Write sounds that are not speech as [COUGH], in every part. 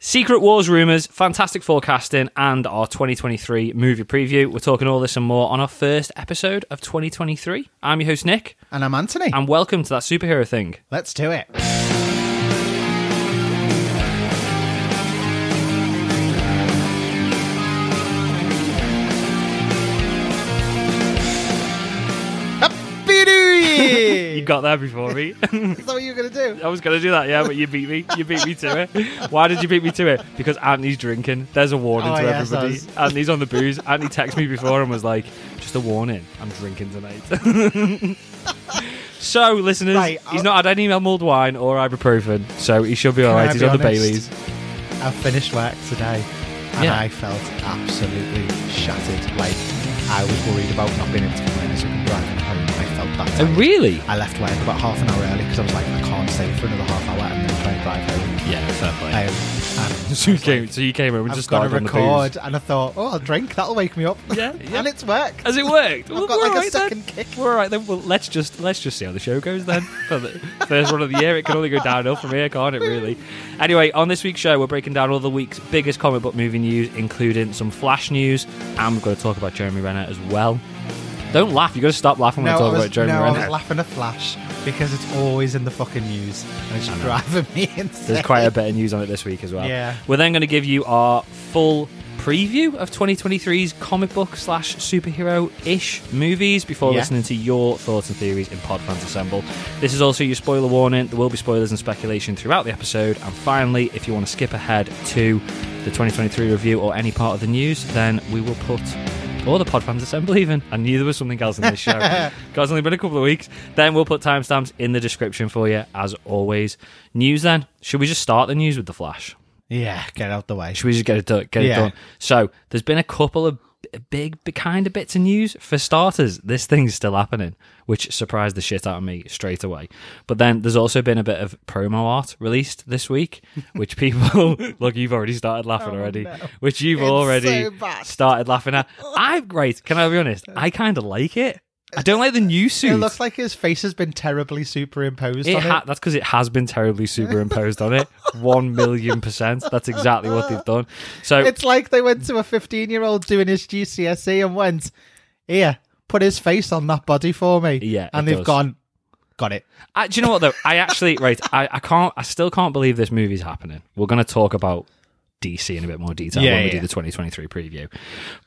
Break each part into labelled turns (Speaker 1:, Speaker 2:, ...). Speaker 1: Secret Wars rumours, fantastic forecasting, and our 2023 movie preview. We're talking all this and more on our first episode of 2023. I'm your host, Nick,
Speaker 2: And I'm Anthony.
Speaker 1: and welcome to that superhero thing.
Speaker 2: Let's do it. Happy New Year! [LAUGHS]
Speaker 1: You got there before me. [LAUGHS]
Speaker 2: Is that what you were going to do?
Speaker 1: I was going to do that, yeah, but you beat me. You beat me to it. Why did you beat me to it? Because Anthony's drinking. There's a warning
Speaker 2: Oh,
Speaker 1: to
Speaker 2: yes,
Speaker 1: everybody.
Speaker 2: that was-
Speaker 1: Anthony's on the booze. Anthony texted me before and was like, just a warning, I'm drinking tonight. [LAUGHS] so, listeners,
Speaker 2: Right,
Speaker 1: he's
Speaker 2: I'll-
Speaker 1: not had any mulled wine or ibuprofen, so he should be all
Speaker 2: Can
Speaker 1: right.
Speaker 2: I
Speaker 1: He's
Speaker 2: be
Speaker 1: on the
Speaker 2: honest?
Speaker 1: Baileys.
Speaker 2: I finished work today and
Speaker 1: Yeah.
Speaker 2: I felt absolutely shattered. Like, I was worried about not being able to come in as I could drive home. I felt that.
Speaker 1: Oh,
Speaker 2: tired.
Speaker 1: really?
Speaker 2: I left work about half an hour early because I was like, I can't stay for another half hour and then try and drive home.
Speaker 1: Yeah, fair
Speaker 2: Um,
Speaker 1: play.
Speaker 2: and
Speaker 1: [LAUGHS]
Speaker 2: [LAUGHS]
Speaker 1: So you, came, so you came home and
Speaker 2: I've
Speaker 1: just
Speaker 2: got to
Speaker 1: started on the
Speaker 2: record,
Speaker 1: booze.
Speaker 2: and I thought, oh, I'll drink. That'll wake me up.
Speaker 1: Yeah, yeah.
Speaker 2: [LAUGHS] and it's worked.
Speaker 1: Has it worked?
Speaker 2: I've got like
Speaker 1: then.
Speaker 2: a second kick.
Speaker 1: We're all right then. Well, let's just let's just see how the show goes
Speaker 2: [LAUGHS]
Speaker 1: then. For the first one of the year, it can only go downhill from here, can't it? Really. Anyway, on this week's show, we're breaking down all the week's biggest comic book movie news, including some Flash news, and we're going to talk about Jeremy Renner as well. Don't laugh. You got to stop laughing when I
Speaker 2: No, I
Speaker 1: talk
Speaker 2: was,
Speaker 1: about Jeremy
Speaker 2: no I
Speaker 1: Renner.
Speaker 2: was laughing a flash because it's always in the fucking news, and it's driving me [LAUGHS] insane.
Speaker 1: There's quite a bit of news on it this week as well.
Speaker 2: [LAUGHS] Yeah.
Speaker 1: We're then going to give you our full preview of 2023's comic book slash superhero ish movies before
Speaker 2: Yeah.
Speaker 1: listening to your thoughts and theories in Podfans Assemble. This is also your spoiler warning. There will be spoilers and speculation throughout the episode. And finally, if you want to skip ahead to the 2023 review or any part of the news, then we will put. Or the Podfans Assemble, even. I knew there was something else in this show. Guys, it's only been a couple of weeks. Then we'll put timestamps in the description for you, as always. News then. Should we just start the news with The Flash?
Speaker 2: Yeah, get out the way.
Speaker 1: Should we just get it done? Get
Speaker 2: Yeah.
Speaker 1: it done. So there's been a couple of b- big, big kind of bits of news. For starters, this thing's still happening, which surprised the shit out of me straight away. But then there's also been a bit of promo art released this week,
Speaker 2: [LAUGHS]
Speaker 1: which people [LAUGHS] look. You've already started laughing already, which you've
Speaker 2: Oh, It's
Speaker 1: already
Speaker 2: so bad.
Speaker 1: started laughing
Speaker 2: [LAUGHS]
Speaker 1: at. I'm great. Can I be honest? I kind of like it. I don't like the new suit.
Speaker 2: It looks like his face has been terribly superimposed
Speaker 1: It
Speaker 2: on
Speaker 1: ha- that's because it has been terribly superimposed on it.
Speaker 2: [LAUGHS]
Speaker 1: One million percent. That's exactly what they've done. So
Speaker 2: it. It's like they went to a 15 year old doing his GCSE E and went, here, put his face on that body for me.
Speaker 1: Yeah, it
Speaker 2: And they've
Speaker 1: does.
Speaker 2: gone, got it.
Speaker 1: I, do you know what though? I actually right. I, I can't. I still can't believe this movie's happening. We're going to talk about DC in a bit more detail
Speaker 2: Yeah,
Speaker 1: when we
Speaker 2: yeah.
Speaker 1: do the 2023 preview.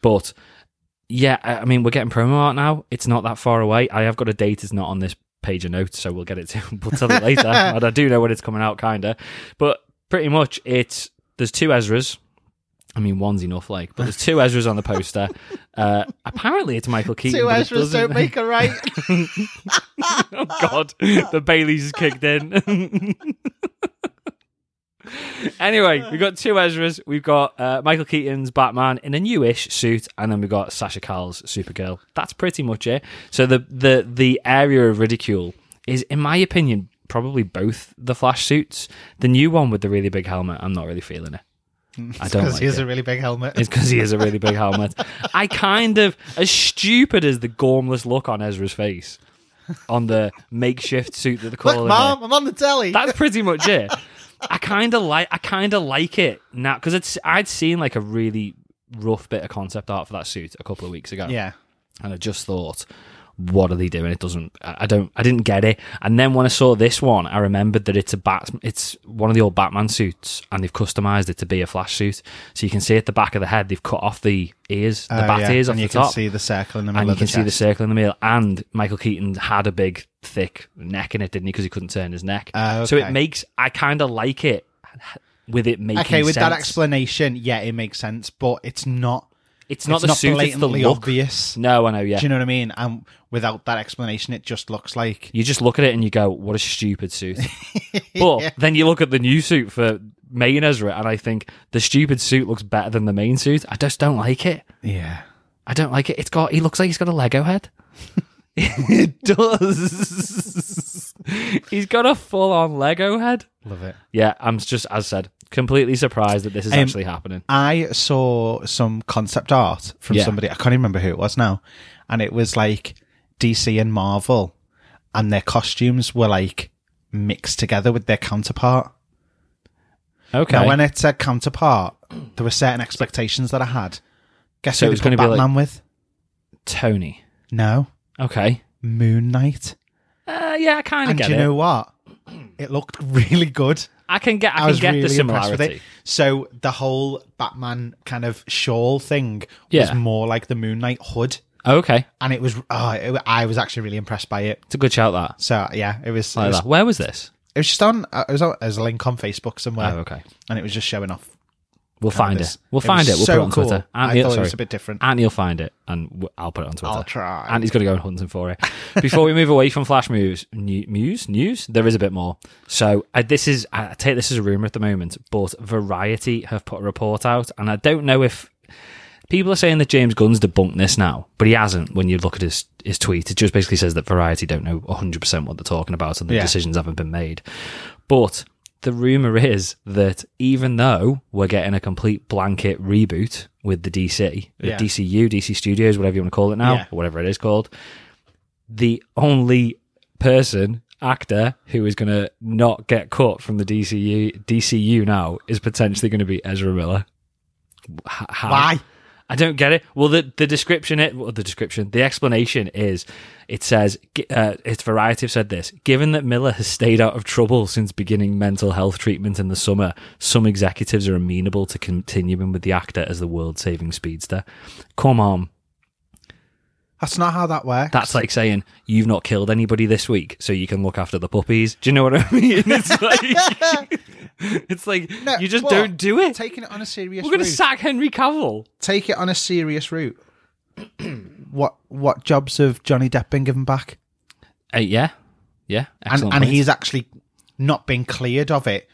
Speaker 1: But yeah, I, I mean, we're getting promo art now. It's not that far away. I have got a date. It's not on this page of notes, so we'll get it. To, [LAUGHS] we'll tell it
Speaker 2: [LAUGHS]
Speaker 1: later. and I do know when it's coming out, kinda. But pretty much, it's there's two Ezras. I mean, one's enough, like, but there's two Ezras on the
Speaker 2: [LAUGHS]
Speaker 1: poster. Uh, apparently, it's Michael Keaton.
Speaker 2: Two
Speaker 1: but it
Speaker 2: Ezra's don't
Speaker 1: doesn't-
Speaker 2: make
Speaker 1: [LAUGHS]
Speaker 2: a right.
Speaker 1: Oh God, the Bailey's has kicked in. [LAUGHS] anyway, we've got two Ezra's. We've got uh, Michael Keaton's Batman in a newish suit, and then we've got Sasha Cal's Supergirl. That's pretty much it. So the the the area of ridicule is, in my opinion, probably both the Flash suits. The new one with the really big helmet, I'm not really feeling it.
Speaker 2: [LAUGHS]
Speaker 1: I don't
Speaker 2: Because
Speaker 1: like
Speaker 2: he has
Speaker 1: it.
Speaker 2: a really big helmet.
Speaker 1: It's because he has a really big helmet. I kind of, as stupid as the gormless look on Ezra's face, on the makeshift suit that they're calling
Speaker 2: [LAUGHS] Look,
Speaker 1: it.
Speaker 2: Mom, I'm on the telly.
Speaker 1: That's pretty much it. I kind of like, I kind of like it now because it's. I'd seen like a really rough bit of concept art for that suit a couple of weeks ago,
Speaker 2: yeah.
Speaker 1: and I just thought. What are they doing? It doesn't. I I don't. I didn't get it. And then when I saw this one, I remembered that it's a bat. It's one of the old Batman suits, and they've customized it to be a flash suit. So you can see at the back of the head, they've cut off the ears, the
Speaker 2: Oh,
Speaker 1: bat
Speaker 2: yeah.
Speaker 1: ears off
Speaker 2: and
Speaker 1: the
Speaker 2: you
Speaker 1: top
Speaker 2: can see the circle in the middle
Speaker 1: and you
Speaker 2: of the
Speaker 1: can see the
Speaker 2: chest.
Speaker 1: circle in the middle. And Michael Keaton had a big, thick neck in it, didn't he? Because he couldn't turn his neck.
Speaker 2: Oh,
Speaker 1: So it
Speaker 2: okay.
Speaker 1: makes I kind of like it with it making
Speaker 2: Okay, with that
Speaker 1: sense.
Speaker 2: explanation, yeah, it makes sense, but it's not.
Speaker 1: it's not
Speaker 2: it's
Speaker 1: the
Speaker 2: not
Speaker 1: suit, it's the
Speaker 2: blatantly
Speaker 1: look.
Speaker 2: obvious.
Speaker 1: No, I know. Yeah,
Speaker 2: Do you know what I mean? And without that explanation, it just looks like
Speaker 1: you just look at it and you go, "What a stupid suit."
Speaker 2: [LAUGHS]
Speaker 1: but then you look at the new suit for May and Ezra, and I think the stupid suit looks better than the main suit. I just don't like it.
Speaker 2: yeah.
Speaker 1: I don't like it. It's got. He looks like he's got a Lego head. [LAUGHS] it does. he's got a full-on Lego head.
Speaker 2: Love it.
Speaker 1: Yeah, I'm just as said, completely surprised that this is
Speaker 2: Um,
Speaker 1: actually happening.
Speaker 2: I saw some concept art from
Speaker 1: Yeah.
Speaker 2: somebody. I can't even remember who it was now, and it was like DC and Marvel, and their costumes were like mixed together with their counterpart.
Speaker 1: Okay.
Speaker 2: Now, when it said counterpart, there were certain expectations that I had. Guess
Speaker 1: So
Speaker 2: who
Speaker 1: it
Speaker 2: they
Speaker 1: was
Speaker 2: put
Speaker 1: gonna be like-
Speaker 2: Batman with?
Speaker 1: Tony.
Speaker 2: No,
Speaker 1: Okay.
Speaker 2: Moon Knight.
Speaker 1: Uh, yeah, I kind of
Speaker 2: And
Speaker 1: get
Speaker 2: do you
Speaker 1: it.
Speaker 2: know what? It looked [LAUGHS] really good.
Speaker 1: I can get. I,
Speaker 2: I
Speaker 1: can
Speaker 2: was
Speaker 1: get
Speaker 2: really
Speaker 1: the
Speaker 2: impressed with
Speaker 1: similarity.
Speaker 2: it. So the whole Batman kind of shawl thing
Speaker 1: Yeah.
Speaker 2: was more like the Moon Knight hood,
Speaker 1: Okay,
Speaker 2: and it was. Oh, it, I was actually really impressed by it.
Speaker 1: it's a good shout. That.
Speaker 2: So yeah, it was.
Speaker 1: Like
Speaker 2: it, was
Speaker 1: that. Where was this?
Speaker 2: it was just on. uh, It was on, as a link on Facebook somewhere,
Speaker 1: Oh, okay.
Speaker 2: and it was just showing off.
Speaker 1: We'll find
Speaker 2: this.
Speaker 1: it. We'll find
Speaker 2: was
Speaker 1: it. We'll
Speaker 2: so
Speaker 1: put it on
Speaker 2: cool.
Speaker 1: Twitter.
Speaker 2: I
Speaker 1: Andy,
Speaker 2: thought it
Speaker 1: sorry.
Speaker 2: was a bit different.
Speaker 1: Andy will find it, and w- I'll put it on Twitter.
Speaker 2: I'll try.
Speaker 1: Andy's going to go and hunt him for it. [LAUGHS] Before we move away from Flash moves, new, news, news. There is a bit more. So I, this is I take this as a rumor at the moment, but Variety have put a report out, and I don't know if people are saying that James Gunn's debunked this now, but he hasn't. When you look at his his tweet, it just basically says that Variety don't know 100 percent what they're talking about, and the
Speaker 2: Yeah.
Speaker 1: decisions haven't been made. But the rumor is that even though we're getting a complete blanket reboot with the DC, the
Speaker 2: Yeah.
Speaker 1: DCU, DC Studios, whatever you want to call it now,
Speaker 2: Yeah.
Speaker 1: or whatever it is called, the only person actor who is going to not get cut from the DCU DCU now is potentially going to be Ezra Miller. H- how-
Speaker 2: Why?
Speaker 1: I don't get it. Well, the the description it well, the description the explanation is it says gi- uh, it's Variety have said this. Given that Miller has stayed out of trouble since beginning mental health treatment in the summer, some executives are amenable to continuing with the actor as the world-saving speedster. Come on,
Speaker 2: That's not how that works.
Speaker 1: that's like saying you've not killed anybody this week, so you can look after the puppies. Do you know what I [LAUGHS] mean? It's like [LAUGHS] it's like
Speaker 2: [LAUGHS] No,
Speaker 1: you just
Speaker 2: what?
Speaker 1: don't do it.
Speaker 2: Taking it on a serious.
Speaker 1: We're going to
Speaker 2: route.
Speaker 1: sack Henry Cavill.
Speaker 2: Take it on a serious route. [CLEARS THROAT] what what jobs have Johnny Depp been given back?
Speaker 1: Uh, yeah, yeah,
Speaker 2: and
Speaker 1: excellent
Speaker 2: and
Speaker 1: point.
Speaker 2: he's actually not been cleared of it.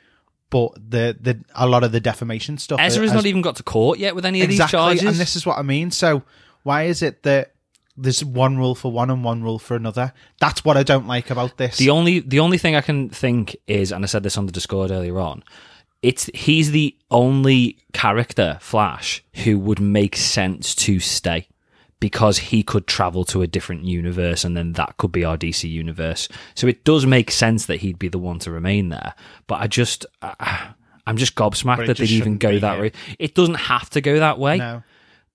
Speaker 2: But the the a lot of the defamation stuff.
Speaker 1: Ezra's
Speaker 2: has-
Speaker 1: not even got to court yet with any of
Speaker 2: exactly,
Speaker 1: these charges.
Speaker 2: and this is what I mean. So why is it that there's one rule for one and one rule for another? That's what I don't like about this.
Speaker 1: the only the only thing I can think is, and I said this on the Discord earlier on, it's he's the only character Flash who would make sense to stay because he could travel to a different universe and then that could be our DC universe. So it does make sense that he'd be the one to remain there. But I just I, I'm just gobsmacked
Speaker 2: it
Speaker 1: that they'd
Speaker 2: just
Speaker 1: even
Speaker 2: shouldn't
Speaker 1: go
Speaker 2: be
Speaker 1: that
Speaker 2: here.
Speaker 1: way. It doesn't have to go that way.
Speaker 2: no.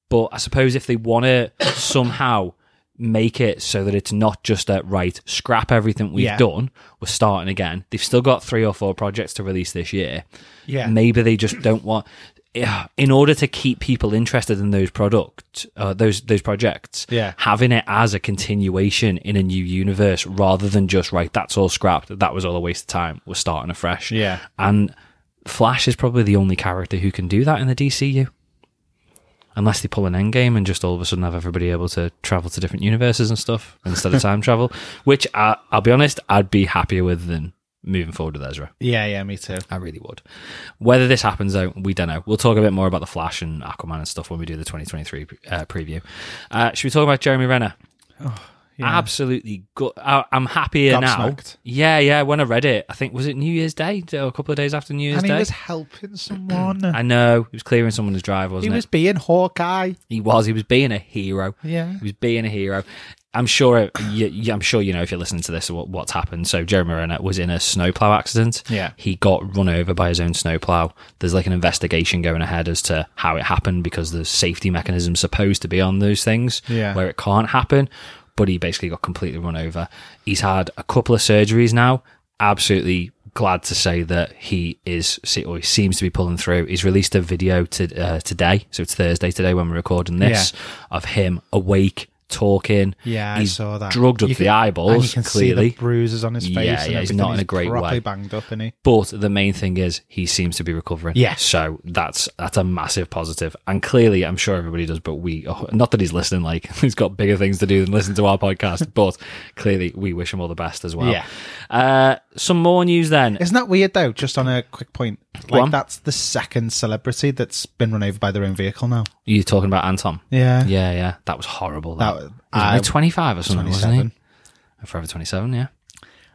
Speaker 1: But I suppose if they want to somehow make it so that it's not just that right, scrap everything we've
Speaker 2: Yeah.
Speaker 1: done, we're starting again. They've still got three or four projects to release this year.
Speaker 2: Yeah.
Speaker 1: Maybe they just don't want. Yeah, In order to keep people interested in those products, uh, those those projects,
Speaker 2: Yeah.
Speaker 1: having it as a continuation in a new universe rather than just right, that's all scrapped. That was all a waste of time. We're starting afresh.
Speaker 2: Yeah.
Speaker 1: and Flash is probably the only character who can do that in the DCU unless they pull an end game and just all of a sudden have everybody able to travel to different universes and stuff instead of time travel, which I, I'll be honest, I'd be happier with than moving forward with Ezra.
Speaker 2: Yeah, yeah, me too.
Speaker 1: I really would. Whether this happens, though, we don't know. We'll talk a bit more about the Flash and Aquaman and stuff when we do the 2023 pre- uh, preview. Uh, should we talk about Jeremy Renner? Absolutely good. I, I'm happier now.
Speaker 2: Gobsmacked.
Speaker 1: Yeah, yeah. When I read it, I think was it New Year's Day or a couple of days after New Year's
Speaker 2: And he
Speaker 1: Day.
Speaker 2: was helping
Speaker 1: [CLEARS THROAT]
Speaker 2: someone.
Speaker 1: I know he was clearing someone's drive, wasn't
Speaker 2: he
Speaker 1: it?
Speaker 2: was being Hawkeye.
Speaker 1: He was. He was being a hero.
Speaker 2: Yeah.
Speaker 1: He was being a hero. I'm sure. You, you- I'm sure you know if you're listening to this what, what's happened. So Jeremy Renner was in a snowplow accident.
Speaker 2: Yeah.
Speaker 1: He got run over by his own snowplow. There's like an investigation going ahead as to how it happened because there's safety mechanisms supposed to be on those things.
Speaker 2: Yeah.
Speaker 1: Where it can't happen, but he basically got completely run over. He's had a couple of surgeries now. Absolutely glad to say that he is se- or he seems to be pulling through. He's released a video to, uh, today, so it's Thursday today when we're recording this of him awake talking.
Speaker 2: Yeah,
Speaker 1: he's
Speaker 2: I saw that.
Speaker 1: drugged up
Speaker 2: You
Speaker 1: the
Speaker 2: can-
Speaker 1: eyeballs.
Speaker 2: and you can
Speaker 1: clearly,
Speaker 2: see the bruises on his face.
Speaker 1: Yeah,
Speaker 2: and
Speaker 1: yeah, he's
Speaker 2: everything.
Speaker 1: not in a great
Speaker 2: properly
Speaker 1: way.
Speaker 2: banged up, and he.
Speaker 1: but the main thing is he seems to be recovering.
Speaker 2: Yeah.
Speaker 1: So that's that's a massive positive. And clearly, I'm sure everybody does, but we oh, not that he's listening. Like [LAUGHS] he's got bigger things to do than listen to our podcast. [LAUGHS] But clearly, we wish him all the best as well.
Speaker 2: Yeah.
Speaker 1: Uh, some more news then.
Speaker 2: Isn't that weird though? Just on a quick point,
Speaker 1: on.
Speaker 2: like that's the second celebrity that's been run over by their own vehicle now.
Speaker 1: you talking about Anton?
Speaker 2: Yeah,
Speaker 1: Yeah, yeah. That was horrible. That,
Speaker 2: That-
Speaker 1: he was only
Speaker 2: I-
Speaker 1: 25 or something, wasn't
Speaker 2: 27.
Speaker 1: he? Forever 27, yeah.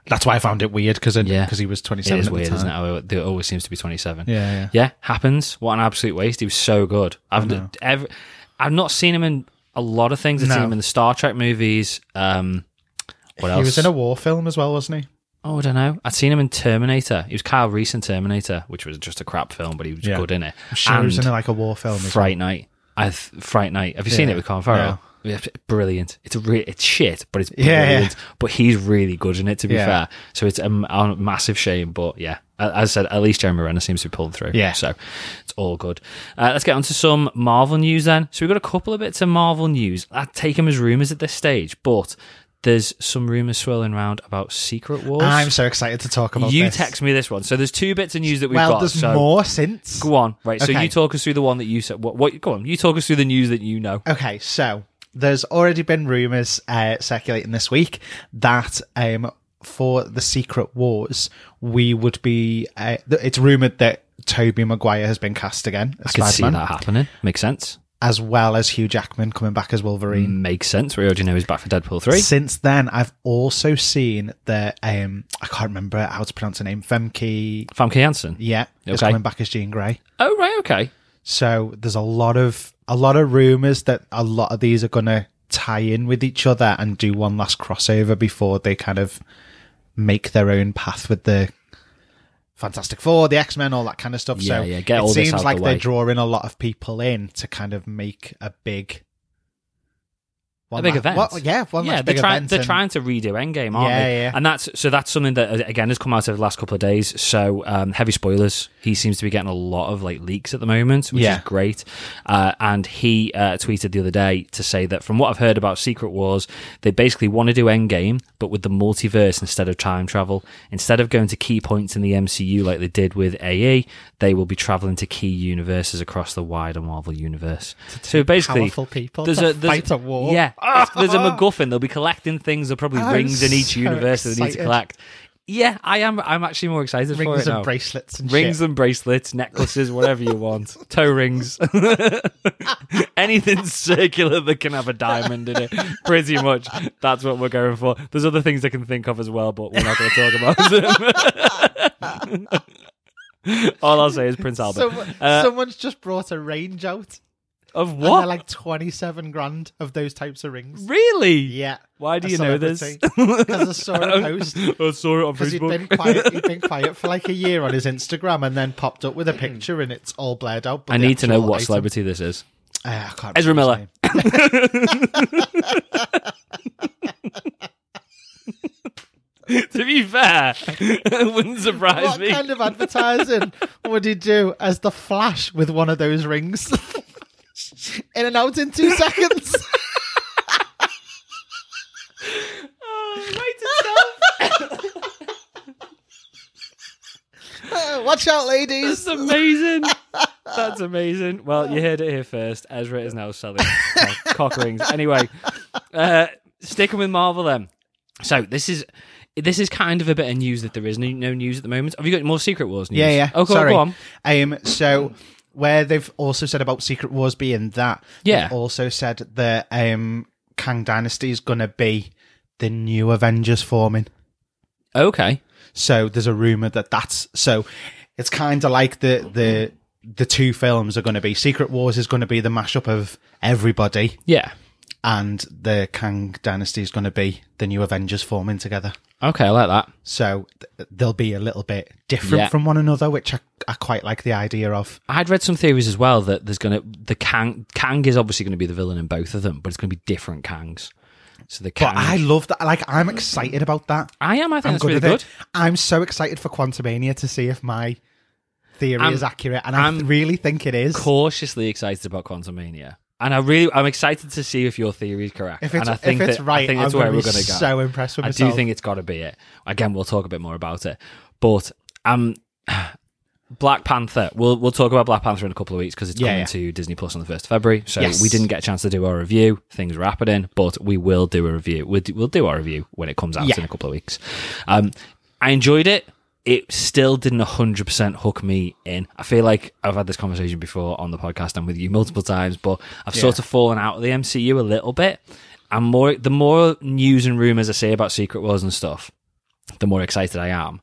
Speaker 2: that's why I found it weird because
Speaker 1: Yeah.
Speaker 2: because he was twenty
Speaker 1: It
Speaker 2: seven.
Speaker 1: is
Speaker 2: at
Speaker 1: weird,
Speaker 2: the
Speaker 1: isn't
Speaker 2: time.
Speaker 1: it? how It it always seems to be 27.
Speaker 2: Yeah, yeah.
Speaker 1: Yeah, happens. What an absolute waste. He was so good. I've ever, I've not seen him in a lot of things. I've seen
Speaker 2: No.
Speaker 1: him in the Star Trek movies. Um, what else?
Speaker 2: He was in a war film as well, wasn't he?
Speaker 1: Oh, I don't know. I'd seen him in Terminator. He was Kyle Reese in Terminator, which was just a crap film, but he was
Speaker 2: Yeah.
Speaker 1: good in it.
Speaker 2: I'm sure it was
Speaker 1: And-
Speaker 2: in like a war film. as well.
Speaker 1: Fright Night. I th- Fright Night. Have you seen
Speaker 2: Yeah.
Speaker 1: it with Colin Farrell? Yeah, Brilliant. It's a re- it's shit, but it's
Speaker 2: Yeah, yeah.
Speaker 1: brilliant. But he's really good in it, to be
Speaker 2: Yeah.
Speaker 1: fair. So it's a, m- a massive shame, but yeah, A- as I said, at least Jeremy Renner seems to be pulling through.
Speaker 2: Yeah.
Speaker 1: so it's all good. Uh, let's get on to some Marvel news then. So we've got a couple of bits of Marvel news. I take them as rumors at this stage, but there's some rumors swirling around about Secret Wars.
Speaker 2: I'm so excited to talk about
Speaker 1: you
Speaker 2: this.
Speaker 1: text me this one. So there's two bits of news that we've
Speaker 2: well,
Speaker 1: got.
Speaker 2: there's
Speaker 1: so-
Speaker 2: more since.
Speaker 1: Go on, right? So
Speaker 2: Okay.
Speaker 1: you talk us through the one that you said. What? What? Go on. You talk us through the news that you know.
Speaker 2: Okay, so there's already been rumours uh, circulating this week that um, for the Secret Wars, we would be. Uh, th- it's rumoured that Toby Maguire has been cast again as
Speaker 1: Could see
Speaker 2: Spider Man,
Speaker 1: that happening. Makes sense.
Speaker 2: as well as Hugh Jackman coming back as Wolverine.
Speaker 1: Makes sense. We already know he's back for Deadpool three.
Speaker 2: Since then, I've also seen that um, I can't remember how to pronounce her name. Femke,
Speaker 1: Famke Janssen.
Speaker 2: yeah, is
Speaker 1: Okay.
Speaker 2: coming back as Jean Grey.
Speaker 1: Oh right, okay.
Speaker 2: So there's a lot of a lot of rumors that a lot of these are gonna tie in with each other and do one last crossover before they kind of make their own path with the Fantastic Four, the X Men, all that kind of stuff.
Speaker 1: Yeah,
Speaker 2: so
Speaker 1: yeah, get
Speaker 2: it
Speaker 1: all this
Speaker 2: seems
Speaker 1: out the
Speaker 2: like
Speaker 1: way.
Speaker 2: they're drawing a lot of people in to kind of make a big. One
Speaker 1: A big
Speaker 2: la-
Speaker 1: event.
Speaker 2: What, yeah, one
Speaker 1: yeah,
Speaker 2: last
Speaker 1: they're
Speaker 2: big
Speaker 1: trying.
Speaker 2: event
Speaker 1: They're
Speaker 2: and-
Speaker 1: trying to redo Endgame, aren't
Speaker 2: Yeah,
Speaker 1: they?
Speaker 2: yeah.
Speaker 1: And that's so that's something that uh, again has come out over the last couple of days. So um, heavy spoilers. He seems to be getting a lot of like leaks at the moment, which
Speaker 2: Yeah.
Speaker 1: is great. Uh, and he uh, tweeted the other day to say that from what I've heard about Secret Wars, they basically want to do Endgame, but with the multiverse instead of time travel. Instead of going to key points in the MCU like they did with AE, they will be traveling to key universes across the wider Marvel universe. So basically,
Speaker 2: powerful people to fight a war. [LAUGHS]
Speaker 1: Yeah, it's- there's a MacGuffin. They'll be collecting things. There'll probably
Speaker 2: I'm
Speaker 1: rings in each
Speaker 2: so
Speaker 1: universe that they need to
Speaker 2: excited.
Speaker 1: collect. Yeah, I am. I'm actually more excited for it
Speaker 2: rings and
Speaker 1: now.
Speaker 2: bracelets and
Speaker 1: Rings
Speaker 2: shit.
Speaker 1: and bracelets, necklaces, whatever you want,
Speaker 2: [LAUGHS]
Speaker 1: toe rings, [LAUGHS] anything circular that can have a diamond in it. Pretty much, that's what we're going for. There's other things I can think of as well, but we're not going to talk about them.
Speaker 2: [LAUGHS]
Speaker 1: [LAUGHS] All I'll say is Prince Albert.
Speaker 2: Someone-
Speaker 1: Uh,
Speaker 2: someone's just brought a range out.
Speaker 1: of
Speaker 2: and
Speaker 1: what?
Speaker 2: they're like twenty-seven grand of those types of rings.
Speaker 1: really?
Speaker 2: Yeah.
Speaker 1: Why do
Speaker 2: A
Speaker 1: you know this? [LAUGHS]
Speaker 2: celebrity. Because I saw a post.
Speaker 1: I saw it on
Speaker 2: Because he'd
Speaker 1: Facebook.
Speaker 2: been quiet,
Speaker 1: [LAUGHS]
Speaker 2: he'd been quiet for like a year on his Instagram, and then popped up with a picture, and it's all blared out.
Speaker 1: Mm-hmm.
Speaker 2: but
Speaker 1: I
Speaker 2: the
Speaker 1: need to know
Speaker 2: actual
Speaker 1: what
Speaker 2: item-
Speaker 1: celebrity this is.
Speaker 2: Uh, I can't
Speaker 1: Ezra
Speaker 2: remember
Speaker 1: Miller.
Speaker 2: his name.
Speaker 1: [LAUGHS] to be fair, it wouldn't surprise
Speaker 2: What
Speaker 1: me.
Speaker 2: kind of
Speaker 1: [LAUGHS]
Speaker 2: advertising would he do as the Flash with one of those rings? in and out in two
Speaker 1: [LAUGHS]
Speaker 2: seconds.
Speaker 1: Oh,
Speaker 2: Uh, [LAUGHS] Watch out, ladies.
Speaker 1: That's amazing. That's amazing. Well, you heard it here first. Ezra is now selling cock, cock rings. Anyway, uh, sticking with Marvel then. So this is this is kind of a bit of news that there is no, no news at the moment. Have you got more Secret Wars news?
Speaker 2: Yeah, yeah.
Speaker 1: Oh, go,
Speaker 2: Sorry.
Speaker 1: go on.
Speaker 2: Um, so where they've also said about Secret Wars being that,
Speaker 1: Yeah.
Speaker 2: they've also said that um, Kang Dynasty is going to be the new Avengers forming.
Speaker 1: Okay.
Speaker 2: So there's a rumor that that's so. It's kind of like the the the two films are going to be Secret Wars is going to be the mashup of everybody,
Speaker 1: Yeah.
Speaker 2: and the Kang Dynasty is going to be the new Avengers forming together.
Speaker 1: Okay, I like that.
Speaker 2: So th- they'll be a little bit different
Speaker 1: Yeah.
Speaker 2: from one another, which I, I quite like the idea of.
Speaker 1: I'd read some theories as well that there's gonna the Kang Kang is obviously gonna be the villain in both of them, but it's gonna be different Kangs. So the Kang,
Speaker 2: But I love that. Like, I'm excited about that.
Speaker 1: I am. I think that's
Speaker 2: good
Speaker 1: really
Speaker 2: at it.
Speaker 1: good.
Speaker 2: I'm so excited for Quantumania to see if my theory
Speaker 1: I'm-
Speaker 2: is accurate, and I
Speaker 1: I'm
Speaker 2: really think it is.
Speaker 1: Cautiously excited about Quantum Mania, and I really I'm excited to see if your theory is correct.
Speaker 2: If it's,
Speaker 1: and I think
Speaker 2: if it's
Speaker 1: that-
Speaker 2: right,
Speaker 1: I think that's
Speaker 2: am
Speaker 1: where
Speaker 2: gonna
Speaker 1: we're
Speaker 2: be
Speaker 1: gonna go.
Speaker 2: so impressed with
Speaker 1: I
Speaker 2: myself.
Speaker 1: do think it's got to be it. Again, we'll talk a bit more about it, but um, [SIGHS] Black Panther. We'll we'll talk about Black Panther in a couple of weeks because it's
Speaker 2: Yeah,
Speaker 1: coming
Speaker 2: yeah.
Speaker 1: to Disney Plus on the first of February. So
Speaker 2: Yes.
Speaker 1: we didn't get a chance to do our review. Things were happening, but we will do a review. We'll do, we'll do our review when it comes out
Speaker 2: Yeah.
Speaker 1: in a couple of weeks. Um, I enjoyed it. It still didn't 100% hook me in. I feel like I've had this conversation before on the podcast and with you multiple times, but I've sort of fallen out of the MCU a little bit. And more, the more news and rumors I say about Secret Wars and stuff, the more excited I am.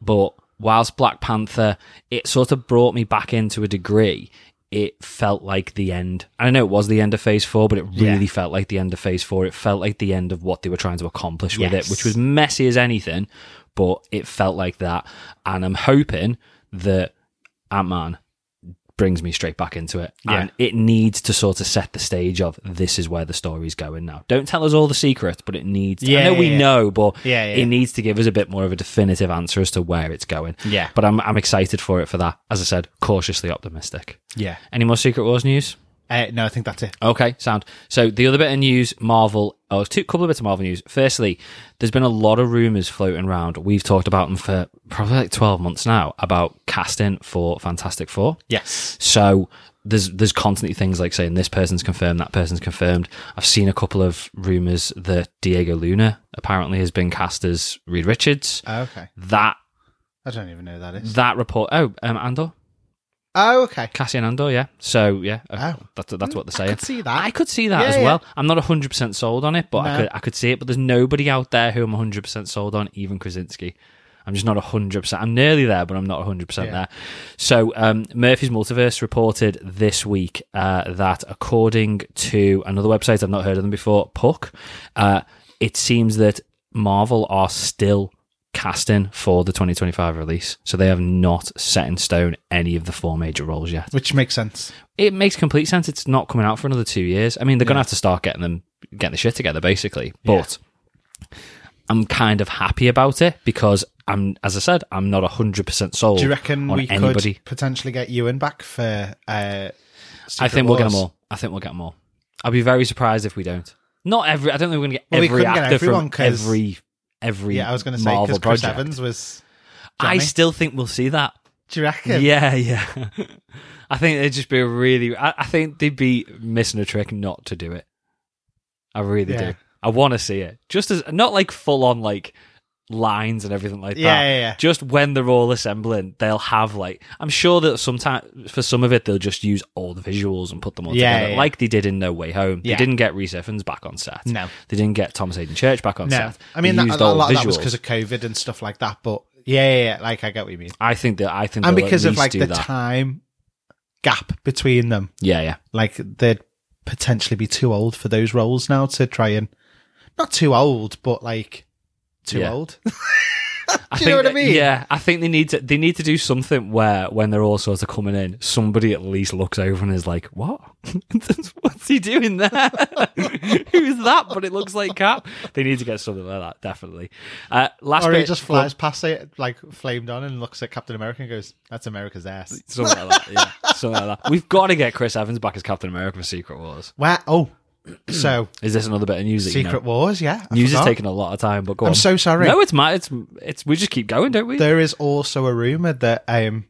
Speaker 1: But whilst Black Panther, it sort of brought me back into a degree. it felt like the end. I know it was the end of Phase Four, but it
Speaker 2: Yeah.
Speaker 1: really felt like the end of Phase Four. It felt like the end of what they were trying to accomplish with it,
Speaker 2: Yes.
Speaker 1: which was messy as anything, but it felt like that. And I'm hoping that Ant Man brings me straight back into it.
Speaker 2: Yeah.
Speaker 1: And it needs to sort of set the stage of this is where the story's going now. Don't tell us all the secrets, but it needs to. I
Speaker 2: Yeah,
Speaker 1: know
Speaker 2: yeah,
Speaker 1: we
Speaker 2: yeah.
Speaker 1: know, but
Speaker 2: Yeah, yeah,
Speaker 1: it
Speaker 2: yeah.
Speaker 1: needs to give us a bit more of a definitive answer as to where it's going.
Speaker 2: Yeah.
Speaker 1: But I'm I'm excited for it for that. As I said, cautiously optimistic.
Speaker 2: Yeah.
Speaker 1: Any more Secret Wars news?
Speaker 2: Uh, no, I think that's it.
Speaker 1: Okay, sound. So the other bit of news, Marvel. Oh, two couple of bits of Marvel news. Firstly, there's been a lot of rumors floating around. We've talked about them for probably like 12 months now about casting for Fantastic Four.
Speaker 2: Yes.
Speaker 1: So there's there's constantly things like saying this person's confirmed, that person's confirmed. I've seen a couple of rumors that Diego Luna apparently has been cast as Reed Richards.
Speaker 2: Okay.
Speaker 1: That
Speaker 2: I don't even know who that is.
Speaker 1: that report. Oh, um, Andor,
Speaker 2: Oh, okay.
Speaker 1: Cassian Andor. Yeah. So yeah, uh,
Speaker 2: Oh.
Speaker 1: that's that's what they're
Speaker 2: I
Speaker 1: saying.
Speaker 2: could see that.
Speaker 1: I could see that
Speaker 2: Yeah,
Speaker 1: as
Speaker 2: yeah.
Speaker 1: well. I'm not 100% sold on it, but I
Speaker 2: No.
Speaker 1: could I could see it. But there's nobody out there who I'm 100% sold on, even Krasinski. I'm just not 100%. I'm nearly there, but I'm not 100%
Speaker 2: Yeah.
Speaker 1: there. So, um, Murphy's Multiverse reported this week uh, that, according to another website, I've not heard of them before, Puck, uh, it seems that Marvel are still casting for the 2025 release. So, they have not set in stone any of the four major roles yet.
Speaker 2: Which makes sense.
Speaker 1: It makes complete sense. It's not coming out for another two years. I mean, they're gonna have to start getting them getting the shit together, basically. But I'm kind of happy about it because I'm, as I said, I'm not hundred percent sold.
Speaker 2: Do you reckon
Speaker 1: on
Speaker 2: we
Speaker 1: anybody?
Speaker 2: could potentially get Ewan back for? Uh,
Speaker 1: I
Speaker 2: Secret
Speaker 1: think we'll get
Speaker 2: Wars?
Speaker 1: them all. I think we'll get them all. I'll be very surprised if we don't. Not every. I don't think we're gonna get
Speaker 2: Well, we
Speaker 1: every
Speaker 2: couldn't get
Speaker 1: actor
Speaker 2: everyone
Speaker 1: from
Speaker 2: 'cause-
Speaker 1: every every.
Speaker 2: Yeah, I was going to say
Speaker 1: Marvel
Speaker 2: because Chris
Speaker 1: project.
Speaker 2: Evans was.
Speaker 1: I
Speaker 2: Johnny.
Speaker 1: still think we'll see that.
Speaker 2: Do you reckon?
Speaker 1: Yeah, yeah. [LAUGHS] I think it'd just be a really. I, I think they'd be missing a trick not to do it. I really
Speaker 2: Yeah.
Speaker 1: do. I want to see it. Just as not like full on like lines and everything like
Speaker 2: Yeah,
Speaker 1: that.
Speaker 2: yeah, yeah.
Speaker 1: Just when they're all assembling, they'll have like. I'm sure that sometimes for some of it they'll just use all the visuals and put them all
Speaker 2: Yeah,
Speaker 1: together,
Speaker 2: yeah, yeah.
Speaker 1: like they did in No Way Home.
Speaker 2: Yeah.
Speaker 1: They didn't get Reese Evans back on set.
Speaker 2: No.
Speaker 1: they didn't get Thomas Hayden Church back on
Speaker 2: No,
Speaker 1: set.
Speaker 2: I mean
Speaker 1: They
Speaker 2: that,
Speaker 1: used
Speaker 2: a
Speaker 1: all
Speaker 2: lot
Speaker 1: the
Speaker 2: of that was
Speaker 1: visuals.
Speaker 2: because of COVID and stuff like that. But yeah, yeah, yeah, like I get what you mean,
Speaker 1: I think that I think
Speaker 2: and
Speaker 1: they'll at
Speaker 2: because of
Speaker 1: least
Speaker 2: like
Speaker 1: do
Speaker 2: the
Speaker 1: that.
Speaker 2: time gap between them,
Speaker 1: yeah, yeah.
Speaker 2: like they'd potentially be too old for those roles now to try and not too old, but like too
Speaker 1: Yeah.
Speaker 2: old.
Speaker 1: I
Speaker 2: Do you
Speaker 1: think
Speaker 2: know what I
Speaker 1: that-
Speaker 2: mean?
Speaker 1: Yeah, I think they need to they need to do something where when they're all sort of coming in, somebody at least looks over and is like, "What? [LAUGHS] What's he doing there? [LAUGHS] Who's that?" But it looks like Cap. They need to get something like that, definitely. Uh, last
Speaker 2: or
Speaker 1: bit,
Speaker 2: he just flies past it, like flamed on, and looks at Captain America and goes, "That's America's ass."
Speaker 1: Something like that.
Speaker 2: [LAUGHS]
Speaker 1: Yeah, something like that. We've got to get Chris Evans back as Captain America for Secret Wars.
Speaker 2: Wow.
Speaker 1: [CLEARS THROAT]
Speaker 2: Oh, so
Speaker 1: Is this another bit of news? that you know?
Speaker 2: Secret Wars, yeah. I
Speaker 1: news
Speaker 2: forgot.
Speaker 1: is taking a lot of time, but go
Speaker 2: I'm
Speaker 1: on.
Speaker 2: so sorry.
Speaker 1: No, it's my it's it's we just keep going, don't we?
Speaker 2: There is also a rumor that um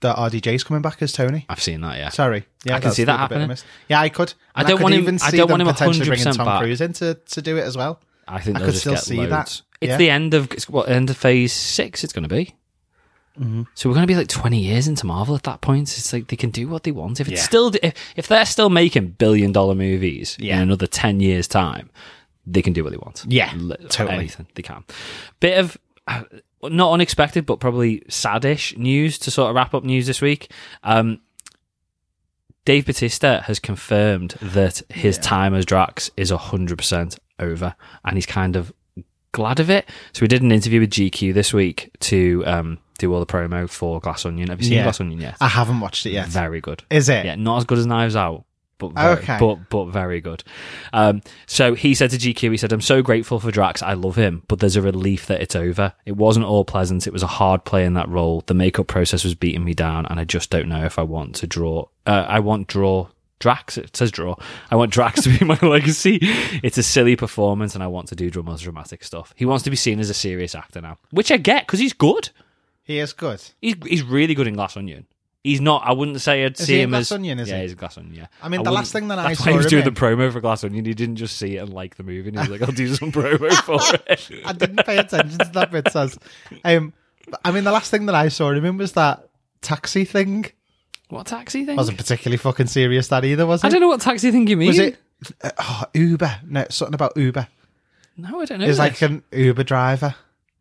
Speaker 2: that RDJ's coming back as Tony.
Speaker 1: I've seen that. Yeah.
Speaker 2: Sorry, yeah,
Speaker 1: I can
Speaker 2: that's
Speaker 1: see
Speaker 2: the
Speaker 1: that
Speaker 2: other bit
Speaker 1: happening.
Speaker 2: missed. Yeah, I could. And
Speaker 1: don't
Speaker 2: could
Speaker 1: want him-
Speaker 2: Even see
Speaker 1: I don't
Speaker 2: them
Speaker 1: want him
Speaker 2: potentially bringing
Speaker 1: 100%
Speaker 2: Tom
Speaker 1: back.
Speaker 2: Cruise in to, to do it as well.
Speaker 1: I think
Speaker 2: I
Speaker 1: they'll
Speaker 2: could
Speaker 1: just
Speaker 2: still
Speaker 1: get
Speaker 2: see
Speaker 1: loads.
Speaker 2: that.
Speaker 1: It's
Speaker 2: Yeah.
Speaker 1: the end of it's what end of phase six. It's going to be.
Speaker 2: Mm-hmm.
Speaker 1: So we're going to be like twenty years into Marvel at that point. It's like they can do what they want. If it's
Speaker 2: Yeah.
Speaker 1: still if, if they're still making billion dollar movies in
Speaker 2: Yeah.
Speaker 1: another ten years time, they can do what they want.
Speaker 2: Yeah,
Speaker 1: Li-
Speaker 2: totally.
Speaker 1: anything they can. Bit of. uh, Not unexpected, but probably saddish news to sort of wrap up news this week. Um, Dave Batista has confirmed that his time as Drax is 100% over and he's kind of glad of it. So we did an interview with GQ this week to um, do all the promo for Glass Onion. Have you seen
Speaker 2: Yeah.
Speaker 1: Glass Onion yet?
Speaker 2: I haven't watched it yet.
Speaker 1: Very good.
Speaker 2: Is it?
Speaker 1: Mm. Yeah, not as good as Knives Out, but very,
Speaker 2: Okay.
Speaker 1: but but very good. Um, so he said to GQ, he said, "I'm so grateful for Drax. I love him, but there's a relief that it's over. It wasn't all pleasant. It was a hard play in that role. The makeup process was beating me down, and I just don't know if I want to draw. Uh, I want draw." Drax, it says draw. I want Drax to be [LAUGHS] my legacy. It's a silly performance, and I want to do drum- more dramatic stuff. He wants to be seen as a serious actor now, which I get because he's good.
Speaker 2: He is good.
Speaker 1: He's he's really good in Glass Onion. He's not. I wouldn't say I'd
Speaker 2: Is
Speaker 1: see
Speaker 2: he in
Speaker 1: him
Speaker 2: Glass
Speaker 1: as
Speaker 2: Onion, is
Speaker 1: yeah,
Speaker 2: he?
Speaker 1: he's Glass Onion. Yeah.
Speaker 2: I mean, the
Speaker 1: wouldn't-
Speaker 2: last thing that
Speaker 1: [LAUGHS]
Speaker 2: I
Speaker 1: that's
Speaker 2: saw
Speaker 1: why he was
Speaker 2: him
Speaker 1: doing
Speaker 2: in-
Speaker 1: the promo for Glass Onion. He didn't just see it and like the movie. And he was like, "I'll do
Speaker 2: [LAUGHS]
Speaker 1: some promo for it."
Speaker 2: I didn't pay attention to that bit. Says, um, but, I mean, the last thing that I saw him in was that taxi thing.
Speaker 1: What taxi thing?
Speaker 2: Wasn't particularly fucking serious that either, was it?
Speaker 1: I don't know what taxi thing you mean.
Speaker 2: was it uh, oh, Uber? No, something about Uber.
Speaker 1: No, I don't know.
Speaker 2: It's like
Speaker 1: this.
Speaker 2: an Uber driver.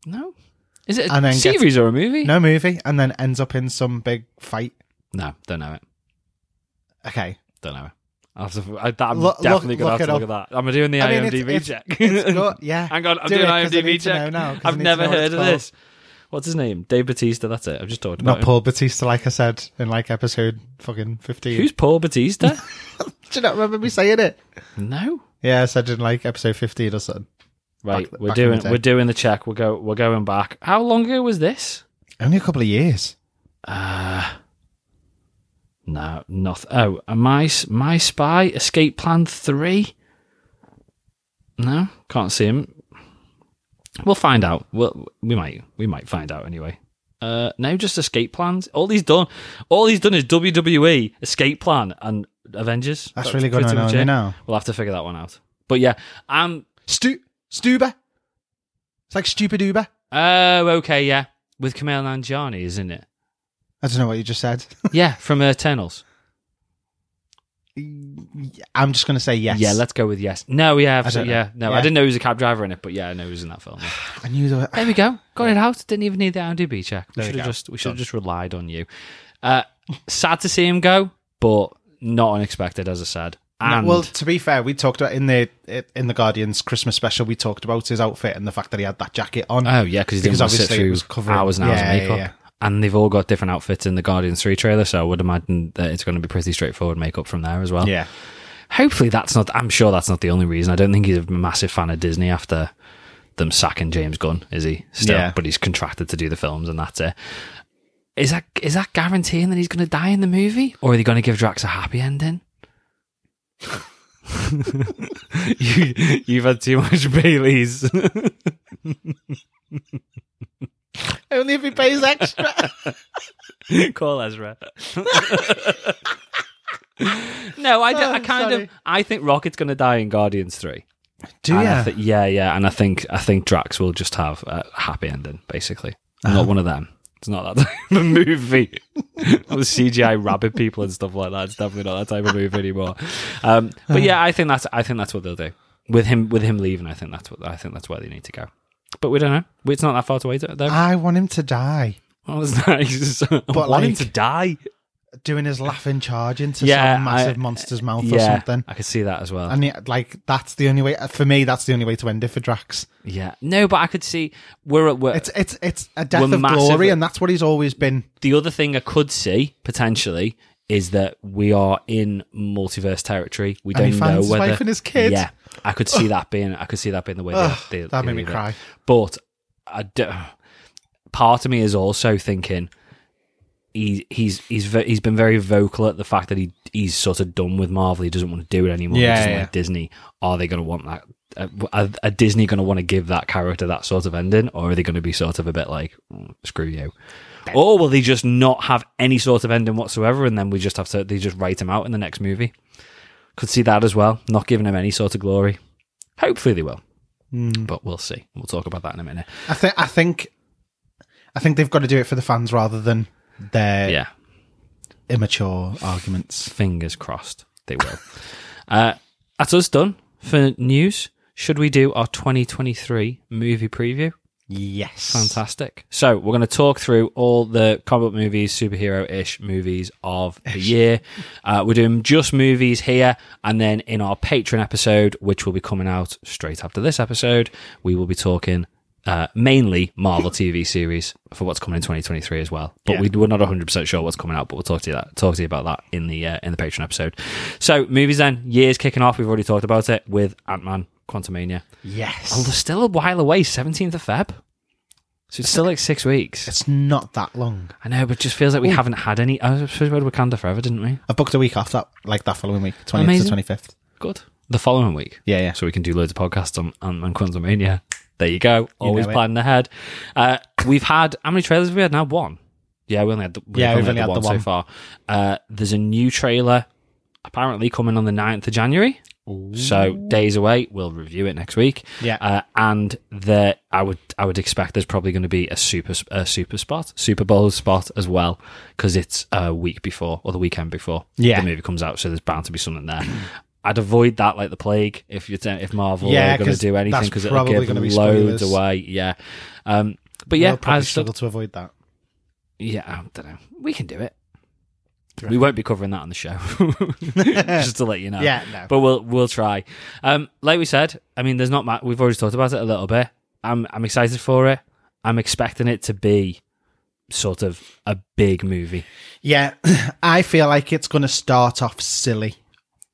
Speaker 1: no. Is it
Speaker 2: And
Speaker 1: a
Speaker 2: then get-
Speaker 1: series or a movie?
Speaker 2: No movie, and then ends up in some big fight.
Speaker 1: no, don't know it.
Speaker 2: Okay.
Speaker 1: Don't know. I'll have to, I, that, I'm
Speaker 2: Look- look-
Speaker 1: definitely going
Speaker 2: look
Speaker 1: to have
Speaker 2: it
Speaker 1: to look at that. I'm doing the
Speaker 2: I mean, it's-
Speaker 1: IMDb
Speaker 2: it's-
Speaker 1: check.
Speaker 2: it's good,
Speaker 1: [LAUGHS]
Speaker 2: yeah.
Speaker 1: Hang on, I'm
Speaker 2: Do
Speaker 1: doing
Speaker 2: it, 'cause I
Speaker 1: IMDb
Speaker 2: need to know
Speaker 1: check.
Speaker 2: now, 'cause I
Speaker 1: I've
Speaker 2: need to
Speaker 1: never
Speaker 2: know what
Speaker 1: heard
Speaker 2: it's
Speaker 1: of
Speaker 2: called.
Speaker 1: this. What's his name? Dave Batista. That's it. I've just talked about
Speaker 2: Not
Speaker 1: him.
Speaker 2: Paul Batista, like I said in like episode fucking 15.
Speaker 1: Who's Paul Batista?
Speaker 2: [LAUGHS] Do you not remember me saying it?
Speaker 1: no.
Speaker 2: Yeah, I said in like episode 15 or something.
Speaker 1: Right,
Speaker 2: Back-
Speaker 1: we're
Speaker 2: back in
Speaker 1: doing
Speaker 2: the day.
Speaker 1: we're doing the check. We're go we're going back. How long ago was this?
Speaker 2: Only a couple of years.
Speaker 1: No, nothing. Oh, a my my spy escape plan three. No, can't see him. We'll find out. We'll, we might we might find out anyway. Uh, no, just escape plans. All he's done, all he's done is WWE escape plan and Avengers.
Speaker 2: That's really good
Speaker 1: pretty
Speaker 2: on
Speaker 1: much
Speaker 2: only
Speaker 1: it.
Speaker 2: now.
Speaker 1: We'll have to figure that one out. But yeah, um, I'm.
Speaker 2: Stu- Stuber. It's like stupid Uber.
Speaker 1: Oh, okay, yeah, with Kamal Nanjiani, isn't [LAUGHS] it?
Speaker 2: I don't know what you just [LAUGHS] said.
Speaker 1: Yeah, from Eternals.
Speaker 2: I'm just going to say yes.
Speaker 1: Yeah, let's go with yes. No, yeah,
Speaker 2: don't
Speaker 1: absolutely,
Speaker 2: know.
Speaker 1: yeah. No, I
Speaker 2: Yeah.
Speaker 1: didn't know he was a cab driver in it, but yeah, I know he was in that film. yeah.
Speaker 2: I knew there were-
Speaker 1: [SIGHS] There we go. Got it out. Didn't even need the IMDb check. We
Speaker 2: There you
Speaker 1: should have
Speaker 2: go.
Speaker 1: just we should have just relied on you. Uh, sad to see him go, but not unexpected, as I said.
Speaker 2: No,
Speaker 1: And
Speaker 2: well, to be fair, we talked about in the in the Guardians Christmas special. We talked about his outfit and the fact that he had that jacket on.
Speaker 1: oh yeah, because he didn't
Speaker 2: because
Speaker 1: want to sit
Speaker 2: obviously it
Speaker 1: through
Speaker 2: was covering-
Speaker 1: hours and hours
Speaker 2: Yeah,
Speaker 1: of
Speaker 2: yeah,
Speaker 1: makeup.
Speaker 2: yeah.
Speaker 1: And they've all got different outfits in the Guardians Three trailer, so I would imagine that it's going to be pretty straightforward makeup from there as well.
Speaker 2: yeah,
Speaker 1: Hopefully, that's not. I'm sure that's not the only reason. I don't think he's a massive fan of Disney after them sacking James Gunn, is he? Still,
Speaker 2: Yeah.
Speaker 1: but he's contracted to do the films, and that's it. Is that is that guaranteeing that he's going to die in the movie, or are they going to give Drax a happy ending? you, you've had too much [LAUGHS] Bailey's.
Speaker 2: only if he pays extra.
Speaker 1: Call Ezra. no, I, d- I
Speaker 2: Oh,
Speaker 1: kind
Speaker 2: sorry.
Speaker 1: of I think Rocket's going to die in Guardians Three.
Speaker 2: [LAUGHS] Do
Speaker 1: And I
Speaker 2: ya?
Speaker 1: thi- yeah, yeah, and I think I think Drax will just have a happy ending, basically.
Speaker 2: Uh-huh.
Speaker 1: Not one of them. It's not that type of [LAUGHS] movie. All the CGI rabbit people and stuff like that. It's definitely not that type of movie anymore. Um, but yeah, I think that's I think that's what they'll do with him with him leaving. I think that's what I think that's where they need to go. But we don't know. It's not that far to wait though.
Speaker 2: I want him to die
Speaker 1: well, it's [LAUGHS] nice. I want him
Speaker 2: like-
Speaker 1: to die.
Speaker 2: doing his laughing charge into
Speaker 1: Yeah,
Speaker 2: some massive
Speaker 1: I-
Speaker 2: monster's mouth or
Speaker 1: Yeah,
Speaker 2: something.
Speaker 1: I could see that as well.
Speaker 2: And yeah, like that's the only way for me. That's the only way to end it for Drax.
Speaker 1: yeah, no, but I could see we're at work.
Speaker 2: It's it's it's a death
Speaker 1: We're
Speaker 2: of
Speaker 1: massively-
Speaker 2: glory, and that's what he's always been.
Speaker 1: The other thing I could see potentially is that we are in multiverse territory. We
Speaker 2: And
Speaker 1: don't
Speaker 2: he
Speaker 1: know
Speaker 2: finds his
Speaker 1: whether
Speaker 2: wife and his kids.
Speaker 1: Yeah, I could see that being. I could see that being the way. they-
Speaker 2: Ugh,
Speaker 1: they,
Speaker 2: that
Speaker 1: they
Speaker 2: made me
Speaker 1: leave it.
Speaker 2: cry.
Speaker 1: But I do, part of me is also thinking he he's he's ve- he's been very vocal at the fact that he he's sort of done with Marvel. He doesn't want to do it anymore.
Speaker 2: Yeah,
Speaker 1: he doesn't
Speaker 2: yeah.
Speaker 1: like Disney. Are they going to want that? uh, Are, are Disney going to want to give that character that sort of ending, or are they going to be sort of a bit like "Mm, screw you? Or will they just not have any sort of ending whatsoever, and then we just have to they just write him out in the next movie? Could see that as well, not giving him any sort of glory. Hopefully they will, but we'll see. We'll talk about that in a minute.
Speaker 2: I think I think I think they've got to do it for the fans rather than their
Speaker 1: Yeah,
Speaker 2: immature arguments.
Speaker 1: fingers crossed they will. [LAUGHS] uh, that's us done for news. Should we do our 2023 movie preview?
Speaker 2: Yes,
Speaker 1: Fantastic. So we're going to talk through all the comic book movies, superhero-ish movies of the year. Uh, we're doing just movies here, and then in our Patreon episode, which will be coming out straight after this episode, we will be talking uh, mainly Marvel TV series for what's coming in 2023 as well. But
Speaker 2: Yeah.
Speaker 1: we, we're not 100 percent sure what's coming out, but we'll talk to you that talk to you about that in the uh, in the Patreon episode. So movies then years kicking off. We've already talked about it with Ant Man, Quantumania.
Speaker 2: Yes,
Speaker 1: Well, there's still a while away, 17th of Feb. So it's still like six weeks.
Speaker 2: it's not that long.
Speaker 1: I know, but it just feels like we haven't had any. I was supposed to go to Wakanda forever, didn't we?
Speaker 2: I've booked a week off that, like that following week, twentieth to
Speaker 1: Amazing.
Speaker 2: twenty fifth.
Speaker 1: Good. The following week.
Speaker 2: Yeah, yeah.
Speaker 1: So we can do loads of podcasts on Ant Man Quantumania. There you go. Always
Speaker 2: know it.
Speaker 1: planning ahead. Uh, we've had, how many trailers have we had now? One. Yeah, we only had the, we've
Speaker 2: Yeah,
Speaker 1: only
Speaker 2: we've
Speaker 1: had the, one, so far. Uh, there's a new trailer apparently coming on the 9th of January. So days away, we'll review it next week.
Speaker 2: Yeah.
Speaker 1: uh, and there I would I would expect there's probably going to be a super a super spot, Super Bowl spot as well, because it's a week before or the weekend before
Speaker 2: Yeah.
Speaker 1: the movie comes out, so there's bound to be something there. I'd avoid that like the plague if you if Marvel
Speaker 2: Yeah,
Speaker 1: are going to
Speaker 2: 'cause
Speaker 1: do anything
Speaker 2: that's
Speaker 1: because it'll
Speaker 2: probably
Speaker 1: give
Speaker 2: gonna be
Speaker 1: loads
Speaker 2: spoilers.
Speaker 1: away. Yeah, um, but yeah,
Speaker 2: I'll probably
Speaker 1: as the-
Speaker 2: struggle to avoid that.
Speaker 1: yeah, I don't know. We can do it. We won't be covering that on the show, [LAUGHS] just to let you know.
Speaker 2: [LAUGHS] Yeah, no.
Speaker 1: But we'll we'll try. Um, like we said, I mean, there's not much. We've already talked about it a little bit. I'm I'm excited for it. I'm expecting it to be sort of a big movie.
Speaker 2: Yeah, [LAUGHS] I feel like it's going to start off silly,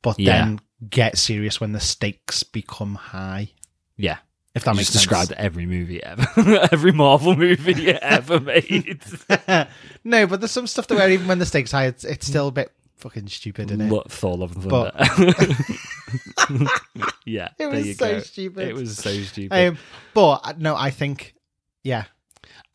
Speaker 2: but
Speaker 1: Yeah.
Speaker 2: then get serious when the stakes become high.
Speaker 1: Yeah,
Speaker 2: If that
Speaker 1: You
Speaker 2: makes
Speaker 1: just described
Speaker 2: sense.
Speaker 1: every movie ever, [LAUGHS] every Marvel
Speaker 2: [LAUGHS]
Speaker 1: movie ever made.
Speaker 2: no, but there's some stuff that where even when the stakes high, it's, it's still a bit fucking stupid, isn't it?
Speaker 1: Look, Thor: Love and Thunder.
Speaker 2: But-
Speaker 1: [LAUGHS] yeah,
Speaker 2: it
Speaker 1: there you
Speaker 2: was so
Speaker 1: go.
Speaker 2: stupid.
Speaker 1: It was so stupid.
Speaker 2: Um, but uh, no, I think yeah,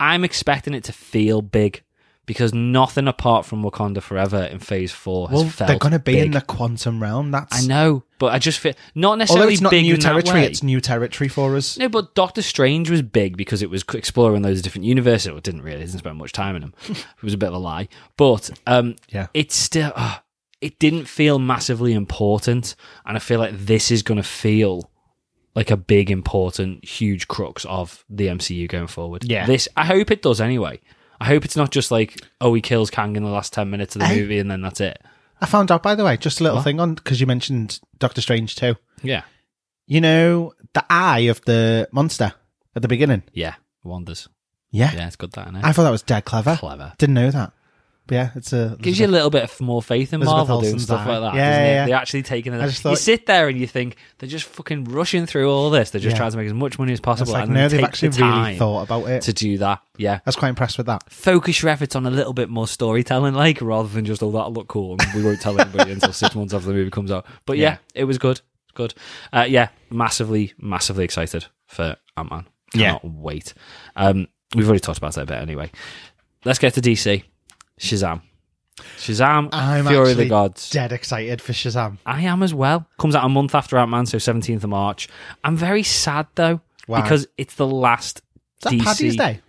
Speaker 1: I'm expecting it to feel big because nothing apart from Wakanda Forever in Phase Four has
Speaker 2: well,
Speaker 1: felt.
Speaker 2: they're going to be
Speaker 1: big.
Speaker 2: in the quantum realm. That's
Speaker 1: I know, but I just feel not
Speaker 2: although
Speaker 1: necessarily
Speaker 2: it's not
Speaker 1: big
Speaker 2: new
Speaker 1: in that
Speaker 2: territory,
Speaker 1: way.
Speaker 2: it's new territory for us.
Speaker 1: No, but Doctor Strange was big because it was c- exploring those different universes. Well, it didn't really, it didn't spend much time in them. [LAUGHS] it was a bit of a lie. But um,
Speaker 2: Yeah.
Speaker 1: it's still, ah, it didn't feel massively important. And I feel like this is going to feel like a big, important, huge crux of the MCU going forward.
Speaker 2: Yeah.
Speaker 1: This, I hope it does anyway. I hope it's not just like, oh, he kills Kang in the last 10 minutes of the
Speaker 2: Eh?
Speaker 1: movie and then that's it.
Speaker 2: I found out by the way, just a little
Speaker 1: What?
Speaker 2: thing on because you mentioned Doctor Strange too.
Speaker 1: Yeah.
Speaker 2: You know the eye of the monster at the beginning.
Speaker 1: Yeah. Wonders.
Speaker 2: Yeah,
Speaker 1: Yeah, it's got that in it.
Speaker 2: I thought that was dead clever.
Speaker 1: Clever.
Speaker 2: Didn't know that. But yeah, it's a
Speaker 1: gives you a little bit of more faith in
Speaker 2: Elizabeth
Speaker 1: Marvel doing
Speaker 2: Olsen's
Speaker 1: stuff
Speaker 2: eye.
Speaker 1: like that.
Speaker 2: Yeah,
Speaker 1: doesn't
Speaker 2: yeah,
Speaker 1: it?
Speaker 2: yeah.
Speaker 1: They're actually taking it.
Speaker 2: I just
Speaker 1: you
Speaker 2: thought-
Speaker 1: sit there and you think they're just fucking rushing through all this. They're just
Speaker 2: Yeah.
Speaker 1: trying to make as much money as
Speaker 2: It's
Speaker 1: possible.
Speaker 2: like
Speaker 1: and then
Speaker 2: no, they've
Speaker 1: take
Speaker 2: actually
Speaker 1: the time
Speaker 2: really thought about it.
Speaker 1: to do that. Yeah.
Speaker 2: I was quite impressed with that.
Speaker 1: Focus your efforts on a little bit more storytelling, like rather than just all that look cool. And we won't tell anybody until six months after the movie comes out. But yeah, it was good. It's Good. Uh, yeah, massively, massively excited for Ant Man.
Speaker 2: Yeah.
Speaker 1: Cannot wait. Um, we've already talked about it a bit anyway. Let's get to DC. Shazam. Shazam,
Speaker 2: I'm
Speaker 1: Fury of the
Speaker 2: actually
Speaker 1: Gods.
Speaker 2: Dead excited for Shazam.
Speaker 1: I am as well. Comes out a month after Ant Man, so 17th of March. I'm very sad though,
Speaker 2: Wow.
Speaker 1: because it's the last
Speaker 2: Is that
Speaker 1: DC.
Speaker 2: Paddy's Day?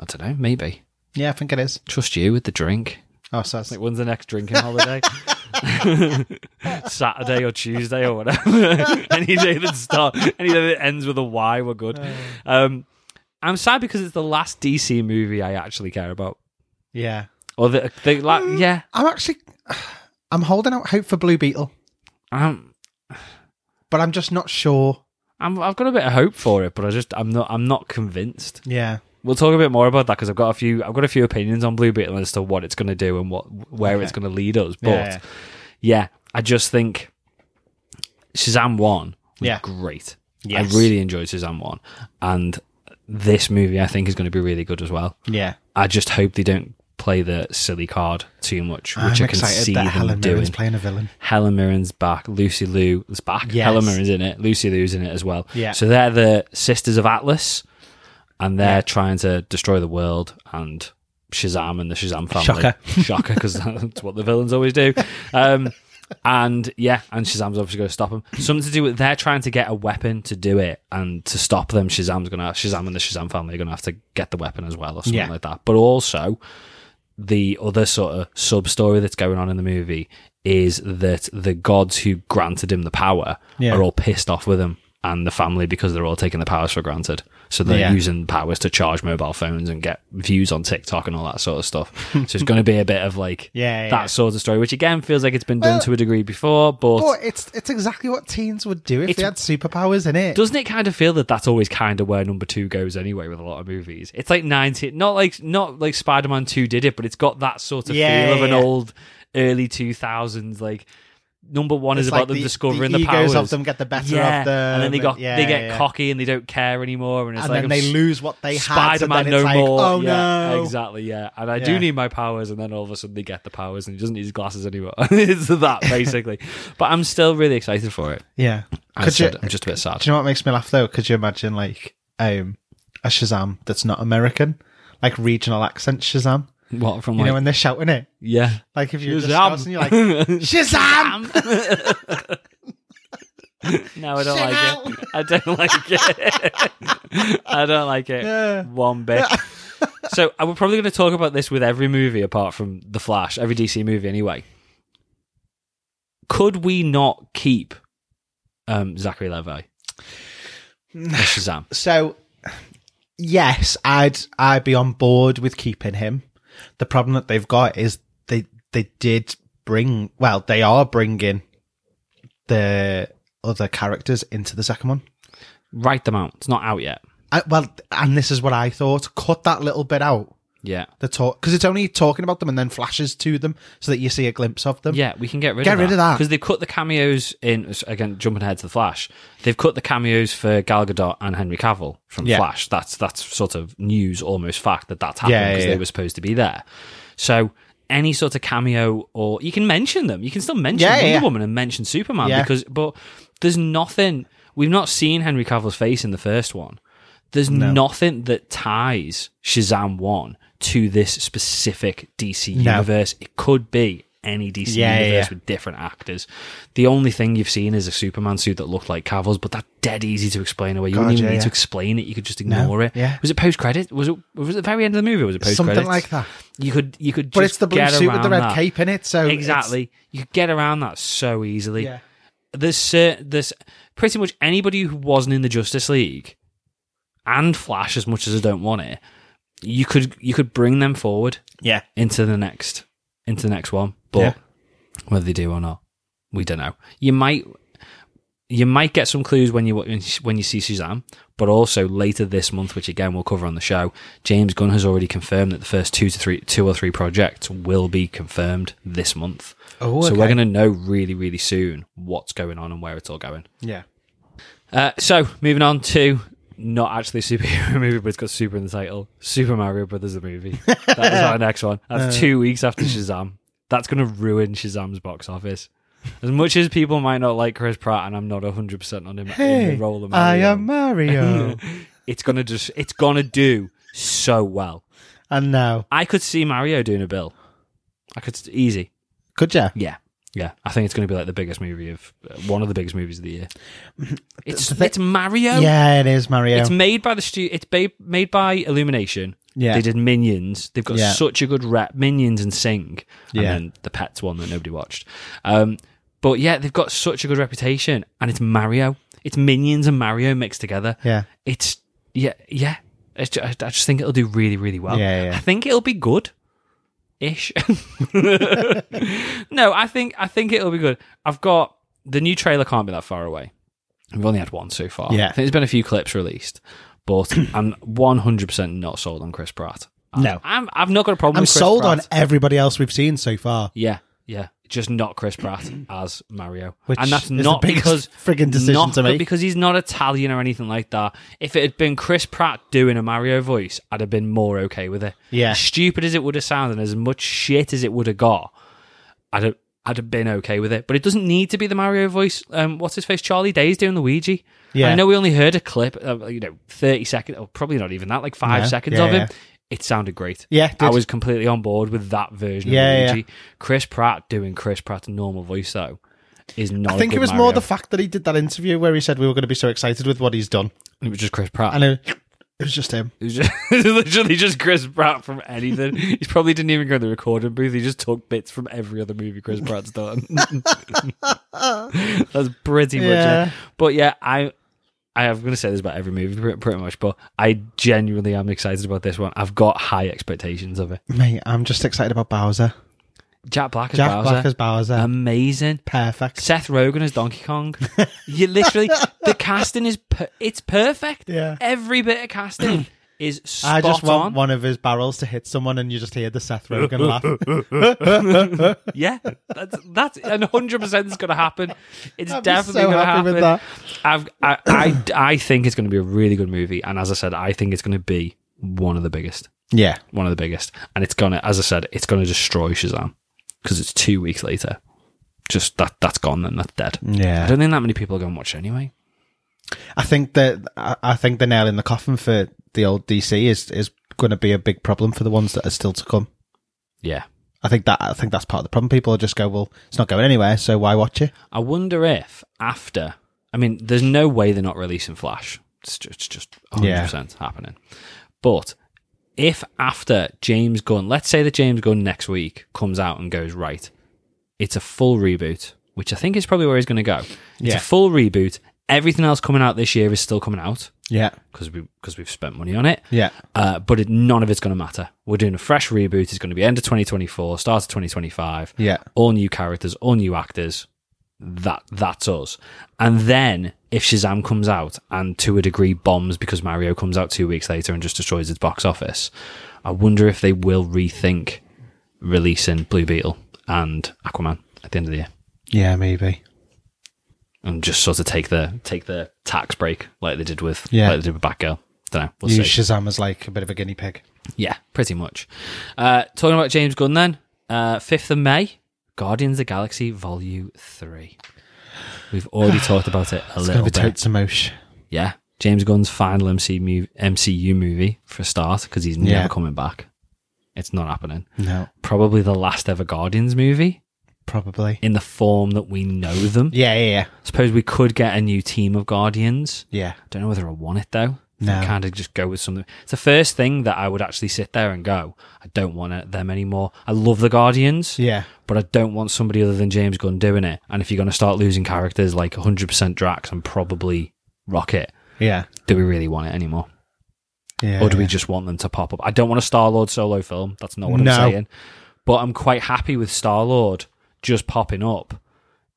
Speaker 1: I don't know, maybe.
Speaker 2: Yeah, I think it is.
Speaker 1: Trust you with the drink.
Speaker 2: Oh, so it's
Speaker 1: Like, when's the next drinking holiday? [LAUGHS] Saturday or Tuesday or whatever. [LAUGHS] any day that start, any day that ends with a Y, we're good. Um, I'm sad because it's the last DC movie I actually care about.
Speaker 2: yeah.
Speaker 1: Or the, the like, yeah,
Speaker 2: I'm actually, I'm holding out hope for Blue Beetle,
Speaker 1: I'm,
Speaker 2: but I'm just not sure.
Speaker 1: I'm, I've got a bit of hope for it, but I just, I'm not, I'm not convinced.
Speaker 2: Yeah,
Speaker 1: We'll talk a bit more about that because I've got a few, I've got a few opinions on Blue Beetle as to what it's going to do and what, where it's going to lead us. But
Speaker 2: Yeah.
Speaker 1: yeah, I just think Shazam One was
Speaker 2: Yeah.
Speaker 1: great.
Speaker 2: Yes.
Speaker 1: I really enjoyed Shazam One, and this movie I think is going to be really good as well.
Speaker 2: yeah.
Speaker 1: I just hope they don't play the silly card too much, which
Speaker 2: I'm
Speaker 1: i can
Speaker 2: excited
Speaker 1: see
Speaker 2: that
Speaker 1: them
Speaker 2: Helen
Speaker 1: doing.
Speaker 2: Mirren's playing a villain.
Speaker 1: Helen Mirren's back. Lucy Liu is back.
Speaker 2: Yes.
Speaker 1: Helen Mirren's in it. Lucy Liu's in it as well.
Speaker 2: Yeah.
Speaker 1: So they're the sisters of Atlas, and they're trying to destroy the world and Shazam and the Shazam family.
Speaker 2: Shocker.
Speaker 1: [LAUGHS]
Speaker 2: [LAUGHS]
Speaker 1: Shocker, because that's what the villains always do. Um, and yeah, and Shazam's obviously going to stop them. Something to do with they're trying to get a weapon to do it, and to stop them, Shazam's going to Shazam and the Shazam family are going to have to get the weapon as well, or something
Speaker 2: Yeah.
Speaker 1: like that. But also, the other sort of sub story that's going on in the movie is that the gods who granted him the power
Speaker 2: Yeah.
Speaker 1: are all pissed off with him and the family because they're all taking the powers for granted. So they're
Speaker 2: Yeah.
Speaker 1: using powers to charge mobile phones and get views on TikTok and all that sort of stuff. so it's going to be a bit of like
Speaker 2: [LAUGHS] Yeah, yeah,
Speaker 1: that
Speaker 2: yeah.
Speaker 1: sort of story, which again feels like it's been done to a degree before, but.
Speaker 2: But it's it's exactly what teens would do if they had superpowers in it.
Speaker 1: doesn't it kind of feel that that's always kind of where number two goes anyway with a lot of movies? It's like ninety, not like not like Spider Man Two did it, but it's got that sort of
Speaker 2: Yeah,
Speaker 1: feel of
Speaker 2: yeah,
Speaker 1: an
Speaker 2: yeah.
Speaker 1: old early two thousands. Like number one
Speaker 2: It's
Speaker 1: is
Speaker 2: like
Speaker 1: about them
Speaker 2: the-
Speaker 1: discovering
Speaker 2: the
Speaker 1: the,
Speaker 2: egos
Speaker 1: powers
Speaker 2: of them get the better
Speaker 1: yeah.
Speaker 2: of them,
Speaker 1: and then they got
Speaker 2: and- yeah,
Speaker 1: they get
Speaker 2: yeah, yeah.
Speaker 1: cocky and they don't care anymore, and it's
Speaker 2: and
Speaker 1: like
Speaker 2: then
Speaker 1: I'm
Speaker 2: they lose what they had. and
Speaker 1: Spider-Man
Speaker 2: then it's
Speaker 1: no
Speaker 2: like,
Speaker 1: more.
Speaker 2: Oh
Speaker 1: yeah,
Speaker 2: no!
Speaker 1: exactly. Yeah, and I do
Speaker 2: Yeah.
Speaker 1: need my powers, and then all of a sudden they get the powers, and he doesn't need his glasses anymore. [LAUGHS] it's that
Speaker 2: [LAUGHS]
Speaker 1: basically. but I'm still really excited for it.
Speaker 2: Yeah.
Speaker 1: I
Speaker 2: Could you,
Speaker 1: said, I'm just a bit sad. [LAUGHS]
Speaker 2: do you know what makes me laugh though? Could you imagine like um, a Shazam that's not American, like regional accent Shazam?
Speaker 1: What from
Speaker 2: You
Speaker 1: like?
Speaker 2: know when they're shouting it,
Speaker 1: yeah.
Speaker 2: like if you're
Speaker 1: Shazam.
Speaker 2: just
Speaker 1: [LAUGHS]
Speaker 2: and you're like Shazam.
Speaker 1: Um, no, I don't
Speaker 2: Shut
Speaker 1: like it. I don't like it. [LAUGHS] I don't like it
Speaker 2: Yeah.
Speaker 1: one bit. [LAUGHS] so I we're probably going to talk about this with every movie apart from The Flash, every DC movie anyway. Could we not keep um, Zachary
Speaker 2: [LAUGHS]
Speaker 1: Levi? as Shazam.
Speaker 2: So, yes, I'd I'd be on board with keeping him. The problem that they've got is they they did bring, well, they are bringing the other characters into the second one.
Speaker 1: Write them out. It's not out yet.
Speaker 2: I, well, and this is what I thought. Cut that little bit out.
Speaker 1: Yeah.
Speaker 2: The talk because it's only talking about them and then flashes to them so that you see a glimpse of them.
Speaker 1: Yeah, we can get rid
Speaker 2: Get
Speaker 1: of that.
Speaker 2: rid of that.
Speaker 1: Because they've cut the cameos in, again, jumping ahead to The Flash, they've cut the cameos for Gal Gadot and Henry Cavill from
Speaker 2: Yeah.
Speaker 1: Flash. That's that's sort of news, almost fact, that that's happened
Speaker 2: Yeah, yeah,
Speaker 1: because
Speaker 2: yeah.
Speaker 1: they were supposed to be there. So any sort of cameo or you can mention them. You can still mention
Speaker 2: Yeah, yeah,
Speaker 1: Wonder
Speaker 2: yeah.
Speaker 1: Woman and mention Superman
Speaker 2: Yeah.
Speaker 1: because, but there's nothing, we've not seen Henry Cavill's face in the first one. There's nothing that ties Shazam 1 to this specific DC
Speaker 2: No.
Speaker 1: universe. It could be any DC
Speaker 2: Yeah, yeah,
Speaker 1: universe
Speaker 2: yeah.
Speaker 1: with different actors. The only thing you've seen is a Superman suit that looked like Cavill's, but that's dead easy to explain away. You
Speaker 2: God,
Speaker 1: wouldn't even
Speaker 2: yeah,
Speaker 1: need
Speaker 2: yeah.
Speaker 1: to explain it. You could just ignore it.
Speaker 2: yeah.
Speaker 1: Was it post credit? Was it was it the very end of the movie? Or was it post
Speaker 2: Something
Speaker 1: credit?
Speaker 2: like that.
Speaker 1: You could you could.
Speaker 2: But
Speaker 1: just
Speaker 2: it's the blue
Speaker 1: get
Speaker 2: suit with the
Speaker 1: around
Speaker 2: red
Speaker 1: that.
Speaker 2: cape in it, so it's-
Speaker 1: Exactly. You could get around that so easily.
Speaker 2: Yeah.
Speaker 1: There's certain there's pretty much anybody who wasn't in the Justice League and Flash, as much as I don't want it, you could you could bring them forward
Speaker 2: Yeah.
Speaker 1: into the next into the next one. But
Speaker 2: Yeah.
Speaker 1: whether they do or not, we don't know. You might you might get some clues when you when you see Suzanne, but also later this month, which again we'll cover on the show. James Gunn has already confirmed that the first two to three two or three projects will be confirmed this month.
Speaker 2: Oh,
Speaker 1: So
Speaker 2: okay.
Speaker 1: we're going to know really really soon what's going on and where it's all going.
Speaker 2: Yeah.
Speaker 1: Uh, so moving on to not actually a superhero [LAUGHS] movie, but it's got super in the title. Super Mario Brothers the movie. That is our next one. That's two weeks after Shazam. That's going to ruin Shazam's box office. As much as people might not like Chris Pratt, and I'm not 100 percent on him in the role of Mario,
Speaker 2: I am
Speaker 1: [LAUGHS]
Speaker 2: Mario.
Speaker 1: it's gonna just it's gonna do so well.
Speaker 2: and now,
Speaker 1: I could see Mario doing a bill. I could easy.
Speaker 2: could you?
Speaker 1: Yeah. Yeah, I think it's going to be like the biggest movie of uh, one of the biggest movies of the year. It's
Speaker 2: thi-
Speaker 1: it's Mario.
Speaker 2: Yeah, it is Mario.
Speaker 1: Um, It's made by the studio. It's ba- made by Illumination.
Speaker 2: Yeah.
Speaker 1: They did Minions. They've got
Speaker 2: Yeah.
Speaker 1: such a good rep. Minions and Sing. And
Speaker 2: Yeah.
Speaker 1: then the Pets one that nobody watched. Um, but yeah, they've got such a good reputation. And it's Mario. It's Minions and Mario mixed together.
Speaker 2: yeah.
Speaker 1: It's, yeah, yeah. It's ju- I I just think it'll do really, really well.
Speaker 2: Yeah, yeah.
Speaker 1: I think it'll be good. Ish. [LAUGHS] no, I think I think it'll be good. I've got the new trailer can't be that far away. We've only had one so far.
Speaker 2: Yeah.
Speaker 1: I think there's been a few clips released, but I'm 100% not sold on Chris Pratt. I-
Speaker 2: No.
Speaker 1: I'm, I've not got a problem
Speaker 2: I'm
Speaker 1: with Chris
Speaker 2: sold
Speaker 1: Pratt.
Speaker 2: on everybody else we've seen so far.
Speaker 1: Yeah, yeah. Just not Chris Pratt [CLEARS THROAT] as Mario.
Speaker 2: Which
Speaker 1: and that's
Speaker 2: is the
Speaker 1: not
Speaker 2: biggest
Speaker 1: because
Speaker 2: [LAUGHS] friggin' decision
Speaker 1: not
Speaker 2: to make.
Speaker 1: because he's not Italian or anything like that. If it had been Chris Pratt doing a Mario voice, I'd have been more okay with it.
Speaker 2: Yeah.
Speaker 1: As stupid as it would have sounded, as much shit as it would have got, I'd have I'd have been okay with it. But it doesn't need to be the Mario voice. Um, what's his face? Charlie Day's doing Luigi.
Speaker 2: Yeah.
Speaker 1: I know we only heard a clip, of, you know, thirty seconds, or probably not even that, like five
Speaker 2: No.
Speaker 1: seconds
Speaker 2: Yeah,
Speaker 1: of him.
Speaker 2: yeah.
Speaker 1: It sounded great.
Speaker 2: Yeah, it
Speaker 1: I
Speaker 2: did.
Speaker 1: was completely on board with that version
Speaker 2: Yeah,
Speaker 1: of Luigi. Chris Pratt doing Chris Pratt's normal voice though is not.
Speaker 2: I think
Speaker 1: a good
Speaker 2: it was
Speaker 1: Mario.
Speaker 2: more the fact that he did that interview where he said we were going to be so excited with what he's done,
Speaker 1: it was just Chris Pratt.
Speaker 2: and it, it was just him.
Speaker 1: [LAUGHS] It was just, [LAUGHS] it was literally just Chris Pratt from
Speaker 2: [LAUGHS]
Speaker 1: anything. he probably didn't even go to the recording booth. He just took bits from every other movie Chris Pratt's done. [LAUGHS] That's pretty
Speaker 2: Yeah.
Speaker 1: much it. But yeah, I. I am going to say this about every movie, pre- pretty much, but I genuinely am excited about this one. I've got high expectations of it.
Speaker 2: Mate, I'm just excited about Bowser.
Speaker 1: Jack Black as
Speaker 2: Jack
Speaker 1: Bowser, Um,
Speaker 2: Black as Bowser.
Speaker 1: amazing.
Speaker 2: Perfect.
Speaker 1: Seth Rogen as Donkey
Speaker 2: [LAUGHS]
Speaker 1: Kong. you literally the casting is per- it's perfect.
Speaker 2: Yeah.
Speaker 1: every bit of
Speaker 2: [CLEARS THROAT]
Speaker 1: casting is spot
Speaker 2: I just want
Speaker 1: on.
Speaker 2: one of his barrels to hit someone, and you just hear the Seth Rogen laugh.
Speaker 1: [LAUGHS] Yeah, that's that's and hundred percent is going to happen. It's
Speaker 2: I'd be
Speaker 1: definitely
Speaker 2: so
Speaker 1: going to
Speaker 2: happy
Speaker 1: happen.
Speaker 2: with that.
Speaker 1: I've, I, I I think it's going to be a really good movie, and as I said, I think it's going to be one of the biggest,
Speaker 2: Yeah,
Speaker 1: one of the biggest, and it's gonna, as I said, it's going to destroy Shazam because it's two weeks later. Just that that's gone then that's dead. I
Speaker 2: yeah.
Speaker 1: don't think that many people are going to watch it anyway.
Speaker 2: I think that I I think the nail in the coffin for the old DC is is going to be a big problem for the ones that are still to come.
Speaker 1: Yeah,
Speaker 2: I think that I think that's part of the problem. People just go, well, it's not going anywhere, so why watch it?
Speaker 1: I wonder if after, I mean, there's no way they're not releasing Flash. It's just, it's just 100% happening. But if after James Gunn, let's say that James Gunn next week comes out and goes, right, it's a full reboot, which I think is probably where he's going to go. It's
Speaker 2: Yeah.
Speaker 1: a full reboot. Everything else coming out this year is still coming out
Speaker 2: Yeah.
Speaker 1: because we because we've spent money on it.
Speaker 2: Yeah.
Speaker 1: Uh, but it, none of it's going to matter. We're doing a fresh reboot. It's going to be end of 2024, start of 2025.
Speaker 2: Yeah.
Speaker 1: All new characters, all new actors. That that's us. And then if Shazam comes out and to a degree bombs because Mario comes out two weeks later and just destroys its box office, I wonder if they will rethink releasing Blue Beetle and Aquaman at the end of the year
Speaker 2: Yeah, maybe.
Speaker 1: and just sort of take the take the tax break like they did with
Speaker 2: Yeah.
Speaker 1: like they did with Batgirl. Don't know. We'll
Speaker 2: Use
Speaker 1: see.
Speaker 2: Shazam as like a bit of a guinea pig.
Speaker 1: Yeah, pretty much. Uh, talking about James Gunn then, uh, 5th of May, Guardians of the Galaxy Volume 3. We've
Speaker 2: [SIGHS]
Speaker 1: already talked about it a
Speaker 2: It's going
Speaker 1: little
Speaker 2: to be
Speaker 1: bit.
Speaker 2: totes emotion.
Speaker 1: yeah, James Gunn's final MC mu- MCU movie for a start because he's
Speaker 2: Yeah.
Speaker 1: never coming back. It's not happening.
Speaker 2: No,
Speaker 1: Probably the last ever Guardians movie
Speaker 2: probably.
Speaker 1: in the form that we know them.
Speaker 2: Yeah, yeah, yeah.
Speaker 1: Suppose we could get a new team of Guardians.
Speaker 2: Yeah.
Speaker 1: Don't know whether I want it though.
Speaker 2: No.
Speaker 1: Kind of just go with something. It's the first thing that I would actually sit there and go, I don't want it, them anymore. I love the Guardians,
Speaker 2: Yeah.
Speaker 1: but I don't want somebody other than James Gunn doing it. And if you're going to start losing characters like 100% Drax and probably Rocket,
Speaker 2: Yeah.
Speaker 1: do we really want it anymore?
Speaker 2: Yeah.
Speaker 1: or do we just want them to pop up? I don't want a Star Lord solo film. That's not what
Speaker 2: No.
Speaker 1: I'm saying. But I'm quite happy with Star Lord just popping up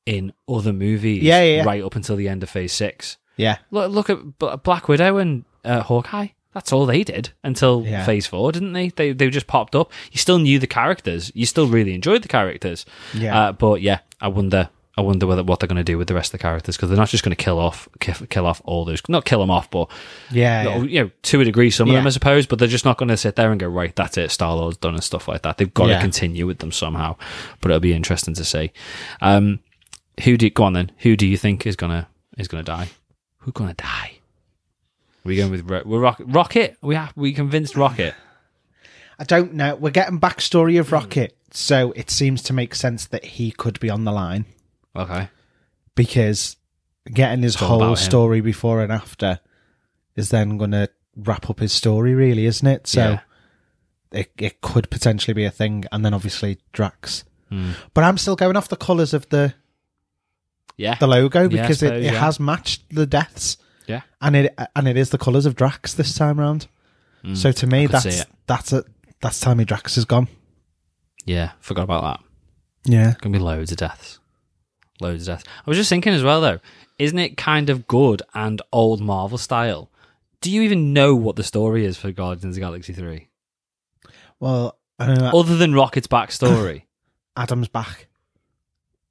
Speaker 1: in other movies
Speaker 2: Yeah, yeah, yeah.
Speaker 1: right up until the end of phase six.
Speaker 2: Yeah.
Speaker 1: Look, look at B- Black Widow and uh, Hawkeye. That's all they did until
Speaker 2: Yeah.
Speaker 1: Phase Four, didn't they? They they just popped up. You still knew the characters. You still really enjoyed the characters.
Speaker 2: Yeah.
Speaker 1: Uh, but yeah, I wonder. I wonder whether what they're going to do with the rest of the characters because they're not just going to kill off kill, kill off all those not kill them off, but
Speaker 2: Yeah.
Speaker 1: you know,
Speaker 2: yeah.
Speaker 1: you know, to a degree, some of them,
Speaker 2: Yeah.
Speaker 1: I suppose, but they're just not going to sit there and go, right, that's it, Star Lord's done and stuff like that. They've got
Speaker 2: Yeah.
Speaker 1: to continue with them somehow, but it'll be interesting to see. Um, who do go on then? Who do you think is gonna is gonna die? Who's gonna die? we going with Ro- we're rock- Rocket. We have we convinced Rocket.
Speaker 2: I don't know. We're getting backstory of Rocket, so it seems to make sense that he could be on the line
Speaker 1: Okay,
Speaker 2: because getting his
Speaker 1: all
Speaker 2: whole
Speaker 1: about him.
Speaker 2: story before and after is then going to wrap up his story, really, isn't it? So
Speaker 1: Yeah.
Speaker 2: it it could potentially be a thing, and then obviously Drax.
Speaker 1: Hmm.
Speaker 2: But I'm still going off the colours of the
Speaker 1: yeah,
Speaker 2: the logo
Speaker 1: Yeah, I
Speaker 2: because
Speaker 1: suppose,
Speaker 2: it, it
Speaker 1: yeah.
Speaker 2: has matched the deaths.
Speaker 1: Yeah.
Speaker 2: and it and it is the colours of Drax this time round. So to me,
Speaker 1: Hmm. could see
Speaker 2: that's
Speaker 1: it.
Speaker 2: that's a that's Tommy Drax is gone.
Speaker 1: yeah. Forgot about that.
Speaker 2: Yeah,
Speaker 1: Gonna be loads of deaths. Loads of deaths. I was just thinking as well though, isn't it kind of good and old Marvel style? Do you even know what the story is for Guardians of the Galaxy 3?
Speaker 2: well, I don't know,
Speaker 1: Other than Rocket's
Speaker 2: [LAUGHS]
Speaker 1: backstory.
Speaker 2: Adam's back.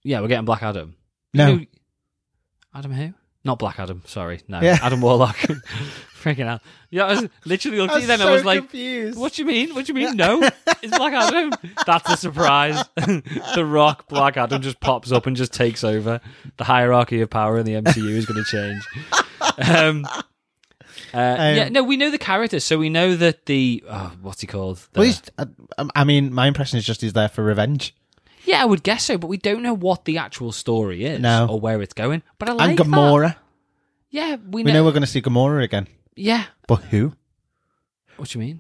Speaker 1: yeah, we're getting Black Adam. You
Speaker 2: No.
Speaker 1: know- Adam who? Not Black Adam, sorry. No.
Speaker 2: Yeah.
Speaker 1: Adam Warlock. [LAUGHS] Freaking out. Yeah, I was
Speaker 2: [LAUGHS]
Speaker 1: literally looked at you then I was like
Speaker 2: confused.
Speaker 1: What do you mean? What do you mean? No, it's
Speaker 2: [LAUGHS]
Speaker 1: Black Adam. That's a surprise. [LAUGHS] the Rock Black Adam just pops up and just takes over. The hierarchy of power in the MCU is going to change. Um, uh,
Speaker 2: Um,
Speaker 1: yeah, no, we know the characters, so we know that the oh, what's he called? The-
Speaker 2: Well, he's, I, I mean, my impression is just he's there for revenge
Speaker 1: yeah, I would guess so, but we don't know what the actual story is
Speaker 2: No.
Speaker 1: or where it's going. But I like
Speaker 2: and
Speaker 1: that.
Speaker 2: Gamora.
Speaker 1: Yeah, we know.
Speaker 2: We know we're going to see Gamora again,
Speaker 1: yeah,
Speaker 2: but who?
Speaker 1: what do you mean?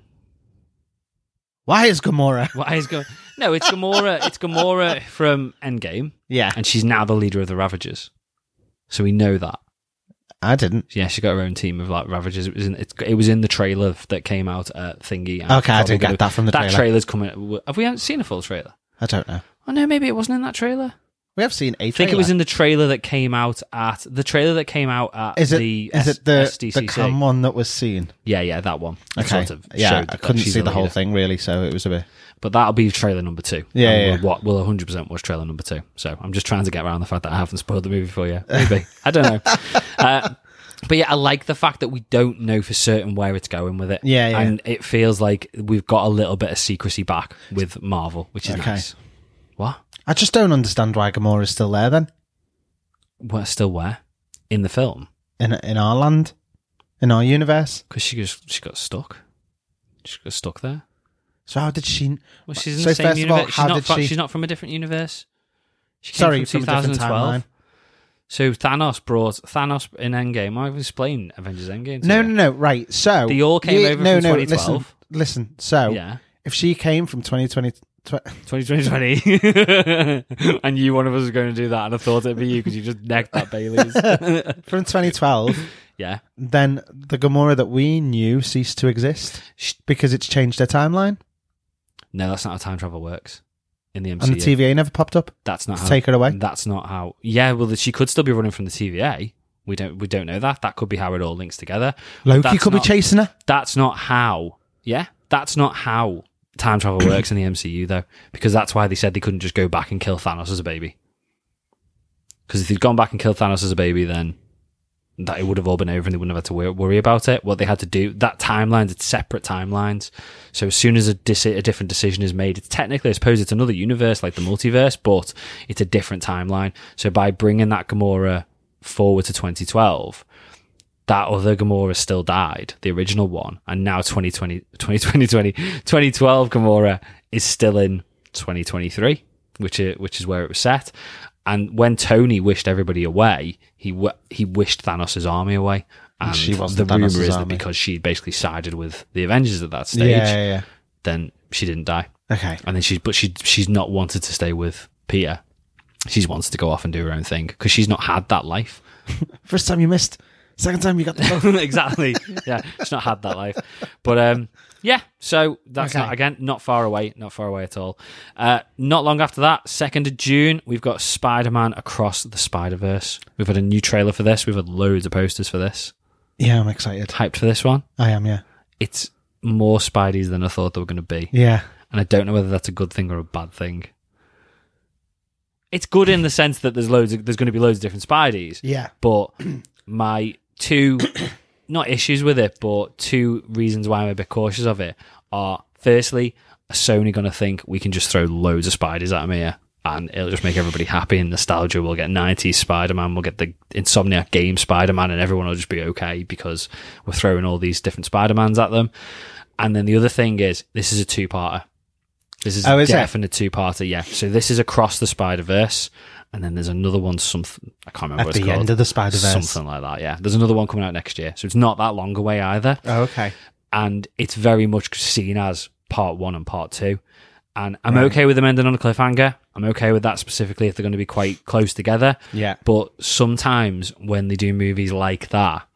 Speaker 2: Why is Gamora? [LAUGHS]
Speaker 1: Why is going? No, it's Gamora. It's Gamora from Endgame.
Speaker 2: Yeah,
Speaker 1: and she's now the leader of the Ravagers. So we know that.
Speaker 2: I didn't.
Speaker 1: Yeah, she got her own team of like Ravagers. It was in, it, it was in the trailer that came out at Thingy. and
Speaker 2: Okay, I
Speaker 1: probably
Speaker 2: didn't get that from the
Speaker 1: that
Speaker 2: trailer.
Speaker 1: trailer's coming. Have we haven't seen a full trailer?
Speaker 2: I don't know.
Speaker 1: Oh no, maybe it wasn't in that trailer.
Speaker 2: We have seen a
Speaker 1: I think it was in the trailer that came out at the trailer that came out at
Speaker 2: Is it? Is
Speaker 1: the
Speaker 2: it the
Speaker 1: SDCC.
Speaker 2: the cam one that was seen?
Speaker 1: yeah, yeah, that one. It
Speaker 2: Okay.
Speaker 1: sort of
Speaker 2: yeah,
Speaker 1: showed
Speaker 2: I
Speaker 1: that
Speaker 2: couldn't
Speaker 1: she's
Speaker 2: see the whole
Speaker 1: leader.
Speaker 2: thing really, so it was a bit.
Speaker 1: But that'll be trailer number two.
Speaker 2: Yeah,
Speaker 1: And
Speaker 2: yeah,
Speaker 1: we'll, What will 100% watch trailer number two. So I'm just trying to get around the fact that I haven't spoiled the movie for you.
Speaker 2: [LAUGHS]
Speaker 1: Maybe. I don't know. Uh, but yeah, I like the fact that we don't know for certain where it's going with it.
Speaker 2: Yeah, yeah.
Speaker 1: And it feels like we've got a little bit of secrecy back with Marvel, which is
Speaker 2: Okay.
Speaker 1: nice. What?
Speaker 2: I just don't understand why Gamora is still there then
Speaker 1: What, still where? In the film?
Speaker 2: in in our land, in our universe.
Speaker 1: Because she, goes- she got stuck. She got stuck there.
Speaker 2: So how did she?
Speaker 1: Well, she's in
Speaker 2: So
Speaker 1: the same
Speaker 2: first of all,
Speaker 1: universe.
Speaker 2: how
Speaker 1: she's, not
Speaker 2: did
Speaker 1: fro-
Speaker 2: she-
Speaker 1: she's not from a different universe. She came
Speaker 2: Sorry,
Speaker 1: from
Speaker 2: from a different
Speaker 1: 2012.
Speaker 2: timeline.
Speaker 1: So Thanos brought Thanos in Endgame. I've explained Avengers Endgame. To
Speaker 2: No,
Speaker 1: you.
Speaker 2: no, no. Right. So
Speaker 1: They all came
Speaker 2: Yeah,
Speaker 1: over
Speaker 2: no,
Speaker 1: from
Speaker 2: no.
Speaker 1: 2012.
Speaker 2: Listen, listen. So
Speaker 1: Yeah.
Speaker 2: if she came from 2020, Tw- [LAUGHS]
Speaker 1: 2020, 2020. [LAUGHS] and you, one of us, is going to do that. And I thought it'd be you because you just necked that
Speaker 2: [LAUGHS]
Speaker 1: Bailey's.
Speaker 2: from 2012,
Speaker 1: yeah.
Speaker 2: then the Gamora that we knew ceased to exist
Speaker 1: Sh-
Speaker 2: because it's changed their timeline,
Speaker 1: No, that's not how time travel works in the MCU.
Speaker 2: and the TVA never popped up
Speaker 1: that's not
Speaker 2: to
Speaker 1: how.
Speaker 2: take her away.
Speaker 1: That's not how. Yeah, well, she could still be running from the TVA. We don't. We don't know that. That could be how it all links together.
Speaker 2: Loki
Speaker 1: that's
Speaker 2: could
Speaker 1: not-
Speaker 2: be chasing her.
Speaker 1: That's not how. Yeah, that's not how time travel works in the MCU though, because that's why they said they couldn't just go back and kill Thanos as a baby. Because if they'd gone back and killed Thanos as a baby, then that it would have all been over and they wouldn't have had to wor- worry about it. What they had to do that timelines, it's separate timelines. So as soon as a, dis- a different decision is made, it's technically, I suppose, it's another universe like the multiverse, but it's a different timeline. So by bringing that Gamora forward to 2012, that other Gamora still died, the original one, and now 2020, 2020, 2012 Gamora is still in 2023, which is, which is where it was set. And when Tony wished everybody away, he w- he wished Thanos' army away. And
Speaker 2: She
Speaker 1: the
Speaker 2: wasn't
Speaker 1: rumor
Speaker 2: Thanos'
Speaker 1: is that
Speaker 2: army.
Speaker 1: because she basically sided with the Avengers at that stage,
Speaker 2: Yeah, yeah,
Speaker 1: then she didn't die.
Speaker 2: yeah. Okay.
Speaker 1: And then she's but she she's not wanted to stay with Peter. She's wanted to go off and do her own thing because she's not had that life.
Speaker 2: First time you missed. Second time you [LAUGHS] got the both.
Speaker 1: [LAUGHS] exactly. Yeah, it's not had that life. But um, yeah, so that's
Speaker 2: Okay.
Speaker 1: not, again, not far away, not far away at all. Uh, not long after that, 2nd of June, we've got Spider Man Across the Spider Verse. We've had a new trailer for this, we've had loads of posters for this.
Speaker 2: yeah, I'm excited.
Speaker 1: Hyped for this one.
Speaker 2: I am, yeah.
Speaker 1: It's more Spideys than I thought they were going to be.
Speaker 2: Yeah.
Speaker 1: And I don't know whether that's a good thing or a bad thing. It's good in the sense that there's loads of, there's going to be loads of different Spideys.
Speaker 2: Yeah.
Speaker 1: but my two [COUGHS] not issues with it but two reasons why i'm a bit cautious of it are firstly are sony going to think we can just throw loads of spiders at them here and it'll just make everybody happy and nostalgia we'll get 90s spider-man we'll get the insomniac game spider-man and everyone will just be okay because we're throwing all these different spider-mans at them and then the other thing is this is a two-parter this is
Speaker 2: Oh, is it?
Speaker 1: definite two-parter yeah so this is across the spider-verse and then there's another one something i can't remember
Speaker 2: At
Speaker 1: what it's
Speaker 2: the
Speaker 1: called
Speaker 2: end of the Spider Verse.
Speaker 1: something like that. Yeah, there's another one coming out next year, so it's not that long away either,
Speaker 2: Oh, okay.
Speaker 1: and it's very much seen as part one and part two. And I'm okay with them ending on a cliffhanger. I'm okay with that specifically if they're going to be quite close together.
Speaker 2: Yeah.
Speaker 1: But sometimes when they do movies like that,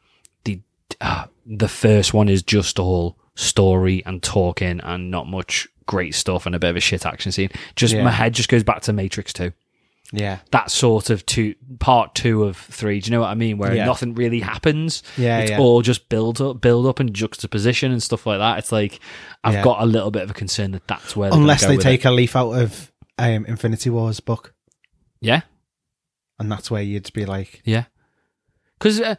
Speaker 1: the uh, the first one is just all story and talking and not much great stuff and a bit of a shit action scene. Just
Speaker 2: Yeah.
Speaker 1: my head just goes back to Matrix Two
Speaker 2: Yeah.
Speaker 1: that sort of two part two of three. Do you know what I mean? Where
Speaker 2: Yeah.
Speaker 1: nothing really happens.
Speaker 2: Yeah,
Speaker 1: it's
Speaker 2: yeah.
Speaker 1: all just build up, build up, and juxtaposition and stuff like that. It's like I've
Speaker 2: Yeah.
Speaker 1: got a little bit of a concern that that's where they're
Speaker 2: Unless
Speaker 1: gonna go
Speaker 2: they
Speaker 1: with
Speaker 2: take
Speaker 1: it.
Speaker 2: a leaf out of um, Infinity War's book,
Speaker 1: yeah,
Speaker 2: and that's where you'd be like.
Speaker 1: yeah, because uh,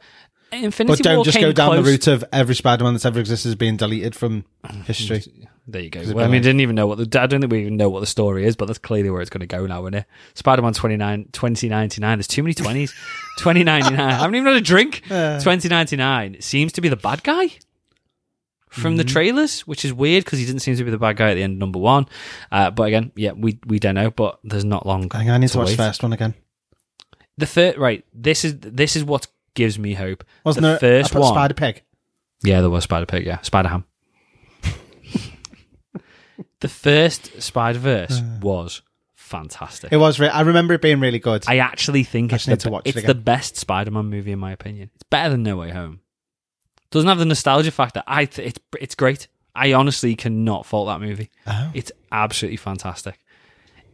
Speaker 2: But
Speaker 1: Infinity
Speaker 2: don't
Speaker 1: War
Speaker 2: just
Speaker 1: came
Speaker 2: go down the
Speaker 1: close-
Speaker 2: route of every Spider Man that's ever existed is being deleted from [LAUGHS] history.
Speaker 1: There you go.
Speaker 2: 'Cause it'd
Speaker 1: Well, I
Speaker 2: be
Speaker 1: mean,
Speaker 2: like-
Speaker 1: didn't even know what the. I don't think we even know what the story is, but that's clearly where it's going to go now, isn't it? Spider Man 2099. There's too many
Speaker 2: [LAUGHS]
Speaker 1: 20s. 2099. I haven't even had a drink. 2099 seems to be the bad guy from
Speaker 2: Mm-hmm.
Speaker 1: the trailers, which is weird because he didn't seem to be the bad guy at the end of number one. Uh, but again, yeah, we, we don't know, but there's not long.
Speaker 2: I think I need to watch
Speaker 1: wait.
Speaker 2: the first one again.
Speaker 1: The third, right, this is this is what gives me hope.
Speaker 2: Wasn't
Speaker 1: the
Speaker 2: there
Speaker 1: first
Speaker 2: about
Speaker 1: one.
Speaker 2: Spider Pig?
Speaker 1: Yeah, there was Spider Pig. Yeah, Spider Ham. the first Spider Verse was fantastic.
Speaker 2: Uh. It was. Re- I remember it being really good.
Speaker 1: I actually think it's,
Speaker 2: just
Speaker 1: the,
Speaker 2: need to watch it
Speaker 1: it's
Speaker 2: again.
Speaker 1: the best Spider Man movie in my opinion. It's better than No Way Home. Doesn't have the nostalgia factor. I th- it's it's great. I honestly cannot fault that movie.
Speaker 2: Oh.
Speaker 1: It's absolutely fantastic.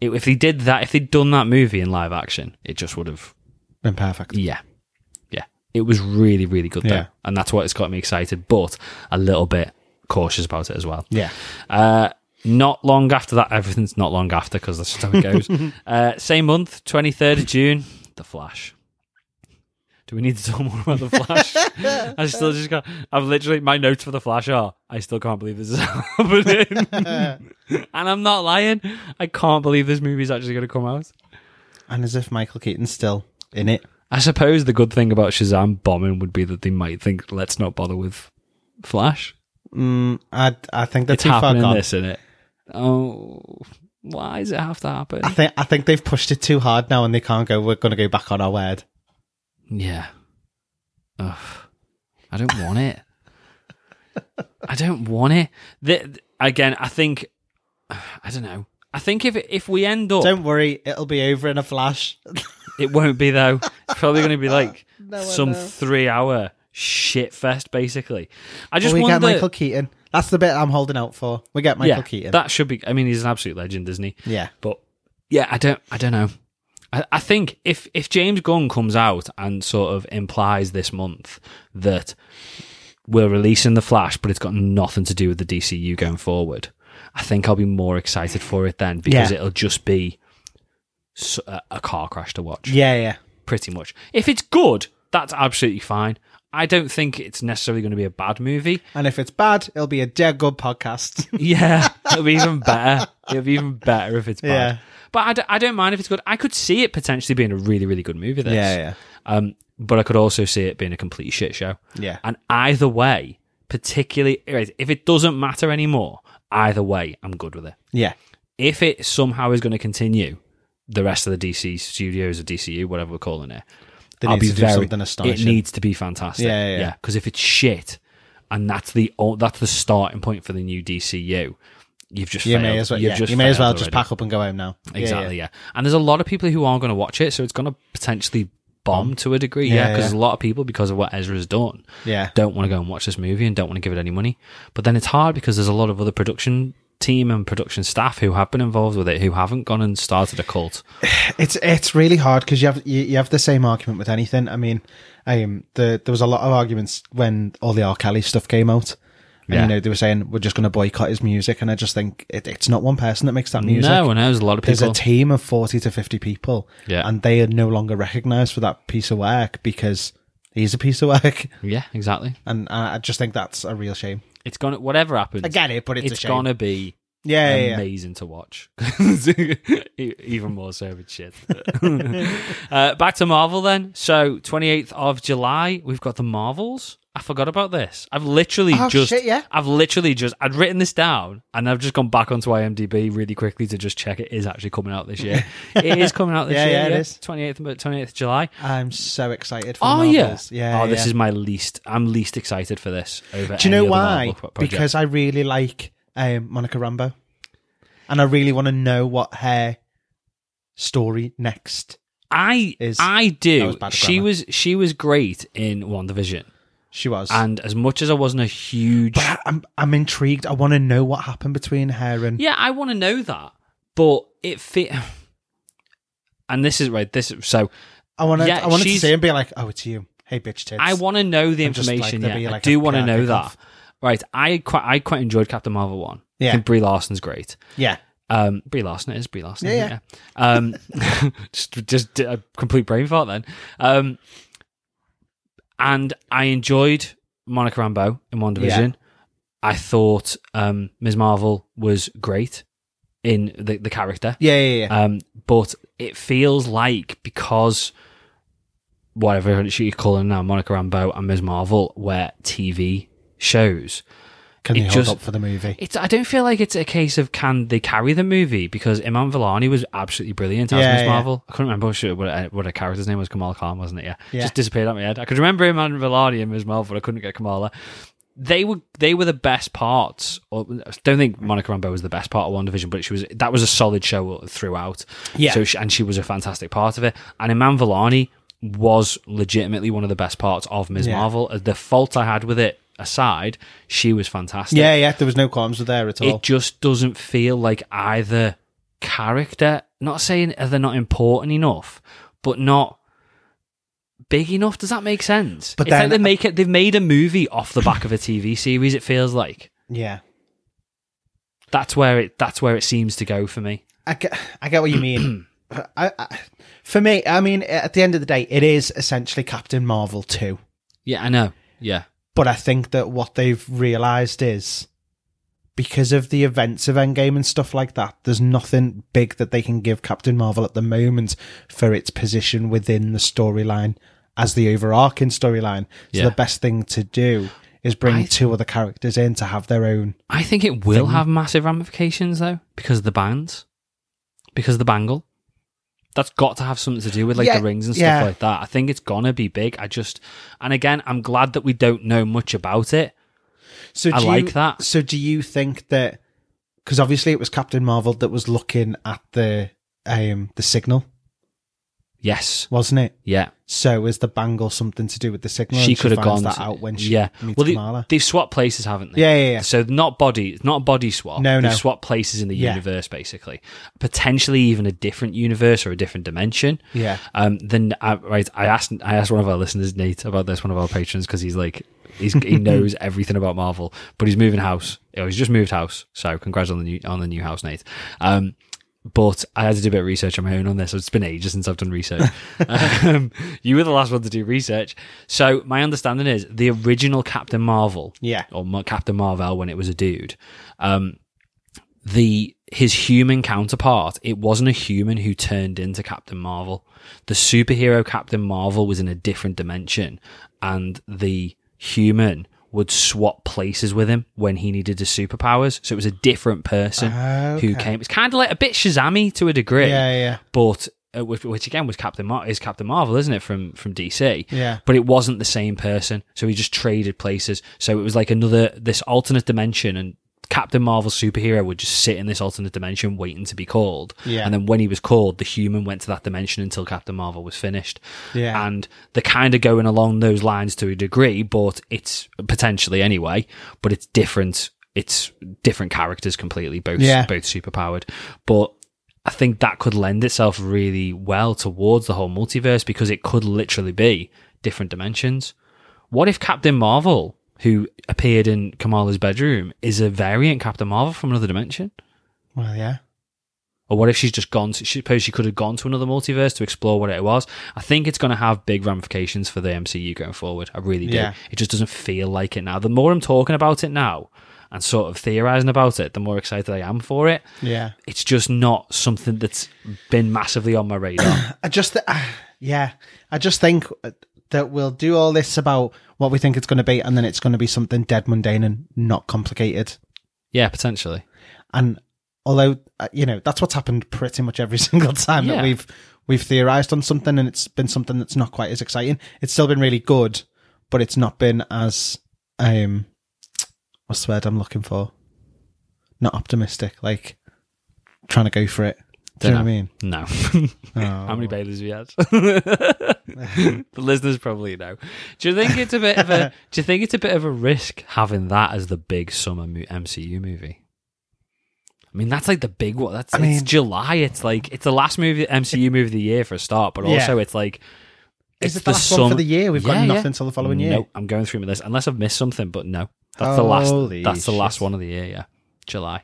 Speaker 1: It, if they did that, if they'd done that movie in live action, it just would have
Speaker 2: Been perfect.
Speaker 1: yeah. Yeah. It was really, really good though.
Speaker 2: Yeah.
Speaker 1: And that's what it's got me excited, but a little bit cautious about it as well.
Speaker 2: Yeah.
Speaker 1: Uh, not long after that, everything's not long after because that's just how it
Speaker 2: [LAUGHS]
Speaker 1: goes. uh, same month, 23rd of June, The Flash. Do we need to talk more about The
Speaker 2: [LAUGHS]
Speaker 1: Flash? I still just got, I've literally, my notes for The Flash are, I still can't believe this is [LAUGHS]
Speaker 2: [LAUGHS]
Speaker 1: happening. and I'm not lying. I can't believe this movie's actually going to come out.
Speaker 2: And as if Michael Keaton's still in it.
Speaker 1: I suppose the good thing about Shazam bombing would be that they might think, let's not bother with Flash.
Speaker 2: Mm, I I think they're
Speaker 1: It's
Speaker 2: too far
Speaker 1: happening
Speaker 2: gone.
Speaker 1: this, isn't it? Oh, why does it have to happen?
Speaker 2: I think I think they've pushed it too hard now, and they can't go. We're going to go back on our word.
Speaker 1: Yeah. Ugh. I don't want it. I don't want it. The, again, I think I don't know. I think if if we end up,
Speaker 3: Don't worry, it'll be over in a flash.
Speaker 1: it won't be though. It's probably going to
Speaker 3: [LAUGHS]
Speaker 1: be like
Speaker 3: I
Speaker 1: some
Speaker 3: know.
Speaker 1: three-hour shit fest, basically. I just
Speaker 3: we
Speaker 1: wonder.
Speaker 3: get Michael Keaton. That's the bit I'm holding out for. We get Michael
Speaker 1: yeah,
Speaker 3: Keaton.
Speaker 1: that should be. I mean, he's an absolute legend, isn't he?
Speaker 3: yeah.
Speaker 1: But yeah, I don't. I don't know. I, I think if if James Gunn comes out and sort of implies this month that we're releasing the Flash, but it's got nothing to do with the DCU going forward, I think I'll be more excited for it then because
Speaker 3: Yeah.
Speaker 1: it'll just be s- a, a car crash to watch,
Speaker 3: Yeah, yeah.
Speaker 1: pretty much. If it's good, that's absolutely fine. I don't think it's necessarily going to be a bad movie.
Speaker 3: And if it's bad, it'll be a dead good
Speaker 1: [LAUGHS]
Speaker 3: podcast.
Speaker 1: Yeah, it'll be even better. It'll be even better if it's bad.
Speaker 3: Yeah.
Speaker 1: But I, d- I don't mind if it's good. I could see it potentially being a really, really good movie. This.
Speaker 3: Yeah,
Speaker 1: Um, but I could also see it being a complete shit show.
Speaker 3: Yeah.
Speaker 1: And either way, particularly if it doesn't matter anymore, either way, I'm good with it.
Speaker 3: yeah.
Speaker 1: If it somehow is going to continue, the rest of the DC studios or DCU, whatever we're calling it,
Speaker 3: They
Speaker 1: I'll
Speaker 3: need
Speaker 1: be
Speaker 3: to do
Speaker 1: very.
Speaker 3: something astonishing.
Speaker 1: It needs to be fantastic.
Speaker 3: Yeah, yeah, yeah.
Speaker 1: Because if it's shit, and that's the o- that's the starting point for the new DCU, you've just
Speaker 3: You
Speaker 1: failed.
Speaker 3: may as well,
Speaker 1: You've
Speaker 3: yeah,
Speaker 1: just
Speaker 3: you may as
Speaker 1: failed
Speaker 3: well just
Speaker 1: already.
Speaker 3: pack up and go home now. Yeah,
Speaker 1: Exactly, yeah, And there's a lot of people who aren't going to watch it, so it's going to potentially bomb to a degree, yeah.
Speaker 3: Yeah,
Speaker 1: Because
Speaker 3: yeah.
Speaker 1: a lot of people, because of what Ezra's done,
Speaker 3: Yeah.
Speaker 1: don't want to go and watch this movie and don't want to give it any money. But then it's hard because there's a lot of other production team and production staff who have been involved with it who haven't gone and started a cult.
Speaker 3: It's
Speaker 2: it's really hard because you have you, you have the same argument with anything. I mean, um, the there was a lot of arguments when all the R. Kelly stuff came out, and
Speaker 1: Yeah.
Speaker 2: you know they were saying we're just going to boycott his music, and I just think it, it's not one person that makes that music.
Speaker 1: No, and there's a lot of
Speaker 2: There's
Speaker 1: people.
Speaker 2: a team of forty to fifty people,
Speaker 1: Yeah.
Speaker 2: and they are no longer recognised for that piece of work because he's a piece of work, [LAUGHS]
Speaker 1: yeah, exactly.
Speaker 2: and I I just think that's a real shame.
Speaker 1: It's gonna whatever happens.
Speaker 3: I get it, but it's, a
Speaker 1: it's
Speaker 3: shame.
Speaker 1: gonna be
Speaker 3: yeah, yeah, yeah.
Speaker 1: amazing to watch. [LAUGHS] E- Even more so with shit. [LAUGHS] uh, back to Marvel then. So, 28th of July, we've got the Marvels. I forgot about this. I've literally
Speaker 3: Oh,
Speaker 1: just,
Speaker 3: shit, yeah.
Speaker 1: I've literally just, I'd written this down and I've just gone back onto IMDb really quickly to just check it is actually coming out this year. it is coming out this
Speaker 3: Yeah,
Speaker 1: year.
Speaker 3: yeah, it is.
Speaker 1: 28th, but 28th of July.
Speaker 2: I'm so excited for
Speaker 1: Oh yeah,
Speaker 2: Marvels. yeah.
Speaker 1: Oh, this
Speaker 2: yeah.
Speaker 1: is my least. I'm least excited for this. Over
Speaker 2: Do you know
Speaker 1: any other
Speaker 2: why?
Speaker 1: Marvel pro- project.
Speaker 2: Because I really like um, Monica Rambo, and I really want to know what her story next.
Speaker 1: I
Speaker 2: is-
Speaker 1: I
Speaker 2: that
Speaker 1: do.
Speaker 2: was bad
Speaker 1: She
Speaker 2: grammar.
Speaker 1: was she was great in One Division,
Speaker 2: She was.
Speaker 1: and as much as I wasn't a huge,
Speaker 2: but I'm I'm intrigued. I want to know what happened between her and
Speaker 1: yeah, I want to know that, but it fit. And this is right. This is- so
Speaker 2: I want to
Speaker 1: Yeah,
Speaker 2: I want to
Speaker 1: she's-
Speaker 2: see and be like, oh, it's you. Hey, bitch tits.
Speaker 1: I want to know the
Speaker 2: And just, like,
Speaker 1: information.
Speaker 2: there'd be,
Speaker 1: yeah, I
Speaker 2: like, a
Speaker 1: do want to
Speaker 2: PR
Speaker 1: know that.
Speaker 2: kickoff.
Speaker 1: Right, I quite I quite enjoyed Captain Marvel one. I
Speaker 3: Yeah.
Speaker 1: think Brie Larson's great.
Speaker 3: Yeah.
Speaker 1: Um, Brie Larson it is Brie Larson.
Speaker 3: Yeah,
Speaker 1: isn't it? yeah. Um, [LAUGHS] just just did a complete brain fart then. Um, and I enjoyed Monica Rambeau in One Division. I thought um, Ms. Marvel was great in the, the character.
Speaker 3: Yeah, yeah, yeah.
Speaker 1: Um, but it feels like because whatever she call her now, Monica Rambeau and Ms. Marvel, were TV shows.
Speaker 2: Can you
Speaker 1: it
Speaker 2: hold
Speaker 1: just-
Speaker 2: up for the movie?
Speaker 1: It's I don't feel like it's a case of can they carry the movie because Iman Vellani was absolutely brilliant as
Speaker 3: Yeah,
Speaker 1: Miss
Speaker 3: yeah.
Speaker 1: Marvel. I couldn't remember what, she, what, uh, what her character's name was. Kamala Khan wasn't it? Yeah.
Speaker 3: Yeah.
Speaker 1: just disappeared out my head. I could remember Iman Vellani and Miss Marvel, but I couldn't get Kamala. They were they were the best parts. Or, I don't think Monica Rambeau was the best part of One Division, but she was that was a solid show throughout.
Speaker 3: Yeah.
Speaker 1: So she, and she was a fantastic part of it. And Iman Vellani was legitimately one of the best parts of Ms.
Speaker 3: Yeah.
Speaker 1: Marvel. Uh, The fault I had with it aside, she was fantastic
Speaker 3: yeah, yeah. There was no qualms with there at all.
Speaker 1: it just doesn't feel like either character not saying are they not important enough but not big enough does that make sense
Speaker 2: But
Speaker 1: it's like
Speaker 2: then-
Speaker 1: they make it they've made a movie off the back of a tv series it feels like
Speaker 2: Yeah.
Speaker 1: that's where it that's where it seems to go for me
Speaker 2: I get, I get what you
Speaker 1: [CLEARS THROAT]
Speaker 2: mean. I, I, for me, I mean, at the end of the day, it is essentially Captain Marvel 2.
Speaker 1: yeah i know yeah
Speaker 2: But I think that what they've realised is because of the events of Endgame and stuff like that, there's nothing big that they can give Captain Marvel at the moment for its position within the storyline as the overarching storyline. So
Speaker 1: Yeah.
Speaker 2: the best thing to do is bring
Speaker 1: I-
Speaker 2: two other characters in to have their own.
Speaker 1: i think it will have massive ramifications though because of the bands because of the bangle that's got to have something to do with like
Speaker 2: Yeah,
Speaker 1: the rings and
Speaker 2: yeah.
Speaker 1: stuff like that i think it's gonna be big i just and again i'm glad that we don't know much about it
Speaker 2: So
Speaker 1: I
Speaker 2: do
Speaker 1: like
Speaker 2: you,
Speaker 1: that.
Speaker 2: So do you think that because obviously it was Captain Marvel that was looking at the um the signal,
Speaker 1: Yes.
Speaker 2: wasn't it?
Speaker 1: Yeah.
Speaker 2: So is the bangle something to do with the signal?
Speaker 1: She
Speaker 2: and
Speaker 1: could have
Speaker 2: finds
Speaker 1: gone
Speaker 2: that
Speaker 1: to-
Speaker 2: out when she
Speaker 1: yeah.
Speaker 2: meets
Speaker 1: Well, they-
Speaker 2: Kamala.
Speaker 1: They've swapped places, haven't they?
Speaker 2: yeah, yeah, yeah.
Speaker 1: So not body, not a body swap.
Speaker 2: No,
Speaker 1: They've
Speaker 2: no.
Speaker 1: swapped places in the
Speaker 2: Yeah.
Speaker 1: universe, basically. Potentially even a different universe or a different dimension.
Speaker 2: Yeah.
Speaker 1: Um. Then I, right, I asked I asked one of our listeners, Nate, about this. One of our patrons, because he's like, he's,
Speaker 2: [LAUGHS]
Speaker 1: he knows everything about Marvel, but he's moving house. Oh, he's just moved house. So congrats on the new on the new house, Nate. Um. But I had to do a bit of research on my own on this. It's been ages since I've done
Speaker 2: [LAUGHS]
Speaker 1: research. um, you were the last one to do research. So my understanding is the original Captain Marvel
Speaker 2: Yeah.
Speaker 1: or Ma- Captain Marvel when it was a dude. Um, the his human counterpart, it wasn't a human who turned into Captain Marvel. The superhero Captain Marvel was in a different dimension, and the human would swap places with him when he needed his superpowers. So it was a different person who came. It's kind of like a bit Shazammy to a degree,
Speaker 2: Ah, Yeah, yeah,
Speaker 1: but. uh, Which, which again was Captain Mar- is Captain Marvel, isn't it from from DC?
Speaker 2: yeah.
Speaker 1: but it wasn't the same person. So he just traded places. So it was like another this alternate dimension and Captain Marvel superhero would just sit in this alternate dimension waiting to be called.
Speaker 2: Yeah.
Speaker 1: And then when he was called, the human went to that dimension until Captain Marvel was finished.
Speaker 2: Yeah.
Speaker 1: And they're kind of going along those lines to a degree, but it's potentially anyway, but it's different. It's different characters completely, both
Speaker 2: Yeah.
Speaker 1: both superpowered. But I think that could lend itself really well towards the whole multiverse because it could literally be different dimensions. What if Captain Marvel, who appeared in Kamala's bedroom, is a variant Captain Marvel from another dimension?
Speaker 2: Well, yeah.
Speaker 1: Or what if she's just gone to, suppose she could have gone to another multiverse to explore what it was? I think it's going to have big ramifications for the MCU going forward. I really do.
Speaker 2: Yeah.
Speaker 1: It just doesn't feel like it now. The more I'm talking about it now and sort of theorizing about it, the more excited I am for it.
Speaker 2: Yeah.
Speaker 1: It's just not something that's been massively on my
Speaker 2: [COUGHS]
Speaker 1: radar. [COUGHS]
Speaker 2: I just, uh, yeah, I just think uh, that we'll do all this about what we think it's going to be, and then it's going to be something dead mundane and not complicated.
Speaker 1: yeah, potentially.
Speaker 2: And although uh, you know that's what's happened pretty much every [LAUGHS] single time
Speaker 1: Yeah.
Speaker 2: that we've we've theorized on something, and it's been something that's not quite as exciting. It's still been really good, but it's not been as um, what's the word I'm looking for? Not optimistic, like trying to go for it. Do you know what I mean? [LAUGHS]
Speaker 1: No.
Speaker 2: Oh.
Speaker 1: How many Baileys have you had? the listeners probably know. Do you think it's a bit of
Speaker 2: [LAUGHS]
Speaker 1: a do you think it's a bit of a risk having that as the big summer mo- MCU movie? I mean, that's like the big one. That's it's
Speaker 2: mean-
Speaker 1: July. It's like it's the last movie MCU movie of the year for a start, but
Speaker 2: Yeah.
Speaker 1: also it's like it's
Speaker 2: Is it the last one for the year? We've got
Speaker 1: Yeah, yeah.
Speaker 2: nothing till the following year. Oh,
Speaker 1: Nope, I'm going through my list unless I've missed something, but no. That's the last
Speaker 2: Holy
Speaker 1: that's the last
Speaker 2: shit.
Speaker 1: one of the year, yeah. July.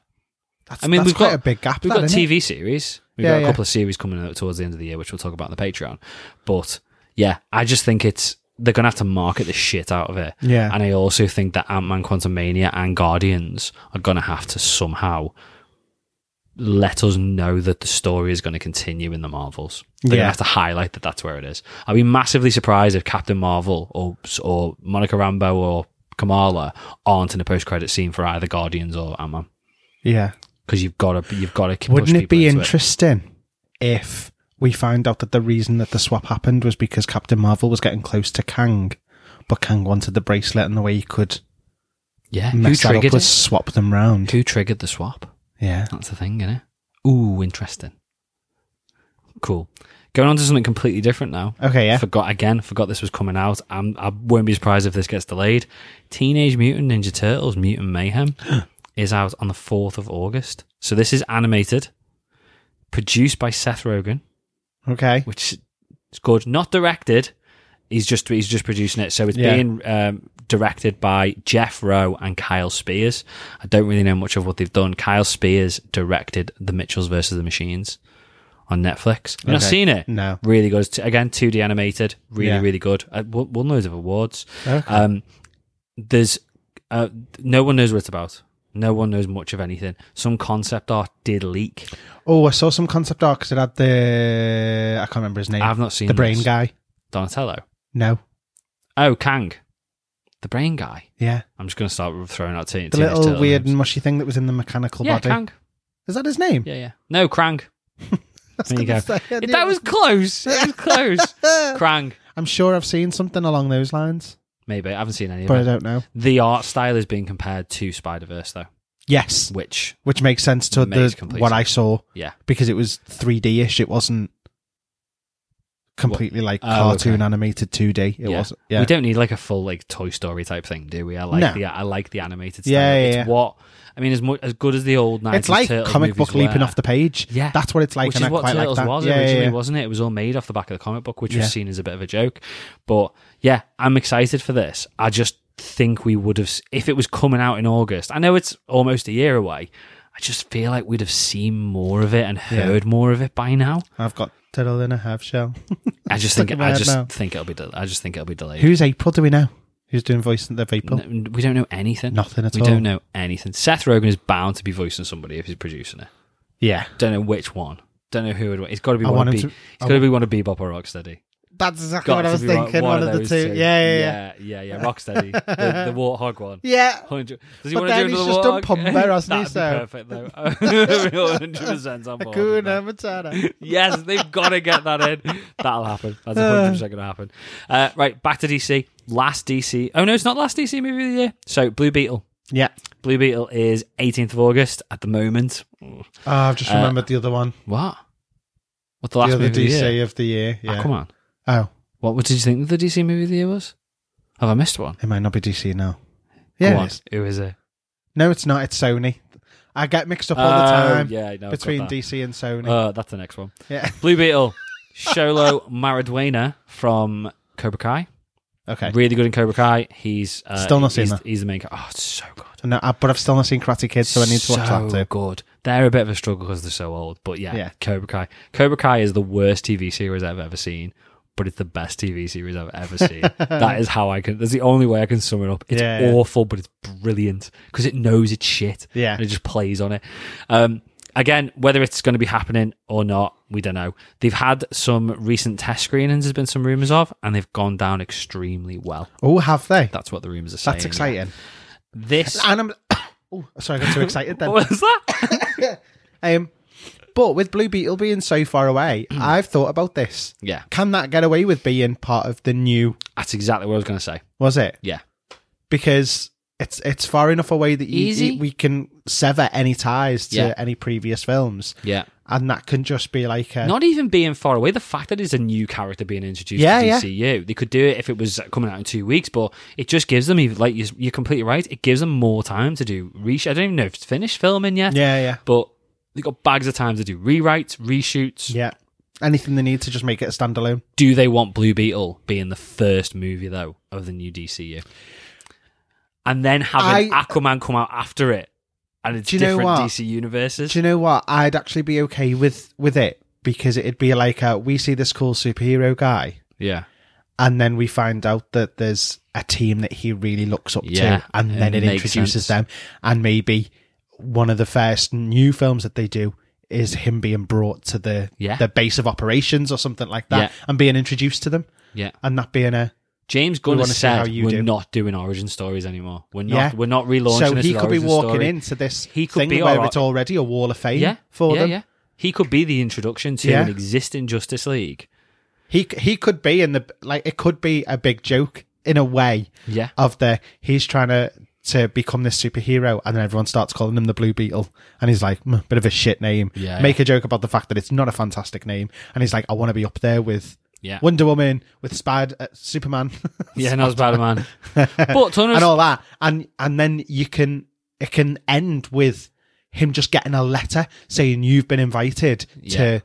Speaker 2: That's,
Speaker 1: I mean,
Speaker 2: that's
Speaker 1: we've
Speaker 2: quite
Speaker 1: got-
Speaker 2: a big gap.
Speaker 1: We've
Speaker 2: that,
Speaker 1: got
Speaker 2: isn't it?
Speaker 1: TV series. We've
Speaker 2: Yeah,
Speaker 1: got a
Speaker 2: yeah.
Speaker 1: couple of series coming out towards the end of the year, which we'll talk about on the Patreon. But yeah, I just think it's they're gonna have to market the shit out of it.
Speaker 2: Yeah.
Speaker 1: And I also think that Ant Man Quantumania and Guardians are gonna have to somehow let us know that the story is going to continue in the Marvels. They're going to
Speaker 2: Yeah.
Speaker 1: have to highlight that that's where it is. I'd be massively surprised if Captain Marvel or or Monica Rambeau or Kamala aren't in a post credit scene for either Guardians or Ant Man
Speaker 2: Yeah.
Speaker 1: because you've got to you've got to.
Speaker 2: Wouldn't it be
Speaker 1: interesting?
Speaker 2: interesting if we found out that the reason that the swap happened was because Captain Marvel was getting close to Kang, but Kang wanted the bracelet and the way he could
Speaker 1: Yeah, who
Speaker 2: mess that up
Speaker 1: triggered
Speaker 2: was
Speaker 1: it?
Speaker 2: swap them round.
Speaker 1: Who triggered the swap?
Speaker 2: Yeah.
Speaker 1: That's the thing, innit? Ooh, interesting. Cool. Going on to something completely different now.
Speaker 2: Okay, yeah.
Speaker 1: Forgot again. Forgot this was coming out. I'm, I won't be surprised if this gets delayed. Teenage Mutant Ninja Turtles: Mutant
Speaker 2: [GASPS]
Speaker 1: Mayhem is out on the fourth of August. So this is animated, produced by Seth Rogen,
Speaker 2: Okay.
Speaker 1: which is good. Not directed. He's just he's just producing it. So it's
Speaker 2: Yeah.
Speaker 1: being um, directed by Jeff Rowe and Kyle Spears. I don't really know much of what they've done. Kyle Spears directed The Mitchells versus the Machines on Netflix. Have you not
Speaker 2: Okay.
Speaker 1: seen it?
Speaker 2: No.
Speaker 1: Really good. It's t- Again, 2D animated. Really,
Speaker 2: Yeah.
Speaker 1: really good. Uh, won, won loads of awards. Um, there's uh, no one knows what it's about. No one knows much of anything. Some concept art did leak.
Speaker 2: Oh, I saw some concept art because it had the I can't remember his name.
Speaker 1: I've not seen
Speaker 2: the brain
Speaker 1: this.
Speaker 2: guy.
Speaker 1: Donatello.
Speaker 2: No.
Speaker 1: Oh, Kang, the brain guy.
Speaker 2: Yeah.
Speaker 1: I'm just going to start throwing out teen-
Speaker 2: The
Speaker 1: Teenage
Speaker 2: little
Speaker 1: Turtle
Speaker 2: weird
Speaker 1: names.
Speaker 2: mushy thing that was in the mechanical
Speaker 1: yeah,
Speaker 2: body.
Speaker 1: Kang.
Speaker 2: Is that his name? [LAUGHS]
Speaker 1: Yeah, yeah. No, Krang.
Speaker 2: That's
Speaker 1: There you go.
Speaker 2: Say, I knew
Speaker 1: that
Speaker 2: it
Speaker 1: was close. It
Speaker 2: [LAUGHS]
Speaker 1: was close. Krang.
Speaker 2: I'm sure I've seen something along those lines,
Speaker 1: Maybe I haven't seen any of
Speaker 2: but I
Speaker 1: it.
Speaker 2: don't know.
Speaker 1: The art style is being compared to Spider Verse, though.
Speaker 2: Yes,
Speaker 1: which
Speaker 2: which makes sense to
Speaker 1: Makes
Speaker 2: the
Speaker 1: complete
Speaker 2: what
Speaker 1: sense.
Speaker 2: I saw
Speaker 1: yeah,
Speaker 2: because it was 3D-ish. It wasn't
Speaker 4: completely like
Speaker 1: Oh,
Speaker 4: cartoon
Speaker 1: okay.
Speaker 4: animated 2D. It
Speaker 1: Yeah.
Speaker 4: wasn't. Yeah.
Speaker 1: we don't need like a full like Toy Story type thing, do we? I like
Speaker 2: No.
Speaker 1: the I like the animated. Style.
Speaker 2: Yeah, yeah,
Speaker 1: it's
Speaker 2: yeah.
Speaker 1: what I mean. As much as good as the old nineties,
Speaker 2: it's like comic book leaping off the page.
Speaker 1: Yeah.
Speaker 2: that's what it's like,
Speaker 1: which
Speaker 2: and
Speaker 1: is
Speaker 2: I
Speaker 1: what
Speaker 2: quite like
Speaker 1: Turtles
Speaker 2: that.
Speaker 1: was
Speaker 2: yeah, yeah,
Speaker 1: originally,
Speaker 2: yeah.
Speaker 1: wasn't it? It was all made off the back of the comic book, which
Speaker 2: Yeah.
Speaker 1: was seen as a bit of a joke. But yeah, I'm excited for this. I just think we would have, s- if it was coming out in August. I know it's almost a year away. I just feel like we'd have seen more of it and heard more of it by now.
Speaker 2: I've got turtle in a half shell.
Speaker 1: I just
Speaker 2: Look
Speaker 1: think,
Speaker 2: at my
Speaker 1: I
Speaker 2: head
Speaker 1: just
Speaker 2: now.
Speaker 1: think it'll be, del- I just think it'll be delayed.
Speaker 2: [LAUGHS] Who's April? Do we know? Who's doing voice of April?
Speaker 1: N- we don't know anything.
Speaker 2: Nothing at
Speaker 1: we
Speaker 2: all.
Speaker 1: don't know anything. Seth Rogen is bound to be voicing somebody if he's producing it.
Speaker 2: Yeah,
Speaker 1: Don't know which one. Don't know who it was. It's got to be
Speaker 2: I
Speaker 1: one
Speaker 2: want
Speaker 1: of
Speaker 2: him
Speaker 1: be.
Speaker 2: to-
Speaker 1: it's got to be one of Bebop or Rocksteady.
Speaker 2: that's exactly
Speaker 1: Got
Speaker 2: what I
Speaker 1: to
Speaker 2: was
Speaker 1: be one-
Speaker 2: thinking. One, of the two. Yeah, yeah, yeah.
Speaker 1: yeah, yeah, yeah. Rocksteady, the, the
Speaker 2: [LAUGHS]
Speaker 1: warthog one.
Speaker 2: Yeah.
Speaker 1: 100 Does he
Speaker 2: But
Speaker 1: want to do
Speaker 2: then
Speaker 1: another
Speaker 2: he's just done
Speaker 1: warthog?
Speaker 2: Pombo,
Speaker 1: [LAUGHS]
Speaker 2: hasn't
Speaker 1: That'd
Speaker 2: he, so-
Speaker 1: be perfect though. [LAUGHS] 100 percent
Speaker 2: [LAUGHS]
Speaker 1: on board. with that.
Speaker 2: Hakuna Matata.
Speaker 1: Yes, they've got to get that in. That'll happen. That's 100% going to happen. Uh, right, back to DC. Last DC. Oh, no, it's not last DC movie of the year. So, Blue Beetle.
Speaker 2: [LAUGHS] yeah.
Speaker 1: Blue Beetle is 18th of August at the moment.
Speaker 2: Oh, I've just
Speaker 1: Uh,
Speaker 2: remembered the other one.
Speaker 1: What? What the last
Speaker 2: the other
Speaker 1: movie of the year? Ah,
Speaker 2: DC of the year. Yeah.
Speaker 1: Aquaman.
Speaker 2: Oh,
Speaker 1: What, what did you think the DC movie of the year was? Have I missed one?
Speaker 2: it might not be DC now.
Speaker 1: Go
Speaker 2: Yeah.
Speaker 1: on.
Speaker 2: it is.
Speaker 1: Who is it?
Speaker 2: No, it's not. It's Sony. I get mixed up all the
Speaker 1: Oh,
Speaker 2: time
Speaker 1: Yeah, I know, I've got
Speaker 2: between
Speaker 1: that.
Speaker 2: DC and E. Sony.
Speaker 1: Uh, that's the next one.
Speaker 2: yeah. [LAUGHS]
Speaker 1: Blue Beetle. Sholo Maraduena from Cobra Kai.
Speaker 2: Okay.
Speaker 1: Really good in Cobra Kai. He's uh,
Speaker 2: Still not seen
Speaker 1: he's,
Speaker 2: that.
Speaker 1: he's the main. ca- Oh, it's so good.
Speaker 2: No, I- but I've still not seen Karate Kid, so I need to watch
Speaker 1: so
Speaker 2: that too.
Speaker 1: good. They're a bit of a struggle because they're so old. But yeah,
Speaker 2: Yeah.
Speaker 1: Cobra Kai. Cobra Kai is the worst TV series I've ever seen, but it's the best TV series I've ever
Speaker 2: [LAUGHS]
Speaker 1: seen. that is how I can. That's the only way I can sum it up. It's
Speaker 2: Yeah, yeah.
Speaker 1: awful, but it's brilliant because it knows it's shit.
Speaker 2: Yeah.
Speaker 1: and it just plays on it. Um, again, whether it's going to be happening or not, we don't know. They've had some recent test screenings. There's been some rumors of, and they've gone down extremely well.
Speaker 2: Oh, have they?
Speaker 1: That's what the rumors are saying.
Speaker 2: That's exciting. [LAUGHS]
Speaker 1: This. [LAUGHS]
Speaker 2: And I'm. [COUGHS] Oh, sorry, I got too excited then.
Speaker 1: What was that?
Speaker 2: Um, but with Blue Beetle being so far
Speaker 1: [CLEARS THROAT]
Speaker 2: away, I've thought about this.
Speaker 1: yeah,
Speaker 2: Can that get away with being part of the new?
Speaker 1: that's exactly what I was going to say.
Speaker 2: Was it
Speaker 1: Yeah.
Speaker 2: because it's it's far enough away that you,
Speaker 1: Easy.
Speaker 2: we can sever any ties to
Speaker 1: Yeah.
Speaker 2: any previous films,
Speaker 1: Yeah.
Speaker 2: and that can just be like a,
Speaker 1: Not even being far away, the fact that it's a new character being introduced
Speaker 2: Yeah,
Speaker 1: to
Speaker 2: yeah.
Speaker 1: DCU. They could do it if it was coming out in two weeks, but it just gives them, even- like, you're you're completely right, it gives them more time to do reach. I don't even know if it's finished filming yet,
Speaker 2: yeah, yeah,
Speaker 1: but they've got bags of time to do rewrites, reshoots.
Speaker 2: yeah. Anything they need to just make it a standalone.
Speaker 1: Do they want Blue Beetle being the first movie, though, of the new DCU? And then having
Speaker 2: I-
Speaker 1: Aquaman come out after it, and it's
Speaker 2: Do you know
Speaker 1: different
Speaker 2: what?
Speaker 1: DC universes.
Speaker 2: Do you know what? I'd actually be okay with with it because it'd be like uh we see this cool superhero guy.
Speaker 1: yeah.
Speaker 2: and then we find out that there's a team that he really looks up
Speaker 1: Yeah,
Speaker 2: to, and then
Speaker 1: it
Speaker 2: it,
Speaker 1: makes
Speaker 2: introduces
Speaker 1: sense.
Speaker 2: them, and maybe one of the first new films that they do is him being brought to the
Speaker 1: Yeah.
Speaker 2: the base of operations or something like
Speaker 1: Yeah.
Speaker 2: that, and being introduced to them,
Speaker 1: Yeah.
Speaker 2: and that being a
Speaker 1: James Gunn
Speaker 2: We
Speaker 1: has
Speaker 2: wanna see how
Speaker 1: said
Speaker 2: you
Speaker 1: we're
Speaker 2: do.
Speaker 1: not doing origin stories anymore. We're not.
Speaker 2: Yeah.
Speaker 1: We're not relaunching.
Speaker 2: so
Speaker 1: this
Speaker 2: he
Speaker 1: as
Speaker 2: could be
Speaker 1: origin
Speaker 2: walking
Speaker 1: story.
Speaker 2: into this
Speaker 1: He could
Speaker 2: thing
Speaker 1: be
Speaker 2: where
Speaker 1: our-
Speaker 2: it's already a wall of fame
Speaker 1: Yeah,
Speaker 2: for
Speaker 1: yeah,
Speaker 2: them.
Speaker 1: yeah. He could be the introduction to
Speaker 2: Yeah.
Speaker 1: an existing Justice League.
Speaker 2: He he could be in the like it could be a big joke in a way
Speaker 1: Yeah,
Speaker 2: of the he's trying to to become this superhero and then everyone starts calling him the blue beetle and he's like "Mm, bit of a shit name
Speaker 1: Yeah,
Speaker 2: make a joke about the fact that it's not a fantastic name and he's like i want to be up there with
Speaker 1: yeah,
Speaker 2: wonder woman with spider uh, superman [LAUGHS]
Speaker 1: yeah. Not Spider Man, but to
Speaker 2: and
Speaker 1: honest,
Speaker 2: all that and and then you can it can end with him just getting a letter saying you've been invited
Speaker 1: Yeah.
Speaker 2: to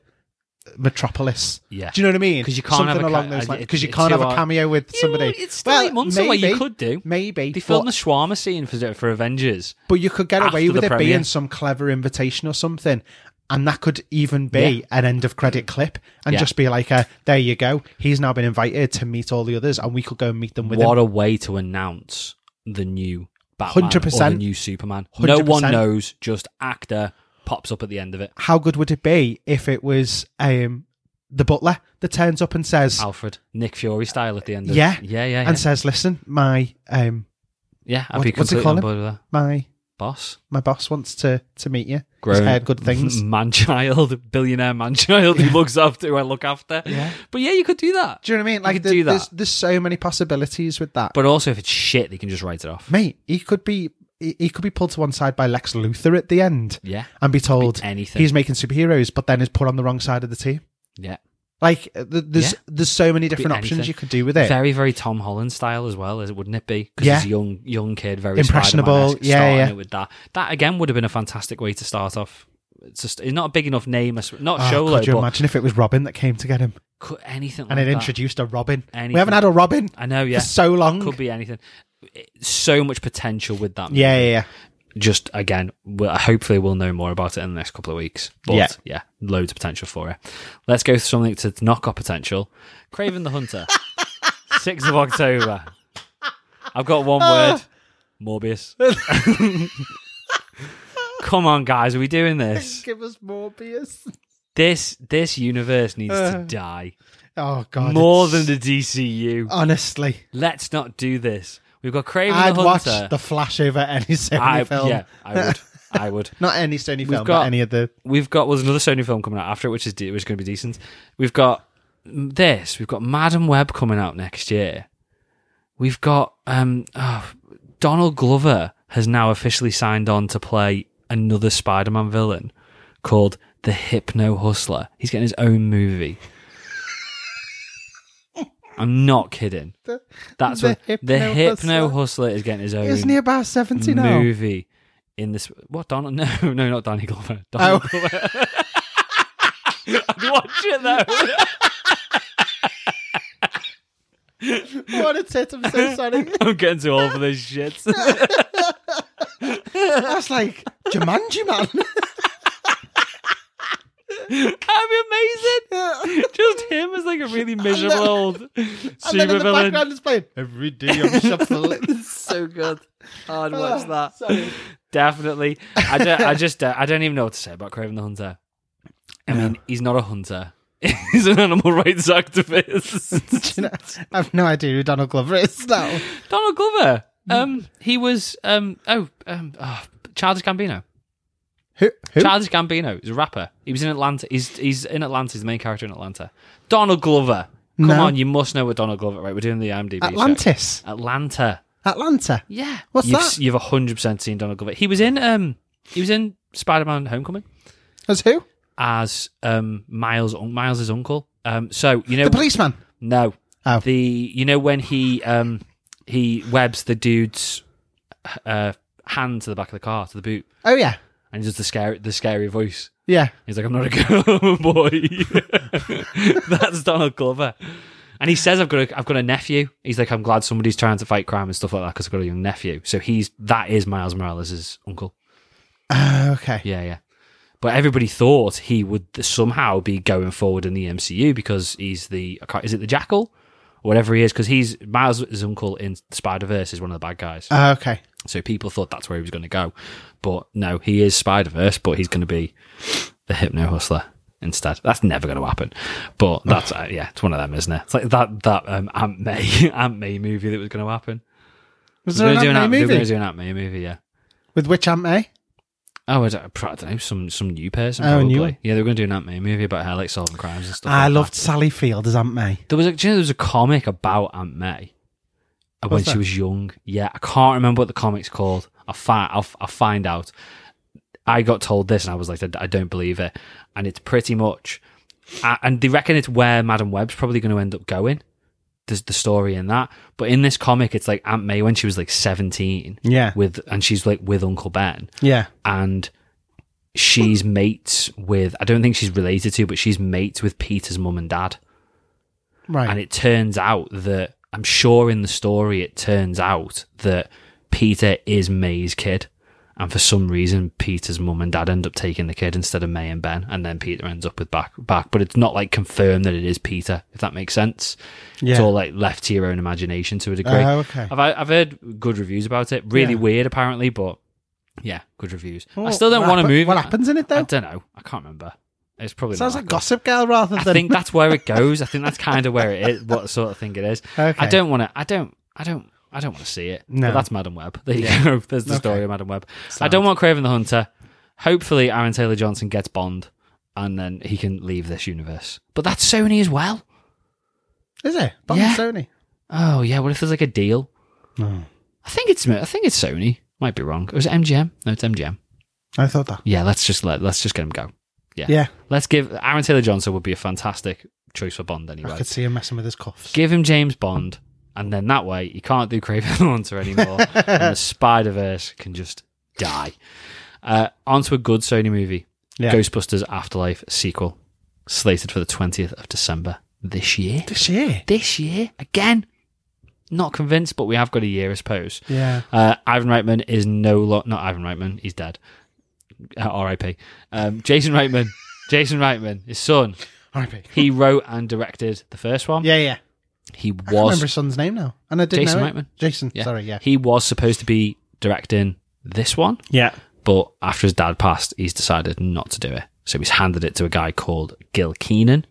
Speaker 2: metropolis
Speaker 1: Yeah.
Speaker 2: do you know what i mean
Speaker 1: 'Cause you can't
Speaker 2: something
Speaker 1: have a
Speaker 2: along
Speaker 1: ca- uh,
Speaker 2: those lines
Speaker 1: it's-
Speaker 2: because you
Speaker 1: it's
Speaker 2: can't
Speaker 1: too
Speaker 2: have a
Speaker 1: hard.
Speaker 2: cameo with
Speaker 1: You-
Speaker 2: somebody
Speaker 1: it's still eight months away, you could do.
Speaker 2: maybe
Speaker 1: they filmed
Speaker 2: but-
Speaker 1: the shawarma scene for for Avengers.
Speaker 2: but you could get
Speaker 1: After
Speaker 2: away with
Speaker 1: the
Speaker 2: it
Speaker 1: premiere.
Speaker 2: being some clever invitation or something. And that could even be an end of credit clip and
Speaker 1: Yeah.
Speaker 2: just be like, uh, there you go. He's now been invited to meet all the others and we could go and meet them with
Speaker 1: What
Speaker 2: him.
Speaker 1: a way to announce the new Batman or the
Speaker 2: 100%.
Speaker 1: new Superman. No one
Speaker 2: 100%.
Speaker 1: knows. Just actor pops up at the end of it.
Speaker 2: How good would it be if it was um, the butler that turns up and says,
Speaker 1: Alfred, Nick Fury style at the end. Of,
Speaker 2: Yeah.
Speaker 1: yeah, yeah, yeah.
Speaker 2: and says, listen, my um,
Speaker 1: yeah I'd
Speaker 2: what-
Speaker 1: be
Speaker 2: what's it
Speaker 1: completely
Speaker 2: called
Speaker 1: on
Speaker 2: him?
Speaker 1: board with that.
Speaker 2: my
Speaker 1: Boss.
Speaker 2: my boss wants to, to meet you. He's
Speaker 1: grown
Speaker 2: heard good
Speaker 1: [LAUGHS]
Speaker 2: things.
Speaker 1: man child, billionaire man child who looks after who I look after.
Speaker 2: Yeah.
Speaker 1: But yeah, you could do that.
Speaker 2: Do you know what I mean? Like,
Speaker 1: could
Speaker 2: the,
Speaker 1: do that.
Speaker 2: There's, there's so many possibilities with that.
Speaker 1: But also if it's shit, they can just write it off.
Speaker 2: Mate, he could be he he could be pulled to one side by Lex Luthor at the end
Speaker 1: Yeah.
Speaker 2: and be told
Speaker 1: Anything.
Speaker 2: he's making superheroes, but then is put on the wrong side of the team.
Speaker 1: yeah.
Speaker 2: Like uh, th- there's
Speaker 1: Yeah.
Speaker 2: there's so many different options
Speaker 1: anything.
Speaker 2: you could do with it.
Speaker 1: Very, very Tom Holland style as well, is it wouldn't it be? Because
Speaker 2: Yeah.
Speaker 1: he's a young young kid, very
Speaker 2: Impressionable.
Speaker 1: Spider-Man-esque,
Speaker 2: Yeah,
Speaker 1: starting
Speaker 2: yeah.
Speaker 1: it with that. That again would have been a fantastic way to start off. It's just it's not a big enough name, as- not
Speaker 2: Oh,
Speaker 1: Sholo,
Speaker 2: could you
Speaker 1: but
Speaker 2: imagine if it was Robin that came to get him
Speaker 1: could, anything
Speaker 2: and
Speaker 1: like
Speaker 2: it
Speaker 1: that.
Speaker 2: introduced a Robin?
Speaker 1: Anything.
Speaker 2: We haven't had a Robin
Speaker 1: I know, yeah.
Speaker 2: for so long.
Speaker 1: Could be anything. So much potential with that.
Speaker 2: Yeah, yeah, yeah.
Speaker 1: Just again, we'll, hopefully we'll know more about it in the next couple of weeks. But yeah,
Speaker 2: Yeah.
Speaker 1: loads of potential for it. Let's go to something to knock off potential. Craven the
Speaker 2: [LAUGHS]
Speaker 1: Hunter, sixth of October. I've got one word: Morbius. [LAUGHS] Come on, guys, are we doing this?
Speaker 2: Give us Morbius.
Speaker 1: This this universe needs to
Speaker 2: Uh.
Speaker 1: die
Speaker 2: Oh god,
Speaker 1: more than
Speaker 2: it's-
Speaker 1: the DCU.
Speaker 2: honestly.
Speaker 1: Let's not do this. We've got Craven
Speaker 2: Uh. I'd
Speaker 1: the
Speaker 2: watch
Speaker 1: Hunter.
Speaker 2: the Flash over any Sony
Speaker 1: I,
Speaker 2: film.
Speaker 1: Yeah, I would. I would.
Speaker 2: Not any Sony film,
Speaker 1: got-
Speaker 2: but any of the.
Speaker 1: We've got well, there's another Sony film coming out after it, which is de- which is going to be decent. We've got this. We've got Madam Web coming out next year. We've got um, oh, Donald Glover has now officially signed on to play another Spider-Man villain called the Hypno Hustler. He's getting his own movie. I'm not kidding. That's
Speaker 2: the
Speaker 1: what the
Speaker 2: Hypno
Speaker 1: Hypno
Speaker 2: Hustler.
Speaker 1: Hustler is getting his own
Speaker 2: Isn't he about 70 now?
Speaker 1: movie in this. What Donald? [LAUGHS] No, no, not Danny Glover. [LAUGHS] Donald Glover. I'd watch it though. [LAUGHS]
Speaker 2: [LAUGHS] What a tit, I'm so sorry.
Speaker 1: I'm getting too old for this shit. [LAUGHS]
Speaker 2: That's like Jumanji, man.
Speaker 1: That'd be amazing. Just him as like a really miserable old
Speaker 2: [LAUGHS] and then in the
Speaker 1: supervillain.
Speaker 2: background is playing Every Day [LAUGHS] I'm Shuffling.
Speaker 1: So good. [LAUGHS] I'd watch that.
Speaker 2: Sorry.
Speaker 1: Definitely. I, don't, I just uh, I don't even know what to say about Craven the Hunter. I mean, he's not a hunter. [LAUGHS] He's an animal rights
Speaker 2: [LAUGHS]
Speaker 1: activist.
Speaker 2: [LAUGHS] Do you know, I have no idea who Donald Glover is [LAUGHS] now.
Speaker 1: Donald Glover.
Speaker 2: Mm.
Speaker 1: Um, he was um oh um oh, Childish Gambino.
Speaker 2: Who? who?
Speaker 1: Childish Gambino is a rapper. He was in Atlanta. He's he's in Atlanta. He's the main character in Atlanta. Donald Glover. Come
Speaker 2: No.
Speaker 1: on, you must know what Donald Glover. Right, we're doing the IMDb. show.
Speaker 2: Atlantis.
Speaker 1: Atlanta.
Speaker 2: Atlanta.
Speaker 1: Yeah.
Speaker 2: What's
Speaker 1: you've,
Speaker 2: that?
Speaker 1: You've hundred percent seen Donald Glover. He was in um he was in Spider Man Homecoming
Speaker 2: As who?
Speaker 1: as um Miles un- Miles's uncle. Um, so you know
Speaker 2: The policeman.
Speaker 1: no.
Speaker 2: Oh.
Speaker 1: The you know when he um he webs the dude's uh hand to the back of the car to the boot
Speaker 2: Oh, yeah.
Speaker 1: and he does the scary the scary voice.
Speaker 2: Yeah.
Speaker 1: He's like, I'm not a girl, [LAUGHS] I'm a boy. That's Donald Glover. And he says, I've got a, I've got a nephew. He's like, I'm glad somebody's trying to fight crime and stuff like that because I've got a young nephew. So he's that is Miles Morales' uncle.
Speaker 2: Uh, okay.
Speaker 1: Yeah, yeah. But everybody thought he would somehow be going forward in the MCU because he's the I can't- is it the Jackal, or whatever he is? Because he's Miles' uncle in Spider Verse is one of the bad guys.
Speaker 2: Uh, okay.
Speaker 1: so people thought that's where he was going to go, but no, he is Spider Verse, but he's going to be the Hypno Hustler instead. That's never going to happen. But that's uh, yeah, it's one of them, isn't it? It's like that that um, Aunt May [LAUGHS] Aunt May movie that was going to happen.
Speaker 2: Was
Speaker 1: They
Speaker 2: there
Speaker 1: were
Speaker 2: an
Speaker 1: doing
Speaker 2: Aunt May
Speaker 1: They were
Speaker 2: movie?
Speaker 1: doing Aunt May movie, yeah.
Speaker 2: With which Aunt May?
Speaker 1: Oh, I don't, I don't know, some some new person
Speaker 2: Oh,
Speaker 1: probably.
Speaker 2: new
Speaker 1: Yeah, they were going to do an Aunt May movie about her like solving crimes and stuff.
Speaker 2: I
Speaker 1: like
Speaker 2: loved Sally Field as Aunt May.
Speaker 1: That. There was a, do you know there was a comic about Aunt May uh, when
Speaker 2: What's
Speaker 1: she
Speaker 2: that?
Speaker 1: was young. Yeah, I can't remember what the comic's called. I fi- I'll, I'll find out. I got told this and I was like, I don't believe it. And it's pretty much, a- and they reckon it's where Madam Web's probably going to end up going. There's the story in that, but in this comic, it's like Aunt May when she was like 17
Speaker 2: Yeah.
Speaker 1: with, and she's like with Uncle Ben
Speaker 2: Yeah.
Speaker 1: and she's mates with I don't think she's related to, but she's mates with Peter's mum and dad.
Speaker 2: Right.
Speaker 1: And it turns out that I'm sure in the story it turns out that Peter is May's kid. And for some reason Peter's mum and dad end up taking the kid instead of May and Ben, and then Peter ends up with back back. But it's not like confirmed that it is Peter, if that makes sense. It's
Speaker 2: Yeah.
Speaker 1: all like left to your own imagination to a degree.
Speaker 2: Oh, okay.
Speaker 1: I've I've heard good reviews about it. Really
Speaker 2: Yeah.
Speaker 1: weird, apparently, but yeah, good reviews. I
Speaker 2: Well,
Speaker 1: still don't
Speaker 2: what
Speaker 1: want to
Speaker 2: happen-
Speaker 1: move.
Speaker 2: What happens in it
Speaker 1: I
Speaker 2: though?
Speaker 1: don't know. I can't remember. It's probably
Speaker 2: Sounds
Speaker 1: not
Speaker 2: like
Speaker 1: that
Speaker 2: Gossip Girl rather
Speaker 1: good.
Speaker 2: than.
Speaker 1: I think that's where
Speaker 2: [LAUGHS]
Speaker 1: it goes. I think that's kind of where it is. What sort of thing it is. I
Speaker 2: Okay.
Speaker 1: don't want to. I don't. I don't. I don't want to see it.
Speaker 2: No.
Speaker 1: But that's Madam Web. There you go. [LAUGHS] There's the story of Madam Web. I
Speaker 2: Sound.
Speaker 1: don't want Craven the Hunter. Hopefully, Aaron Taylor Johnson gets Bond, and then he can leave this universe. But that's Sony as well.
Speaker 2: Is it? Bond
Speaker 1: Yeah.
Speaker 2: Sony.
Speaker 1: Oh yeah. What if there's like a deal?
Speaker 2: No.
Speaker 1: I think it's I think it's Sony. Might be wrong. Was it MGM? No, it's MGM.
Speaker 2: I thought that.
Speaker 1: Yeah, let's just let let's just get him go. Yeah.
Speaker 2: Yeah.
Speaker 1: Let's give Aaron Taylor Johnson would be a fantastic choice for Bond
Speaker 2: I
Speaker 1: anyway.
Speaker 2: could see him messing with his cuffs.
Speaker 1: Give him James Bond, and then that way he can't do Craven [LAUGHS] Hunter anymore, and
Speaker 2: [LAUGHS]
Speaker 1: the Spider Verse can just die. Uh, on to a good Sony movie,
Speaker 2: Yeah.
Speaker 1: Ghostbusters Afterlife sequel, slated for the twentieth of December this year.
Speaker 2: This year.
Speaker 1: This year again. Not convinced, but we have got a year, I suppose.
Speaker 2: Yeah.
Speaker 1: Uh, Ivan Reitman is no lo- not Ivan Reitman. He's dead. Uh, R.I.P. Um, Jason
Speaker 2: [LAUGHS]
Speaker 1: Reitman. Jason Reitman, his son.
Speaker 2: R.I.P.
Speaker 1: He wrote and directed the first one.
Speaker 2: Yeah, yeah.
Speaker 1: He
Speaker 2: I can't remember
Speaker 1: was
Speaker 2: his son's name now. And I didn't
Speaker 1: Jason
Speaker 2: know. it.
Speaker 1: Reitman.
Speaker 2: Jason.
Speaker 1: Yeah.
Speaker 2: Sorry, yeah.
Speaker 1: he was supposed to be directing this one,
Speaker 2: Yeah.
Speaker 1: but after his dad passed, he's decided not to do it. So he's handed it to a guy called Gil Keenan.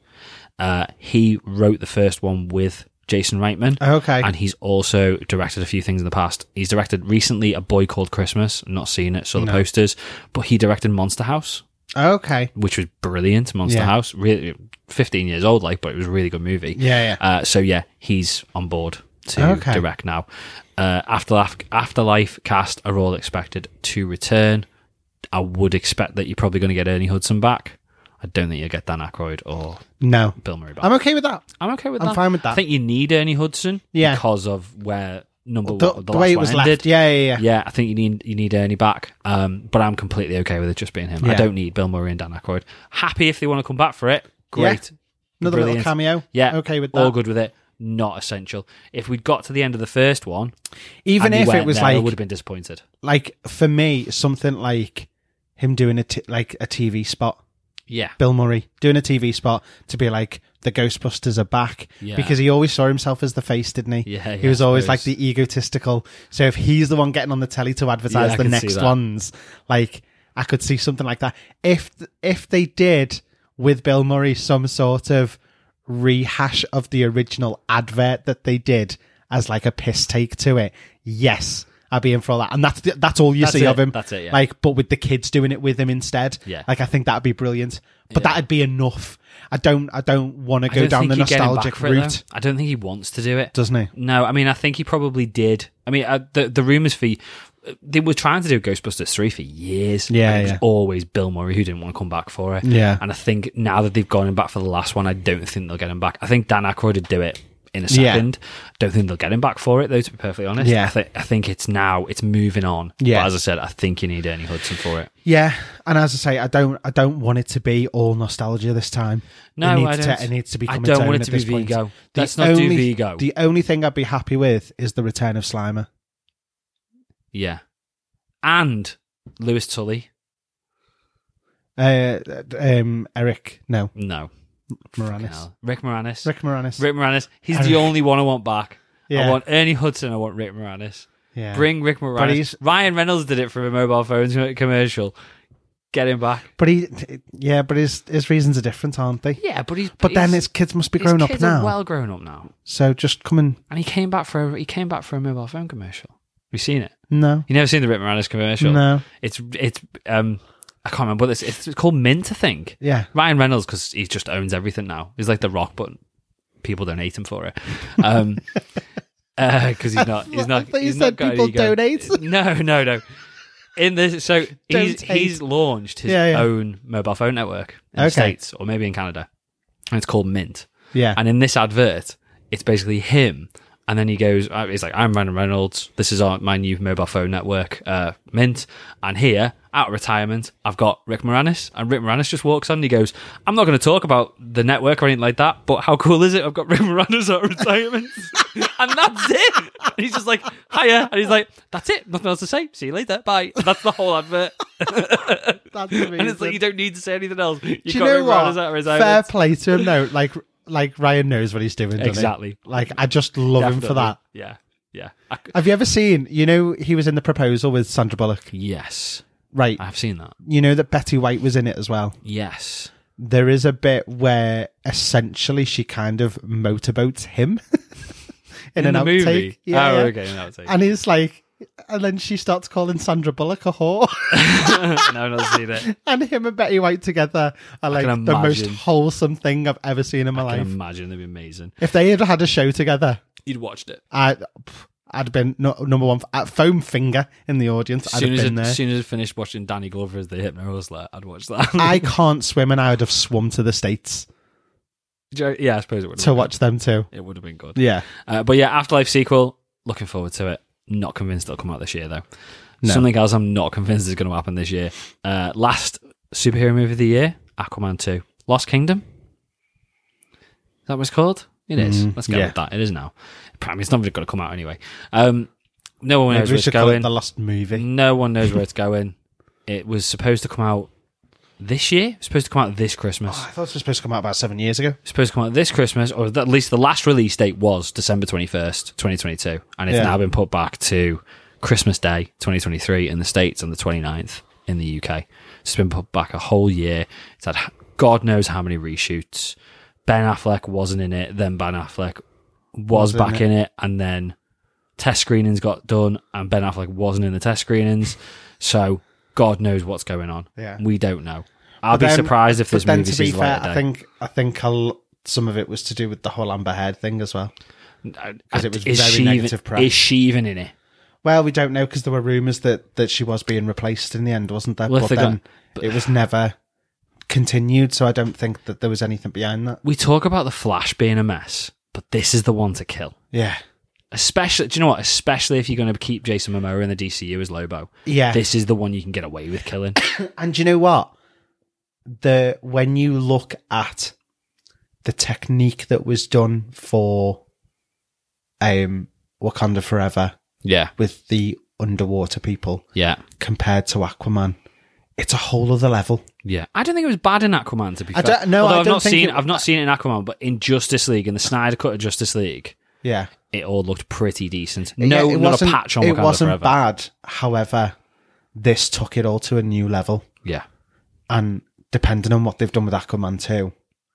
Speaker 1: Uh, he wrote the first one with Jason Reitman.
Speaker 2: Okay.
Speaker 1: And he's also directed a few things in the past. He's directed recently A Boy Called Christmas, not seen it, saw the posters, but he directed Monster House,
Speaker 2: Okay.
Speaker 1: which was brilliant. Monster
Speaker 2: Yeah.
Speaker 1: House, really 15 years old, like, but it was a really good movie.
Speaker 2: Yeah, yeah.
Speaker 1: Uh, so yeah, he's on board to
Speaker 2: Okay.
Speaker 1: direct now. Uh, Afterlife, Afterlife cast are all expected to return. I would expect that you're probably going to get Ernie Hudson back. I don't think you'll get Dan Aykroyd or
Speaker 2: No.
Speaker 1: Bill Murray back.
Speaker 2: I'm okay with that.
Speaker 1: I'm okay with
Speaker 2: I'm
Speaker 1: that.
Speaker 2: fine with
Speaker 1: I
Speaker 2: that.
Speaker 1: think you need Ernie Hudson
Speaker 2: Yeah.
Speaker 1: because of where number
Speaker 2: The,
Speaker 1: one,
Speaker 2: the
Speaker 1: the, last
Speaker 2: way it
Speaker 1: one
Speaker 2: was
Speaker 1: ended.
Speaker 2: left. Yeah, yeah, yeah.
Speaker 1: Yeah, I think you need you need Ernie back. Um, but I'm completely okay with it just being him. I
Speaker 2: Yeah.
Speaker 1: don't need Bill Murray and Dan Aykroyd. Happy if they want to come back for it. Great.
Speaker 2: Another
Speaker 1: Brilliant.
Speaker 2: little cameo.
Speaker 1: Yeah.
Speaker 2: Okay with
Speaker 1: All
Speaker 2: that.
Speaker 1: good with it. Not essential. If we'd got to the end of the first one,
Speaker 2: Even
Speaker 1: and he
Speaker 2: if it
Speaker 1: weren't
Speaker 2: was
Speaker 1: there, I
Speaker 2: like
Speaker 1: would have been disappointed.
Speaker 2: like for me, something like him doing a t- like a TV spot,
Speaker 1: Yeah.
Speaker 2: Bill Murray doing a TV spot to be like the Ghostbusters are back
Speaker 1: Yeah.
Speaker 2: because he always saw himself as the face, didn't he?
Speaker 1: Yeah,
Speaker 2: he
Speaker 1: yeah,
Speaker 2: was
Speaker 1: I
Speaker 2: always
Speaker 1: suppose.
Speaker 2: like the egotistical. So if he's the one getting on the telly to advertise
Speaker 1: Yeah, I
Speaker 2: the
Speaker 1: can see
Speaker 2: next
Speaker 1: that.
Speaker 2: ones, like I could see something like that. If th- if they did with Bill Murray some sort of rehash of the original advert that they did as like a piss take to it, yes. I'd be in for all that, and that's the, that's all you
Speaker 1: That's
Speaker 2: see
Speaker 1: it,
Speaker 2: of him.
Speaker 1: that's it, yeah.
Speaker 2: Like, but with the kids doing it with him instead.
Speaker 1: Yeah.
Speaker 2: Like, I think that'd be brilliant. But that'd be enough. I don't. I don't want to
Speaker 1: I
Speaker 2: go
Speaker 1: don't
Speaker 2: down
Speaker 1: think
Speaker 2: the
Speaker 1: he'd get him
Speaker 2: nostalgic
Speaker 1: back for it, though.
Speaker 2: route.
Speaker 1: I don't think he wants to do it.
Speaker 2: Doesn't he?
Speaker 1: No, I mean, I think he probably did. I mean, uh, the the rumors for they were trying to do Ghostbusters three for years.
Speaker 2: Yeah,
Speaker 1: and it was
Speaker 2: yeah.
Speaker 1: always Bill Murray who didn't want to come back for it.
Speaker 2: Yeah.
Speaker 1: and I think now that they've gone him back for the last one, I don't think they'll get him back. I think Dan Aykroyd would do it in a
Speaker 2: Yeah.
Speaker 1: second. Don't think they'll get him back for it though. To be perfectly honest,
Speaker 2: Yeah.
Speaker 1: I, thi- I think it's now it's moving on.
Speaker 2: Yeah.
Speaker 1: but as I said, I think you need Ernie Hudson for it.
Speaker 2: Yeah, and as I say, I don't. I don't want it to be all nostalgia this time.
Speaker 1: No,
Speaker 2: it needs
Speaker 1: I don't.
Speaker 2: To, it needs to be.
Speaker 1: I don't want it to be Vigo. Let's not do Vigo.
Speaker 2: The only thing I'd be happy with is the return of Slimer.
Speaker 1: Yeah, and Lewis Tully.
Speaker 2: Uh, um, Eric, no,
Speaker 1: No, Fucking
Speaker 2: Moranis.
Speaker 1: hell. Rick Moranis.
Speaker 2: Rick Moranis.
Speaker 1: Rick Moranis. He's [LAUGHS]
Speaker 2: Eric.
Speaker 1: the only one I want back. I
Speaker 2: Yeah.
Speaker 1: want Ernie Hudson. I want Rick Moranis.
Speaker 2: yeah.
Speaker 1: Bring Rick
Speaker 2: But
Speaker 1: Moranis.
Speaker 2: he's-
Speaker 1: Ryan Reynolds did it for a mobile phone commercial. Get him back.
Speaker 2: But he, yeah, but his his reasons are different, aren't they?
Speaker 1: Yeah, but he's.
Speaker 2: But then his kids must be grown up
Speaker 1: kids
Speaker 2: now.
Speaker 1: Are well grown up now,
Speaker 2: So just come and
Speaker 1: and he came back for a, he came back for a mobile phone commercial. Have you seen it?
Speaker 2: no,
Speaker 1: You never seen the Rick Moranis commercial?
Speaker 2: no,
Speaker 1: It's it's um I can't remember what this. It's called Mint, I think.
Speaker 2: yeah,
Speaker 1: Ryan Reynolds because he just owns everything now. He's like the Rock, but people don't hate him for it. Um, [LAUGHS] because he's not, he's not,
Speaker 2: [LAUGHS] I thought you
Speaker 1: he's not
Speaker 2: said
Speaker 1: got an
Speaker 2: people
Speaker 1: ego. [LAUGHS]
Speaker 2: donate.
Speaker 1: No, no, no. In this, so he's
Speaker 2: hate.
Speaker 1: he's launched his
Speaker 2: Yeah, yeah.
Speaker 1: own mobile phone network in the
Speaker 2: Okay.
Speaker 1: states or maybe in Canada, and it's called Mint.
Speaker 2: yeah,
Speaker 1: [LAUGHS] And in this advert, it's basically him. And then he goes, uh, he's like, I'm Ryan Reynolds. This is our, my new mobile phone network, uh, Mint. And here, out of retirement, I've got Rick Moranis. And Rick Moranis just walks on and he goes, I'm not going to talk about the network or anything like that, but how cool is it? I've got [LAUGHS] Rick Moranis out of retirement. [LAUGHS] and that's it. And he's just like, hiya. And he's like, that's it. Nothing else to say. See you later. Bye. And that's the whole advert. [LAUGHS]
Speaker 2: That's amazing.
Speaker 1: And it's like, you don't need to say anything else. You've
Speaker 2: Do you
Speaker 1: got
Speaker 2: know
Speaker 1: Rick
Speaker 2: what?
Speaker 1: Moranis out of retirement.
Speaker 2: Fair play to him though. Like like Ryan knows what he's doing. doesn't he?
Speaker 1: Exactly.
Speaker 2: Like I just love him for
Speaker 1: Definitely.
Speaker 2: that.
Speaker 1: Yeah. Yeah. I c-
Speaker 2: Have you ever seen? You know he was in the proposal with Sandra Bullock,
Speaker 1: yes.
Speaker 2: right?
Speaker 1: I've seen that.
Speaker 2: You know that Betty White was in it as well.
Speaker 1: Yes.
Speaker 2: There is a bit where essentially she kind of motorboats him [LAUGHS] in, an
Speaker 1: the
Speaker 2: outtake.
Speaker 1: movie.
Speaker 2: Yeah,
Speaker 1: oh,
Speaker 2: yeah.
Speaker 1: okay. An outtake.
Speaker 2: And he's like, and then she starts calling Sandra Bullock a whore,
Speaker 1: [LAUGHS] no, I've not seen it. I
Speaker 2: and him and Betty White together are like
Speaker 1: can
Speaker 2: the most
Speaker 1: imagine.
Speaker 2: wholesome thing I've ever seen in my
Speaker 1: can
Speaker 2: life.
Speaker 1: imagine they'd be amazing.
Speaker 2: If they had had a show together,
Speaker 1: You'd watched it.
Speaker 2: I, I'd been no, number one, uh, foam finger in the audience.
Speaker 1: As
Speaker 2: I'd
Speaker 1: soon
Speaker 2: have
Speaker 1: as,
Speaker 2: been
Speaker 1: I,
Speaker 2: there.
Speaker 1: as soon as I finished watching Danny Glover as the Hypno Hustler, I'd watch that.
Speaker 2: [LAUGHS]
Speaker 1: [LAUGHS]
Speaker 2: I can't swim, and I would have swum to the states
Speaker 1: yeah, I suppose it would.
Speaker 2: to watch them too.
Speaker 1: It would have been good.
Speaker 2: Yeah,
Speaker 1: Uh, but yeah, Afterlife sequel. Looking forward to it. Not convinced it'll come out this year though.
Speaker 2: No.
Speaker 1: Something else I'm not convinced is going to happen this year. Uh, last superhero movie of the year: Aquaman Two, Lost Kingdom. Is that was called? It is. Let's go
Speaker 2: yeah.
Speaker 1: with that. It is now. I mean, it's not going to come out anyway. Um, no one knows
Speaker 2: maybe
Speaker 1: where
Speaker 2: we
Speaker 1: it's
Speaker 2: should call it
Speaker 1: going. Mm.
Speaker 2: the last movie.
Speaker 1: No one knows where it's going. It was supposed to come out this year. It was supposed to come out this Christmas.
Speaker 2: I thought it was supposed to come out about seven years ago.
Speaker 1: It's supposed to come out this Christmas, or at least the last release date was December 21st, 2022. And it's
Speaker 2: Yeah.
Speaker 1: now been put back to Christmas Day 2023 in the States and the 29th in the UK. It's been put back a whole year. It's had h- God knows how many reshoots. Ben Affleck wasn't in it, then Ben Affleck was
Speaker 2: Was in
Speaker 1: back
Speaker 2: it.
Speaker 1: in it, and then test screenings got done, and Ben Affleck wasn't in the test screenings. So God knows what's going on.
Speaker 2: Yeah.
Speaker 1: We don't know. I'll
Speaker 2: But
Speaker 1: be
Speaker 2: then-
Speaker 1: surprised if
Speaker 2: But
Speaker 1: this
Speaker 2: then,
Speaker 1: movie
Speaker 2: to be
Speaker 1: sees the light
Speaker 2: fair,
Speaker 1: of
Speaker 2: I
Speaker 1: day.
Speaker 2: think I think a l- some of it was to do with the whole Amber Heard thing as well.
Speaker 1: Is
Speaker 2: 'Cause it was very negative
Speaker 1: even,
Speaker 2: press.
Speaker 1: Is she even in it?
Speaker 2: Well, we don't know because there were rumours that, that she was being replaced in the end, wasn't there?
Speaker 1: Well, if
Speaker 2: but
Speaker 1: they got-
Speaker 2: then it was never continued, so I don't think that there was anything behind that.
Speaker 1: We talk about the Flash being a mess, but this is the one to kill.
Speaker 2: Yeah,
Speaker 1: Especially, do you know what? Especially if you're going to keep Jason Momoa in the DCU as Lobo,
Speaker 2: yeah.
Speaker 1: this is the one you can get away with killing.
Speaker 2: And you know what? The when you look at the technique that was done for um, Wakanda Forever
Speaker 1: [COUGHS] yeah,
Speaker 2: with the underwater people
Speaker 1: yeah,
Speaker 2: compared to Aquaman, it's a whole other level.
Speaker 1: yeah. I don't think it was bad in Aquaman to be
Speaker 2: I
Speaker 1: fair.
Speaker 2: don't- no,
Speaker 1: Although
Speaker 2: I
Speaker 1: have
Speaker 2: don't
Speaker 1: not
Speaker 2: think
Speaker 1: seen,
Speaker 2: it-
Speaker 1: I've not seen it in Aquaman, but in Justice League, in the Snyder Cut of Justice League,
Speaker 2: Yeah.
Speaker 1: it all looked pretty decent. No,
Speaker 2: Yeah, it
Speaker 1: not a
Speaker 2: wasn't-
Speaker 1: patch on
Speaker 2: It
Speaker 1: Wakanda
Speaker 2: wasn't
Speaker 1: Forever.
Speaker 2: bad. However, this took it all to a new level.
Speaker 1: Yeah,
Speaker 2: And depending on what they've done with Aquaman 2,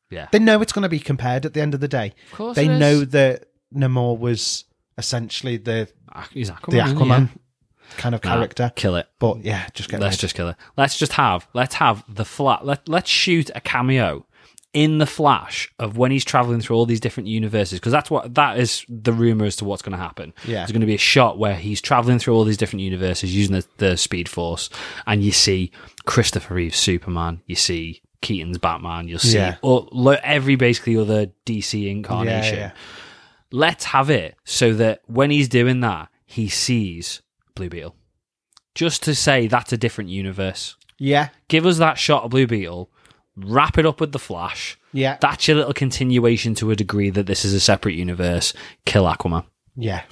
Speaker 1: yeah.
Speaker 2: they know it's going to be compared at the end of the day.
Speaker 1: Of course
Speaker 2: they
Speaker 1: it is.
Speaker 2: know that Namor was essentially the
Speaker 1: Aqu- he's Aquaman.
Speaker 2: the Aquaman
Speaker 1: yeah.
Speaker 2: kind of
Speaker 1: Nah,
Speaker 2: character.
Speaker 1: kill it.
Speaker 2: But yeah, just get
Speaker 1: Let's
Speaker 2: rid.
Speaker 1: just kill it. Let's just have let's have the flat. Let let's shoot a cameo in the flash of when he's traveling through all these different universes because that's what that is the rumor as to what's going to happen.
Speaker 2: Yeah.
Speaker 1: there's going to be a shot where he's traveling through all these different universes using the, the Speed Force, and you see Christopher Reeve's Superman, you see Keaton's Batman, you'll see
Speaker 2: Yeah.
Speaker 1: all, lo- every basically other DC incarnation
Speaker 2: yeah.
Speaker 1: let's have it so that when he's doing that, he sees Blue Beetle. Just to say that's a different universe.
Speaker 2: Yeah,
Speaker 1: Give us that shot of Blue Beetle, wrap it up with the Flash.
Speaker 2: yeah,
Speaker 1: That's your little continuation to a degree that this is a separate universe. Kill Aquaman.
Speaker 2: yeah,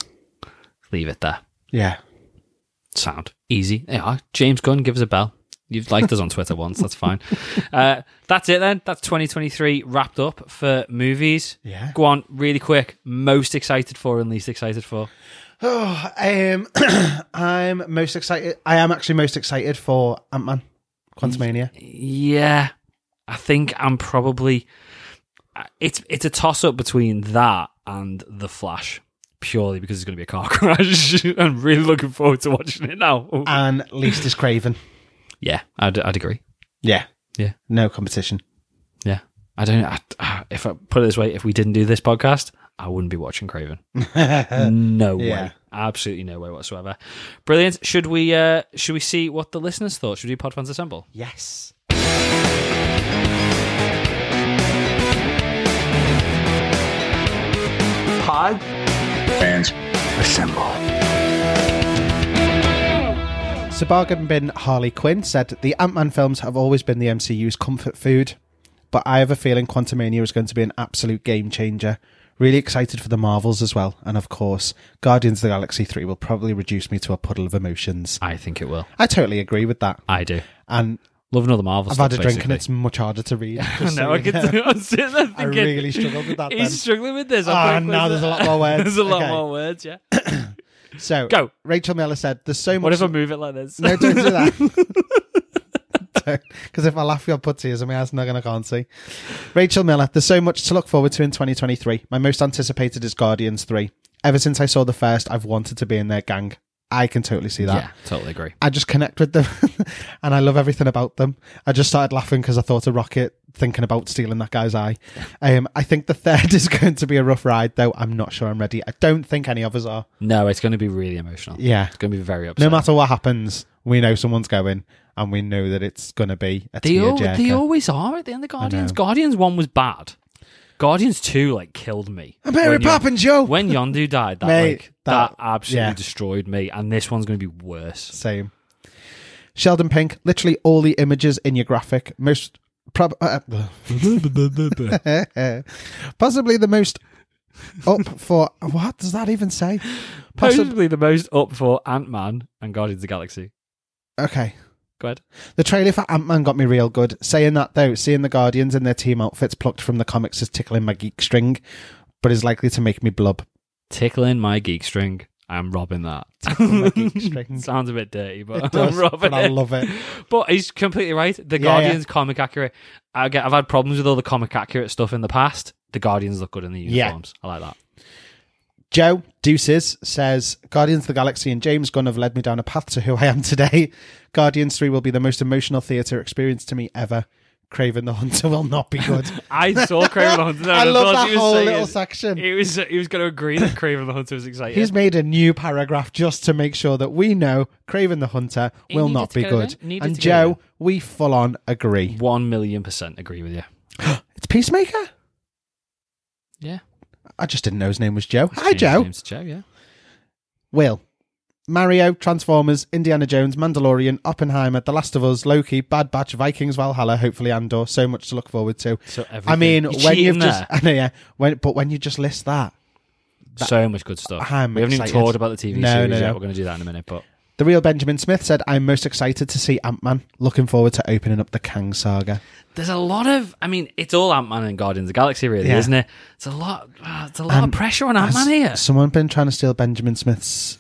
Speaker 1: Leave it there.
Speaker 2: yeah.
Speaker 1: Sound easy. Yeah, James Gunn, give us a bell. You've liked us on Twitter once. That's
Speaker 2: [LAUGHS]
Speaker 1: fine. Uh, that's it then. That's 2023 wrapped up for movies.
Speaker 2: Yeah.
Speaker 1: Go on, really quick. Most excited for and least excited for.
Speaker 2: Oh, um, [CLEARS THROAT] I'm most excited. I am actually most excited for Ant Man, Quantumania.
Speaker 1: Yeah, I think I'm probably. It's it's a toss up between that and the Flash, purely because it's going to be a car [LAUGHS] crash. I'm really looking forward to watching it now.
Speaker 2: and least is Craven.
Speaker 1: yeah, I'd, I'd agree.
Speaker 2: Yeah,
Speaker 1: Yeah.
Speaker 2: No competition.
Speaker 1: Yeah, I don't. I, ah, if I put it this way, if we didn't do this podcast, I wouldn't be watching
Speaker 2: [LAUGHS]
Speaker 1: Craven. no
Speaker 2: Yeah.
Speaker 1: way, absolutely no way whatsoever. Brilliant. Should we uh should we see what the listeners thought? Should we pod fans assemble?
Speaker 2: Yes.
Speaker 5: fans assemble.
Speaker 2: Sabargan bin Harley Quinn said the Ant Man films have always been the MCU's comfort food, but I have a feeling Quantumania is going to be an absolute game changer. Really excited for the Marvels as well, and of course, Guardians of the Galaxy 3 will probably reduce me to a puddle of emotions.
Speaker 1: I think it will.
Speaker 2: I totally agree with that.
Speaker 1: I do.
Speaker 2: And
Speaker 1: Loving all the Marvel.
Speaker 2: I've
Speaker 1: stuff,
Speaker 2: had a drink and
Speaker 1: basically.
Speaker 2: it's much harder to read. [LAUGHS] just
Speaker 1: [LAUGHS] No,
Speaker 2: so
Speaker 1: [LAUGHS] I
Speaker 2: you
Speaker 1: can.
Speaker 2: know.
Speaker 1: I'm sitting there
Speaker 2: I
Speaker 1: thinking.
Speaker 2: really struggled with that
Speaker 1: He's
Speaker 2: then.
Speaker 1: struggling with this.
Speaker 2: Ah,
Speaker 1: Ah,
Speaker 2: now there's a lot more
Speaker 1: [LAUGHS]
Speaker 2: words.
Speaker 1: there's a lot
Speaker 2: Okay.
Speaker 1: more words. Yeah.
Speaker 2: So,
Speaker 1: Go.
Speaker 2: Rachel Miller said, There's so much.
Speaker 1: What if I move it like this?
Speaker 2: [LAUGHS] No, don't do that.
Speaker 1: [LAUGHS]
Speaker 2: [LAUGHS] Because if I laugh, you'll put tears in my eyes and I'm going to can't see. Rachel Miller, there's so much to look forward to in 2023. My most anticipated is Guardians 3. Ever since I saw the first, I've wanted to be in their gang. I can totally see that.
Speaker 1: Yeah, totally agree.
Speaker 2: I just connect with them [LAUGHS] and I love everything about them. I just started laughing because I thought of Rocket thinking about stealing that guy's eye. Um, I think the third [LAUGHS] is going to be a rough ride, though. I'm not sure I'm ready. I don't think any of us are.
Speaker 1: No, it's going to be really emotional.
Speaker 2: Yeah.
Speaker 1: It's going to be very upset.
Speaker 2: No matter what happens, we know someone's going and we know that it's going to be a
Speaker 1: They, al- they
Speaker 2: tearjerker.
Speaker 1: always are at the end of Guardians. Guardians 1 was bad. Guardians 2, like, killed me.
Speaker 2: Mary
Speaker 1: When Yon-
Speaker 2: Poppins, yo!
Speaker 1: When Yondu died, that,
Speaker 2: Mate,
Speaker 1: like, that,
Speaker 2: that-
Speaker 1: absolutely
Speaker 2: yeah.
Speaker 1: destroyed me. And this one's going to be
Speaker 2: [LAUGHS]
Speaker 1: worse. [LAUGHS]
Speaker 2: Same. Sheldon Pink, literally all the images in your graphic, most prob- uh, [LAUGHS] possibly the most up for what does that even say? Possibly.
Speaker 1: Possibly the most up for Ant Man and Guardians of the Galaxy.
Speaker 2: Okay.
Speaker 1: Go ahead.
Speaker 2: The trailer for Ant Man got me real good. Saying that though, seeing the Guardians in their team outfits plucked from the comics is tickling my geek string, but is likely to make me blub.
Speaker 1: Tickling my geek string. I'm robbing that.
Speaker 2: my geek string.
Speaker 1: Sounds a bit dirty, but
Speaker 2: It does,
Speaker 1: I'm robbing
Speaker 2: but I
Speaker 1: it.
Speaker 2: love it.
Speaker 1: But he's completely right. The
Speaker 2: Yeah,
Speaker 1: Guardians comic accurate. I get, I've had problems with all the comic accurate stuff in the past. The Guardians look good in the
Speaker 2: Yeah.
Speaker 1: uniforms. I like that.
Speaker 2: Joe Deuces says Guardians of the Galaxy and James Gunn have led me down a path to who I am today. Guardians 3 will be the most emotional theatre experience to me ever. Craven the Hunter will not be good.
Speaker 1: I
Speaker 2: [LAUGHS]
Speaker 1: saw Craven the Hunter. there,
Speaker 2: I
Speaker 1: and
Speaker 2: love
Speaker 1: thought
Speaker 2: that
Speaker 1: he was
Speaker 2: whole
Speaker 1: saying-
Speaker 2: little section.
Speaker 1: He was he was going to agree that Craven the Hunter was excited.
Speaker 2: He's made a new paragraph just to make sure that we know Craven the Hunter
Speaker 1: He
Speaker 2: will
Speaker 1: needed
Speaker 2: not
Speaker 1: to
Speaker 2: be
Speaker 1: go
Speaker 2: good.
Speaker 1: there. Needed
Speaker 2: And
Speaker 1: to go
Speaker 2: Joe, we full on agree.
Speaker 1: One million percent agree with you.
Speaker 2: It's Peacemaker?
Speaker 1: Yeah.
Speaker 2: I just didn't know his name was Joe. Hi, Joe.
Speaker 1: James Joe. Yeah.
Speaker 2: Will. Mario, Transformers, Indiana Jones, Mandalorian, Oppenheimer, The Last of Us, Loki, Bad Batch, Vikings, Valhalla, hopefully Andor. So much to look forward to.
Speaker 1: So everything.
Speaker 2: I mean,
Speaker 1: You're
Speaker 2: when
Speaker 1: cheating
Speaker 2: you've
Speaker 1: there.
Speaker 2: just, [LAUGHS] I know, yeah, when, but when you just list that,
Speaker 1: so much good stuff.
Speaker 2: I'm
Speaker 1: we haven't even
Speaker 2: excited.
Speaker 1: talked about the TV
Speaker 2: No,
Speaker 1: series
Speaker 2: no,
Speaker 1: yet.
Speaker 2: no.
Speaker 1: We're going to do that in a minute, but
Speaker 2: the real Benjamin Smith said, "I'm most excited to see Ant Man. Looking forward to opening up the Kang saga."
Speaker 1: there's a lot of. I mean, it's all Ant Man and Guardians of the Galaxy, really,
Speaker 2: Yeah.
Speaker 1: isn't it? It's a lot. ah, it's a lot of pressure on Ant Man
Speaker 2: Has
Speaker 1: here.
Speaker 2: Someone been trying to steal Benjamin Smith's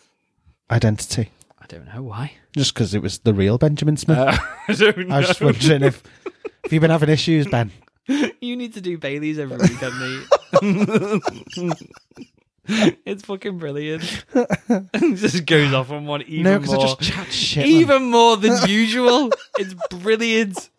Speaker 2: identity
Speaker 1: I don't know why.
Speaker 2: just because it was the real Benjamin
Speaker 1: [LAUGHS]
Speaker 2: Smith.
Speaker 1: I don't
Speaker 2: I was just wondering if if you've been having issues, Ben.
Speaker 1: [LAUGHS] You need to do Bailey's every weekend, [LAUGHS] mate. it's fucking [LAUGHS] brilliant. just goes off on one even
Speaker 2: No, because
Speaker 1: more,
Speaker 2: I just chat shit. man.
Speaker 1: even more
Speaker 2: [LAUGHS]
Speaker 1: than usual. It's brilliant.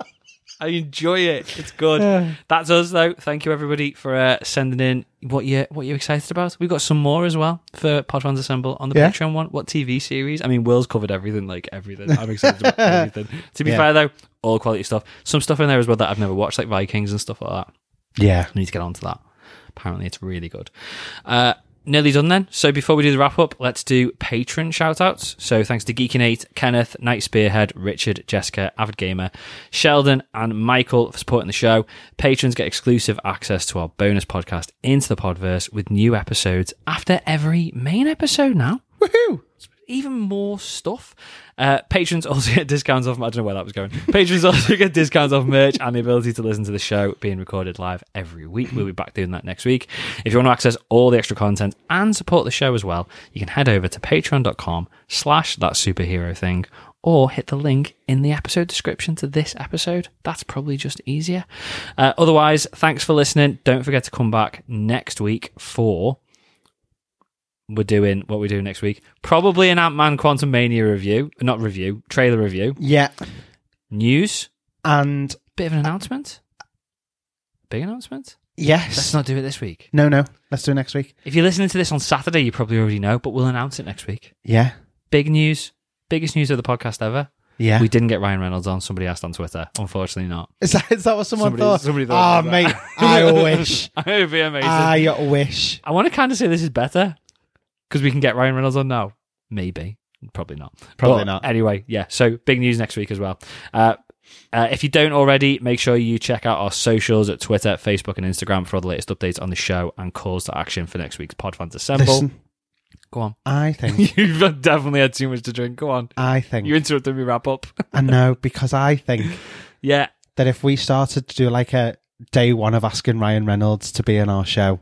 Speaker 1: I enjoy it. It's good. That's us, though. Thank you, everybody, for uh, sending in what you what you're excited about. We've got some more as well for Podfans Assemble on the
Speaker 2: Yeah.
Speaker 1: Patreon one. What TV series? I mean, Will's covered everything, like everything. I'm excited
Speaker 2: [LAUGHS]
Speaker 1: about everything. To be
Speaker 2: Yeah.
Speaker 1: fair, though, all quality stuff. Some stuff in there as well that I've never watched, like Vikings and stuff like that.
Speaker 2: yeah,
Speaker 1: I need to get onto that. Apparently, it's really good. Uh, nearly done then. So before we do the wrap up, let's do patron shout outs. So thanks to Geekin Eight, Kenneth, Knight Spearhead, Richard, Jessica, Avid Gamer, Sheldon, and Michael for supporting the show. Patrons get exclusive access to our bonus podcast into the Podverse with new episodes after every main episode now
Speaker 2: woohoo!
Speaker 1: even more stuff. Uh, patrons also [LAUGHS] get discounts off. I don't know where that was going. Patrons also get discounts off merch and the ability to listen to the show being recorded live every week. We'll be back doing that next week. If you want to access all the extra content and support the show as well, you can head over to patreon.com slash that superhero thing or hit the link in the episode description to this episode. That's probably just easier. Uh, otherwise, thanks for listening. Don't forget to come back next week for we're doing what we do next week. Probably an Ant Man Quantum Mania review, not review, trailer review,
Speaker 2: Yeah,
Speaker 1: news,
Speaker 2: and
Speaker 1: bit of an announcement, big announcement. Let's
Speaker 2: yes,
Speaker 1: not do it this week.
Speaker 2: no, no, let's do it next week.
Speaker 1: If you're listening to this on Saturday, you probably already know, but we'll announce it next week.
Speaker 2: Yeah,
Speaker 1: Big news, biggest news of the podcast ever.
Speaker 2: yeah.
Speaker 1: We didn't get Ryan Reynolds on. Somebody asked on Twitter. Unfortunately, not.
Speaker 2: Is that, is that what someone
Speaker 1: Somebody-
Speaker 2: thought?
Speaker 1: somebody thought
Speaker 2: Ah,
Speaker 1: that. [LAUGHS]
Speaker 2: mate, I wish.
Speaker 1: I hope he amazing.
Speaker 2: I wish.
Speaker 1: I want to kind of say this is better because we can get Ryan Reynolds on now. Maybe. Probably not.
Speaker 2: Probably not.
Speaker 1: Anyway, yeah. So big news next week as well. Uh, uh, if you don't already, make sure you check out our socials at Twitter, Facebook, and Instagram for all the latest updates on the show and calls to action for next week's Podfans Assemble.
Speaker 2: Listen,
Speaker 1: Go on.
Speaker 2: I
Speaker 1: [LAUGHS]
Speaker 2: think,
Speaker 1: You've definitely had too much to drink. Go on.
Speaker 2: I think,
Speaker 1: You interrupted me wrap up.
Speaker 2: I know because I think
Speaker 1: yeah.
Speaker 2: that if we started to do like a day one of asking Ryan Reynolds to be in our show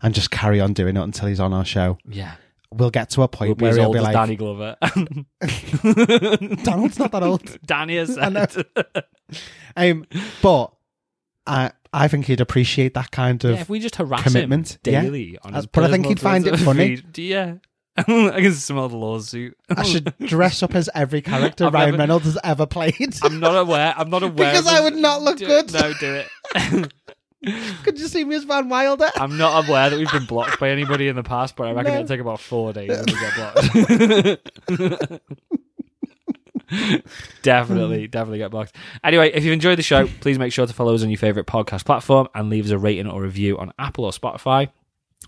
Speaker 2: and just carry on doing it until he's on our show,
Speaker 1: Yeah.
Speaker 2: we'll get to a point
Speaker 1: We'll be
Speaker 2: where
Speaker 1: as
Speaker 2: he'll
Speaker 1: old
Speaker 2: be
Speaker 1: as
Speaker 2: like,
Speaker 1: Danny Glover. [LAUGHS]
Speaker 2: [LAUGHS] Donald's not that old.
Speaker 1: Danny has
Speaker 2: I know.
Speaker 1: said.
Speaker 2: Um, but I, I think he'd appreciate that kind of.
Speaker 1: Yeah, if we just harass
Speaker 2: commitment,
Speaker 1: him
Speaker 2: yeah.
Speaker 1: daily on his
Speaker 2: Uh, But I think
Speaker 1: personal
Speaker 2: he'd find it
Speaker 1: Twitter
Speaker 2: funny.
Speaker 1: feed, yeah. [LAUGHS] I can smell the lawsuit.
Speaker 2: I should dress up as every
Speaker 1: [LAUGHS]
Speaker 2: character
Speaker 1: I've
Speaker 2: Ryan
Speaker 1: never-
Speaker 2: Reynolds has ever played.
Speaker 1: [LAUGHS] I'm not aware. I'm not aware.
Speaker 2: because
Speaker 1: of-
Speaker 2: I would not look
Speaker 1: Do
Speaker 2: good.
Speaker 1: it. No, do it.
Speaker 2: [LAUGHS] Could you see me as Van
Speaker 1: [LAUGHS]
Speaker 2: Wilder?
Speaker 1: I'm not aware that we've been blocked by anybody in the past, but I reckon
Speaker 2: No.
Speaker 1: it'll take about four days to get blocked. definitely, definitely get blocked. Anyway, if you've enjoyed the show, please make sure to follow us on your favourite podcast platform and leave us a rating or review on Apple or Spotify.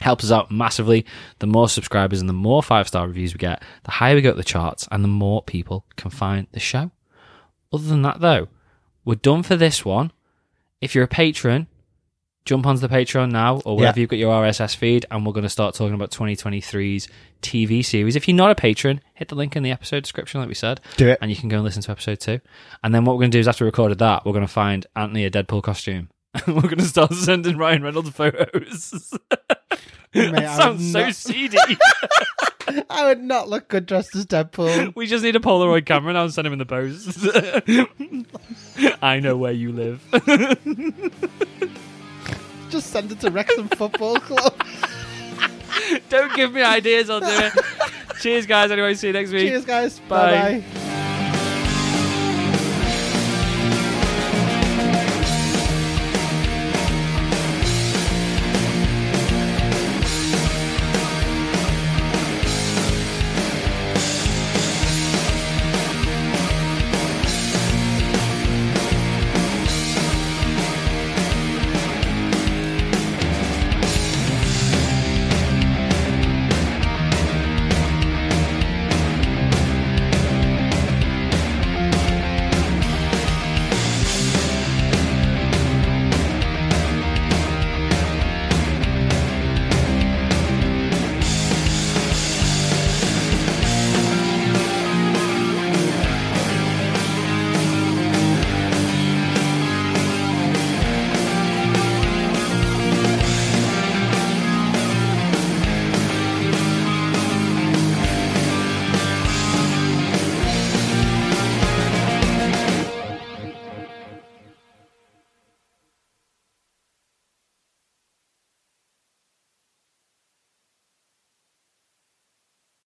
Speaker 1: Helps us out massively. The more subscribers and the more five star reviews we get, the higher we go up the charts and the more people can find the show. Other than that, though, we're done for this one. If you're a patron, jump onto the Patreon now or wherever
Speaker 2: Yeah.
Speaker 1: you've got your RSS feed, and we're going to start talking about 2023's TV series. If you're not a patron, hit the link in the episode description, like we said.
Speaker 2: Do it.
Speaker 1: And you can go and listen to episode two. And then what we're going to do is after we recorded that, we're going to find Anthony a Deadpool costume. [LAUGHS] we're going to start sending Ryan Reynolds photos. [LAUGHS]
Speaker 2: Mate,
Speaker 1: that
Speaker 2: I would
Speaker 1: sounds so
Speaker 2: not-
Speaker 1: seedy.
Speaker 2: I would not look good dressed as Deadpool.
Speaker 1: we just need a Polaroid camera and I'll send him in the post. [LAUGHS] I know where you live.
Speaker 2: Just send it to Wrexham Football
Speaker 1: [LAUGHS]
Speaker 2: Club.
Speaker 1: Don't give me ideas, I'll do it. Cheers, guys. Anyway, see you next week.
Speaker 2: Cheers, guys.
Speaker 1: Bye.
Speaker 2: Bye bye.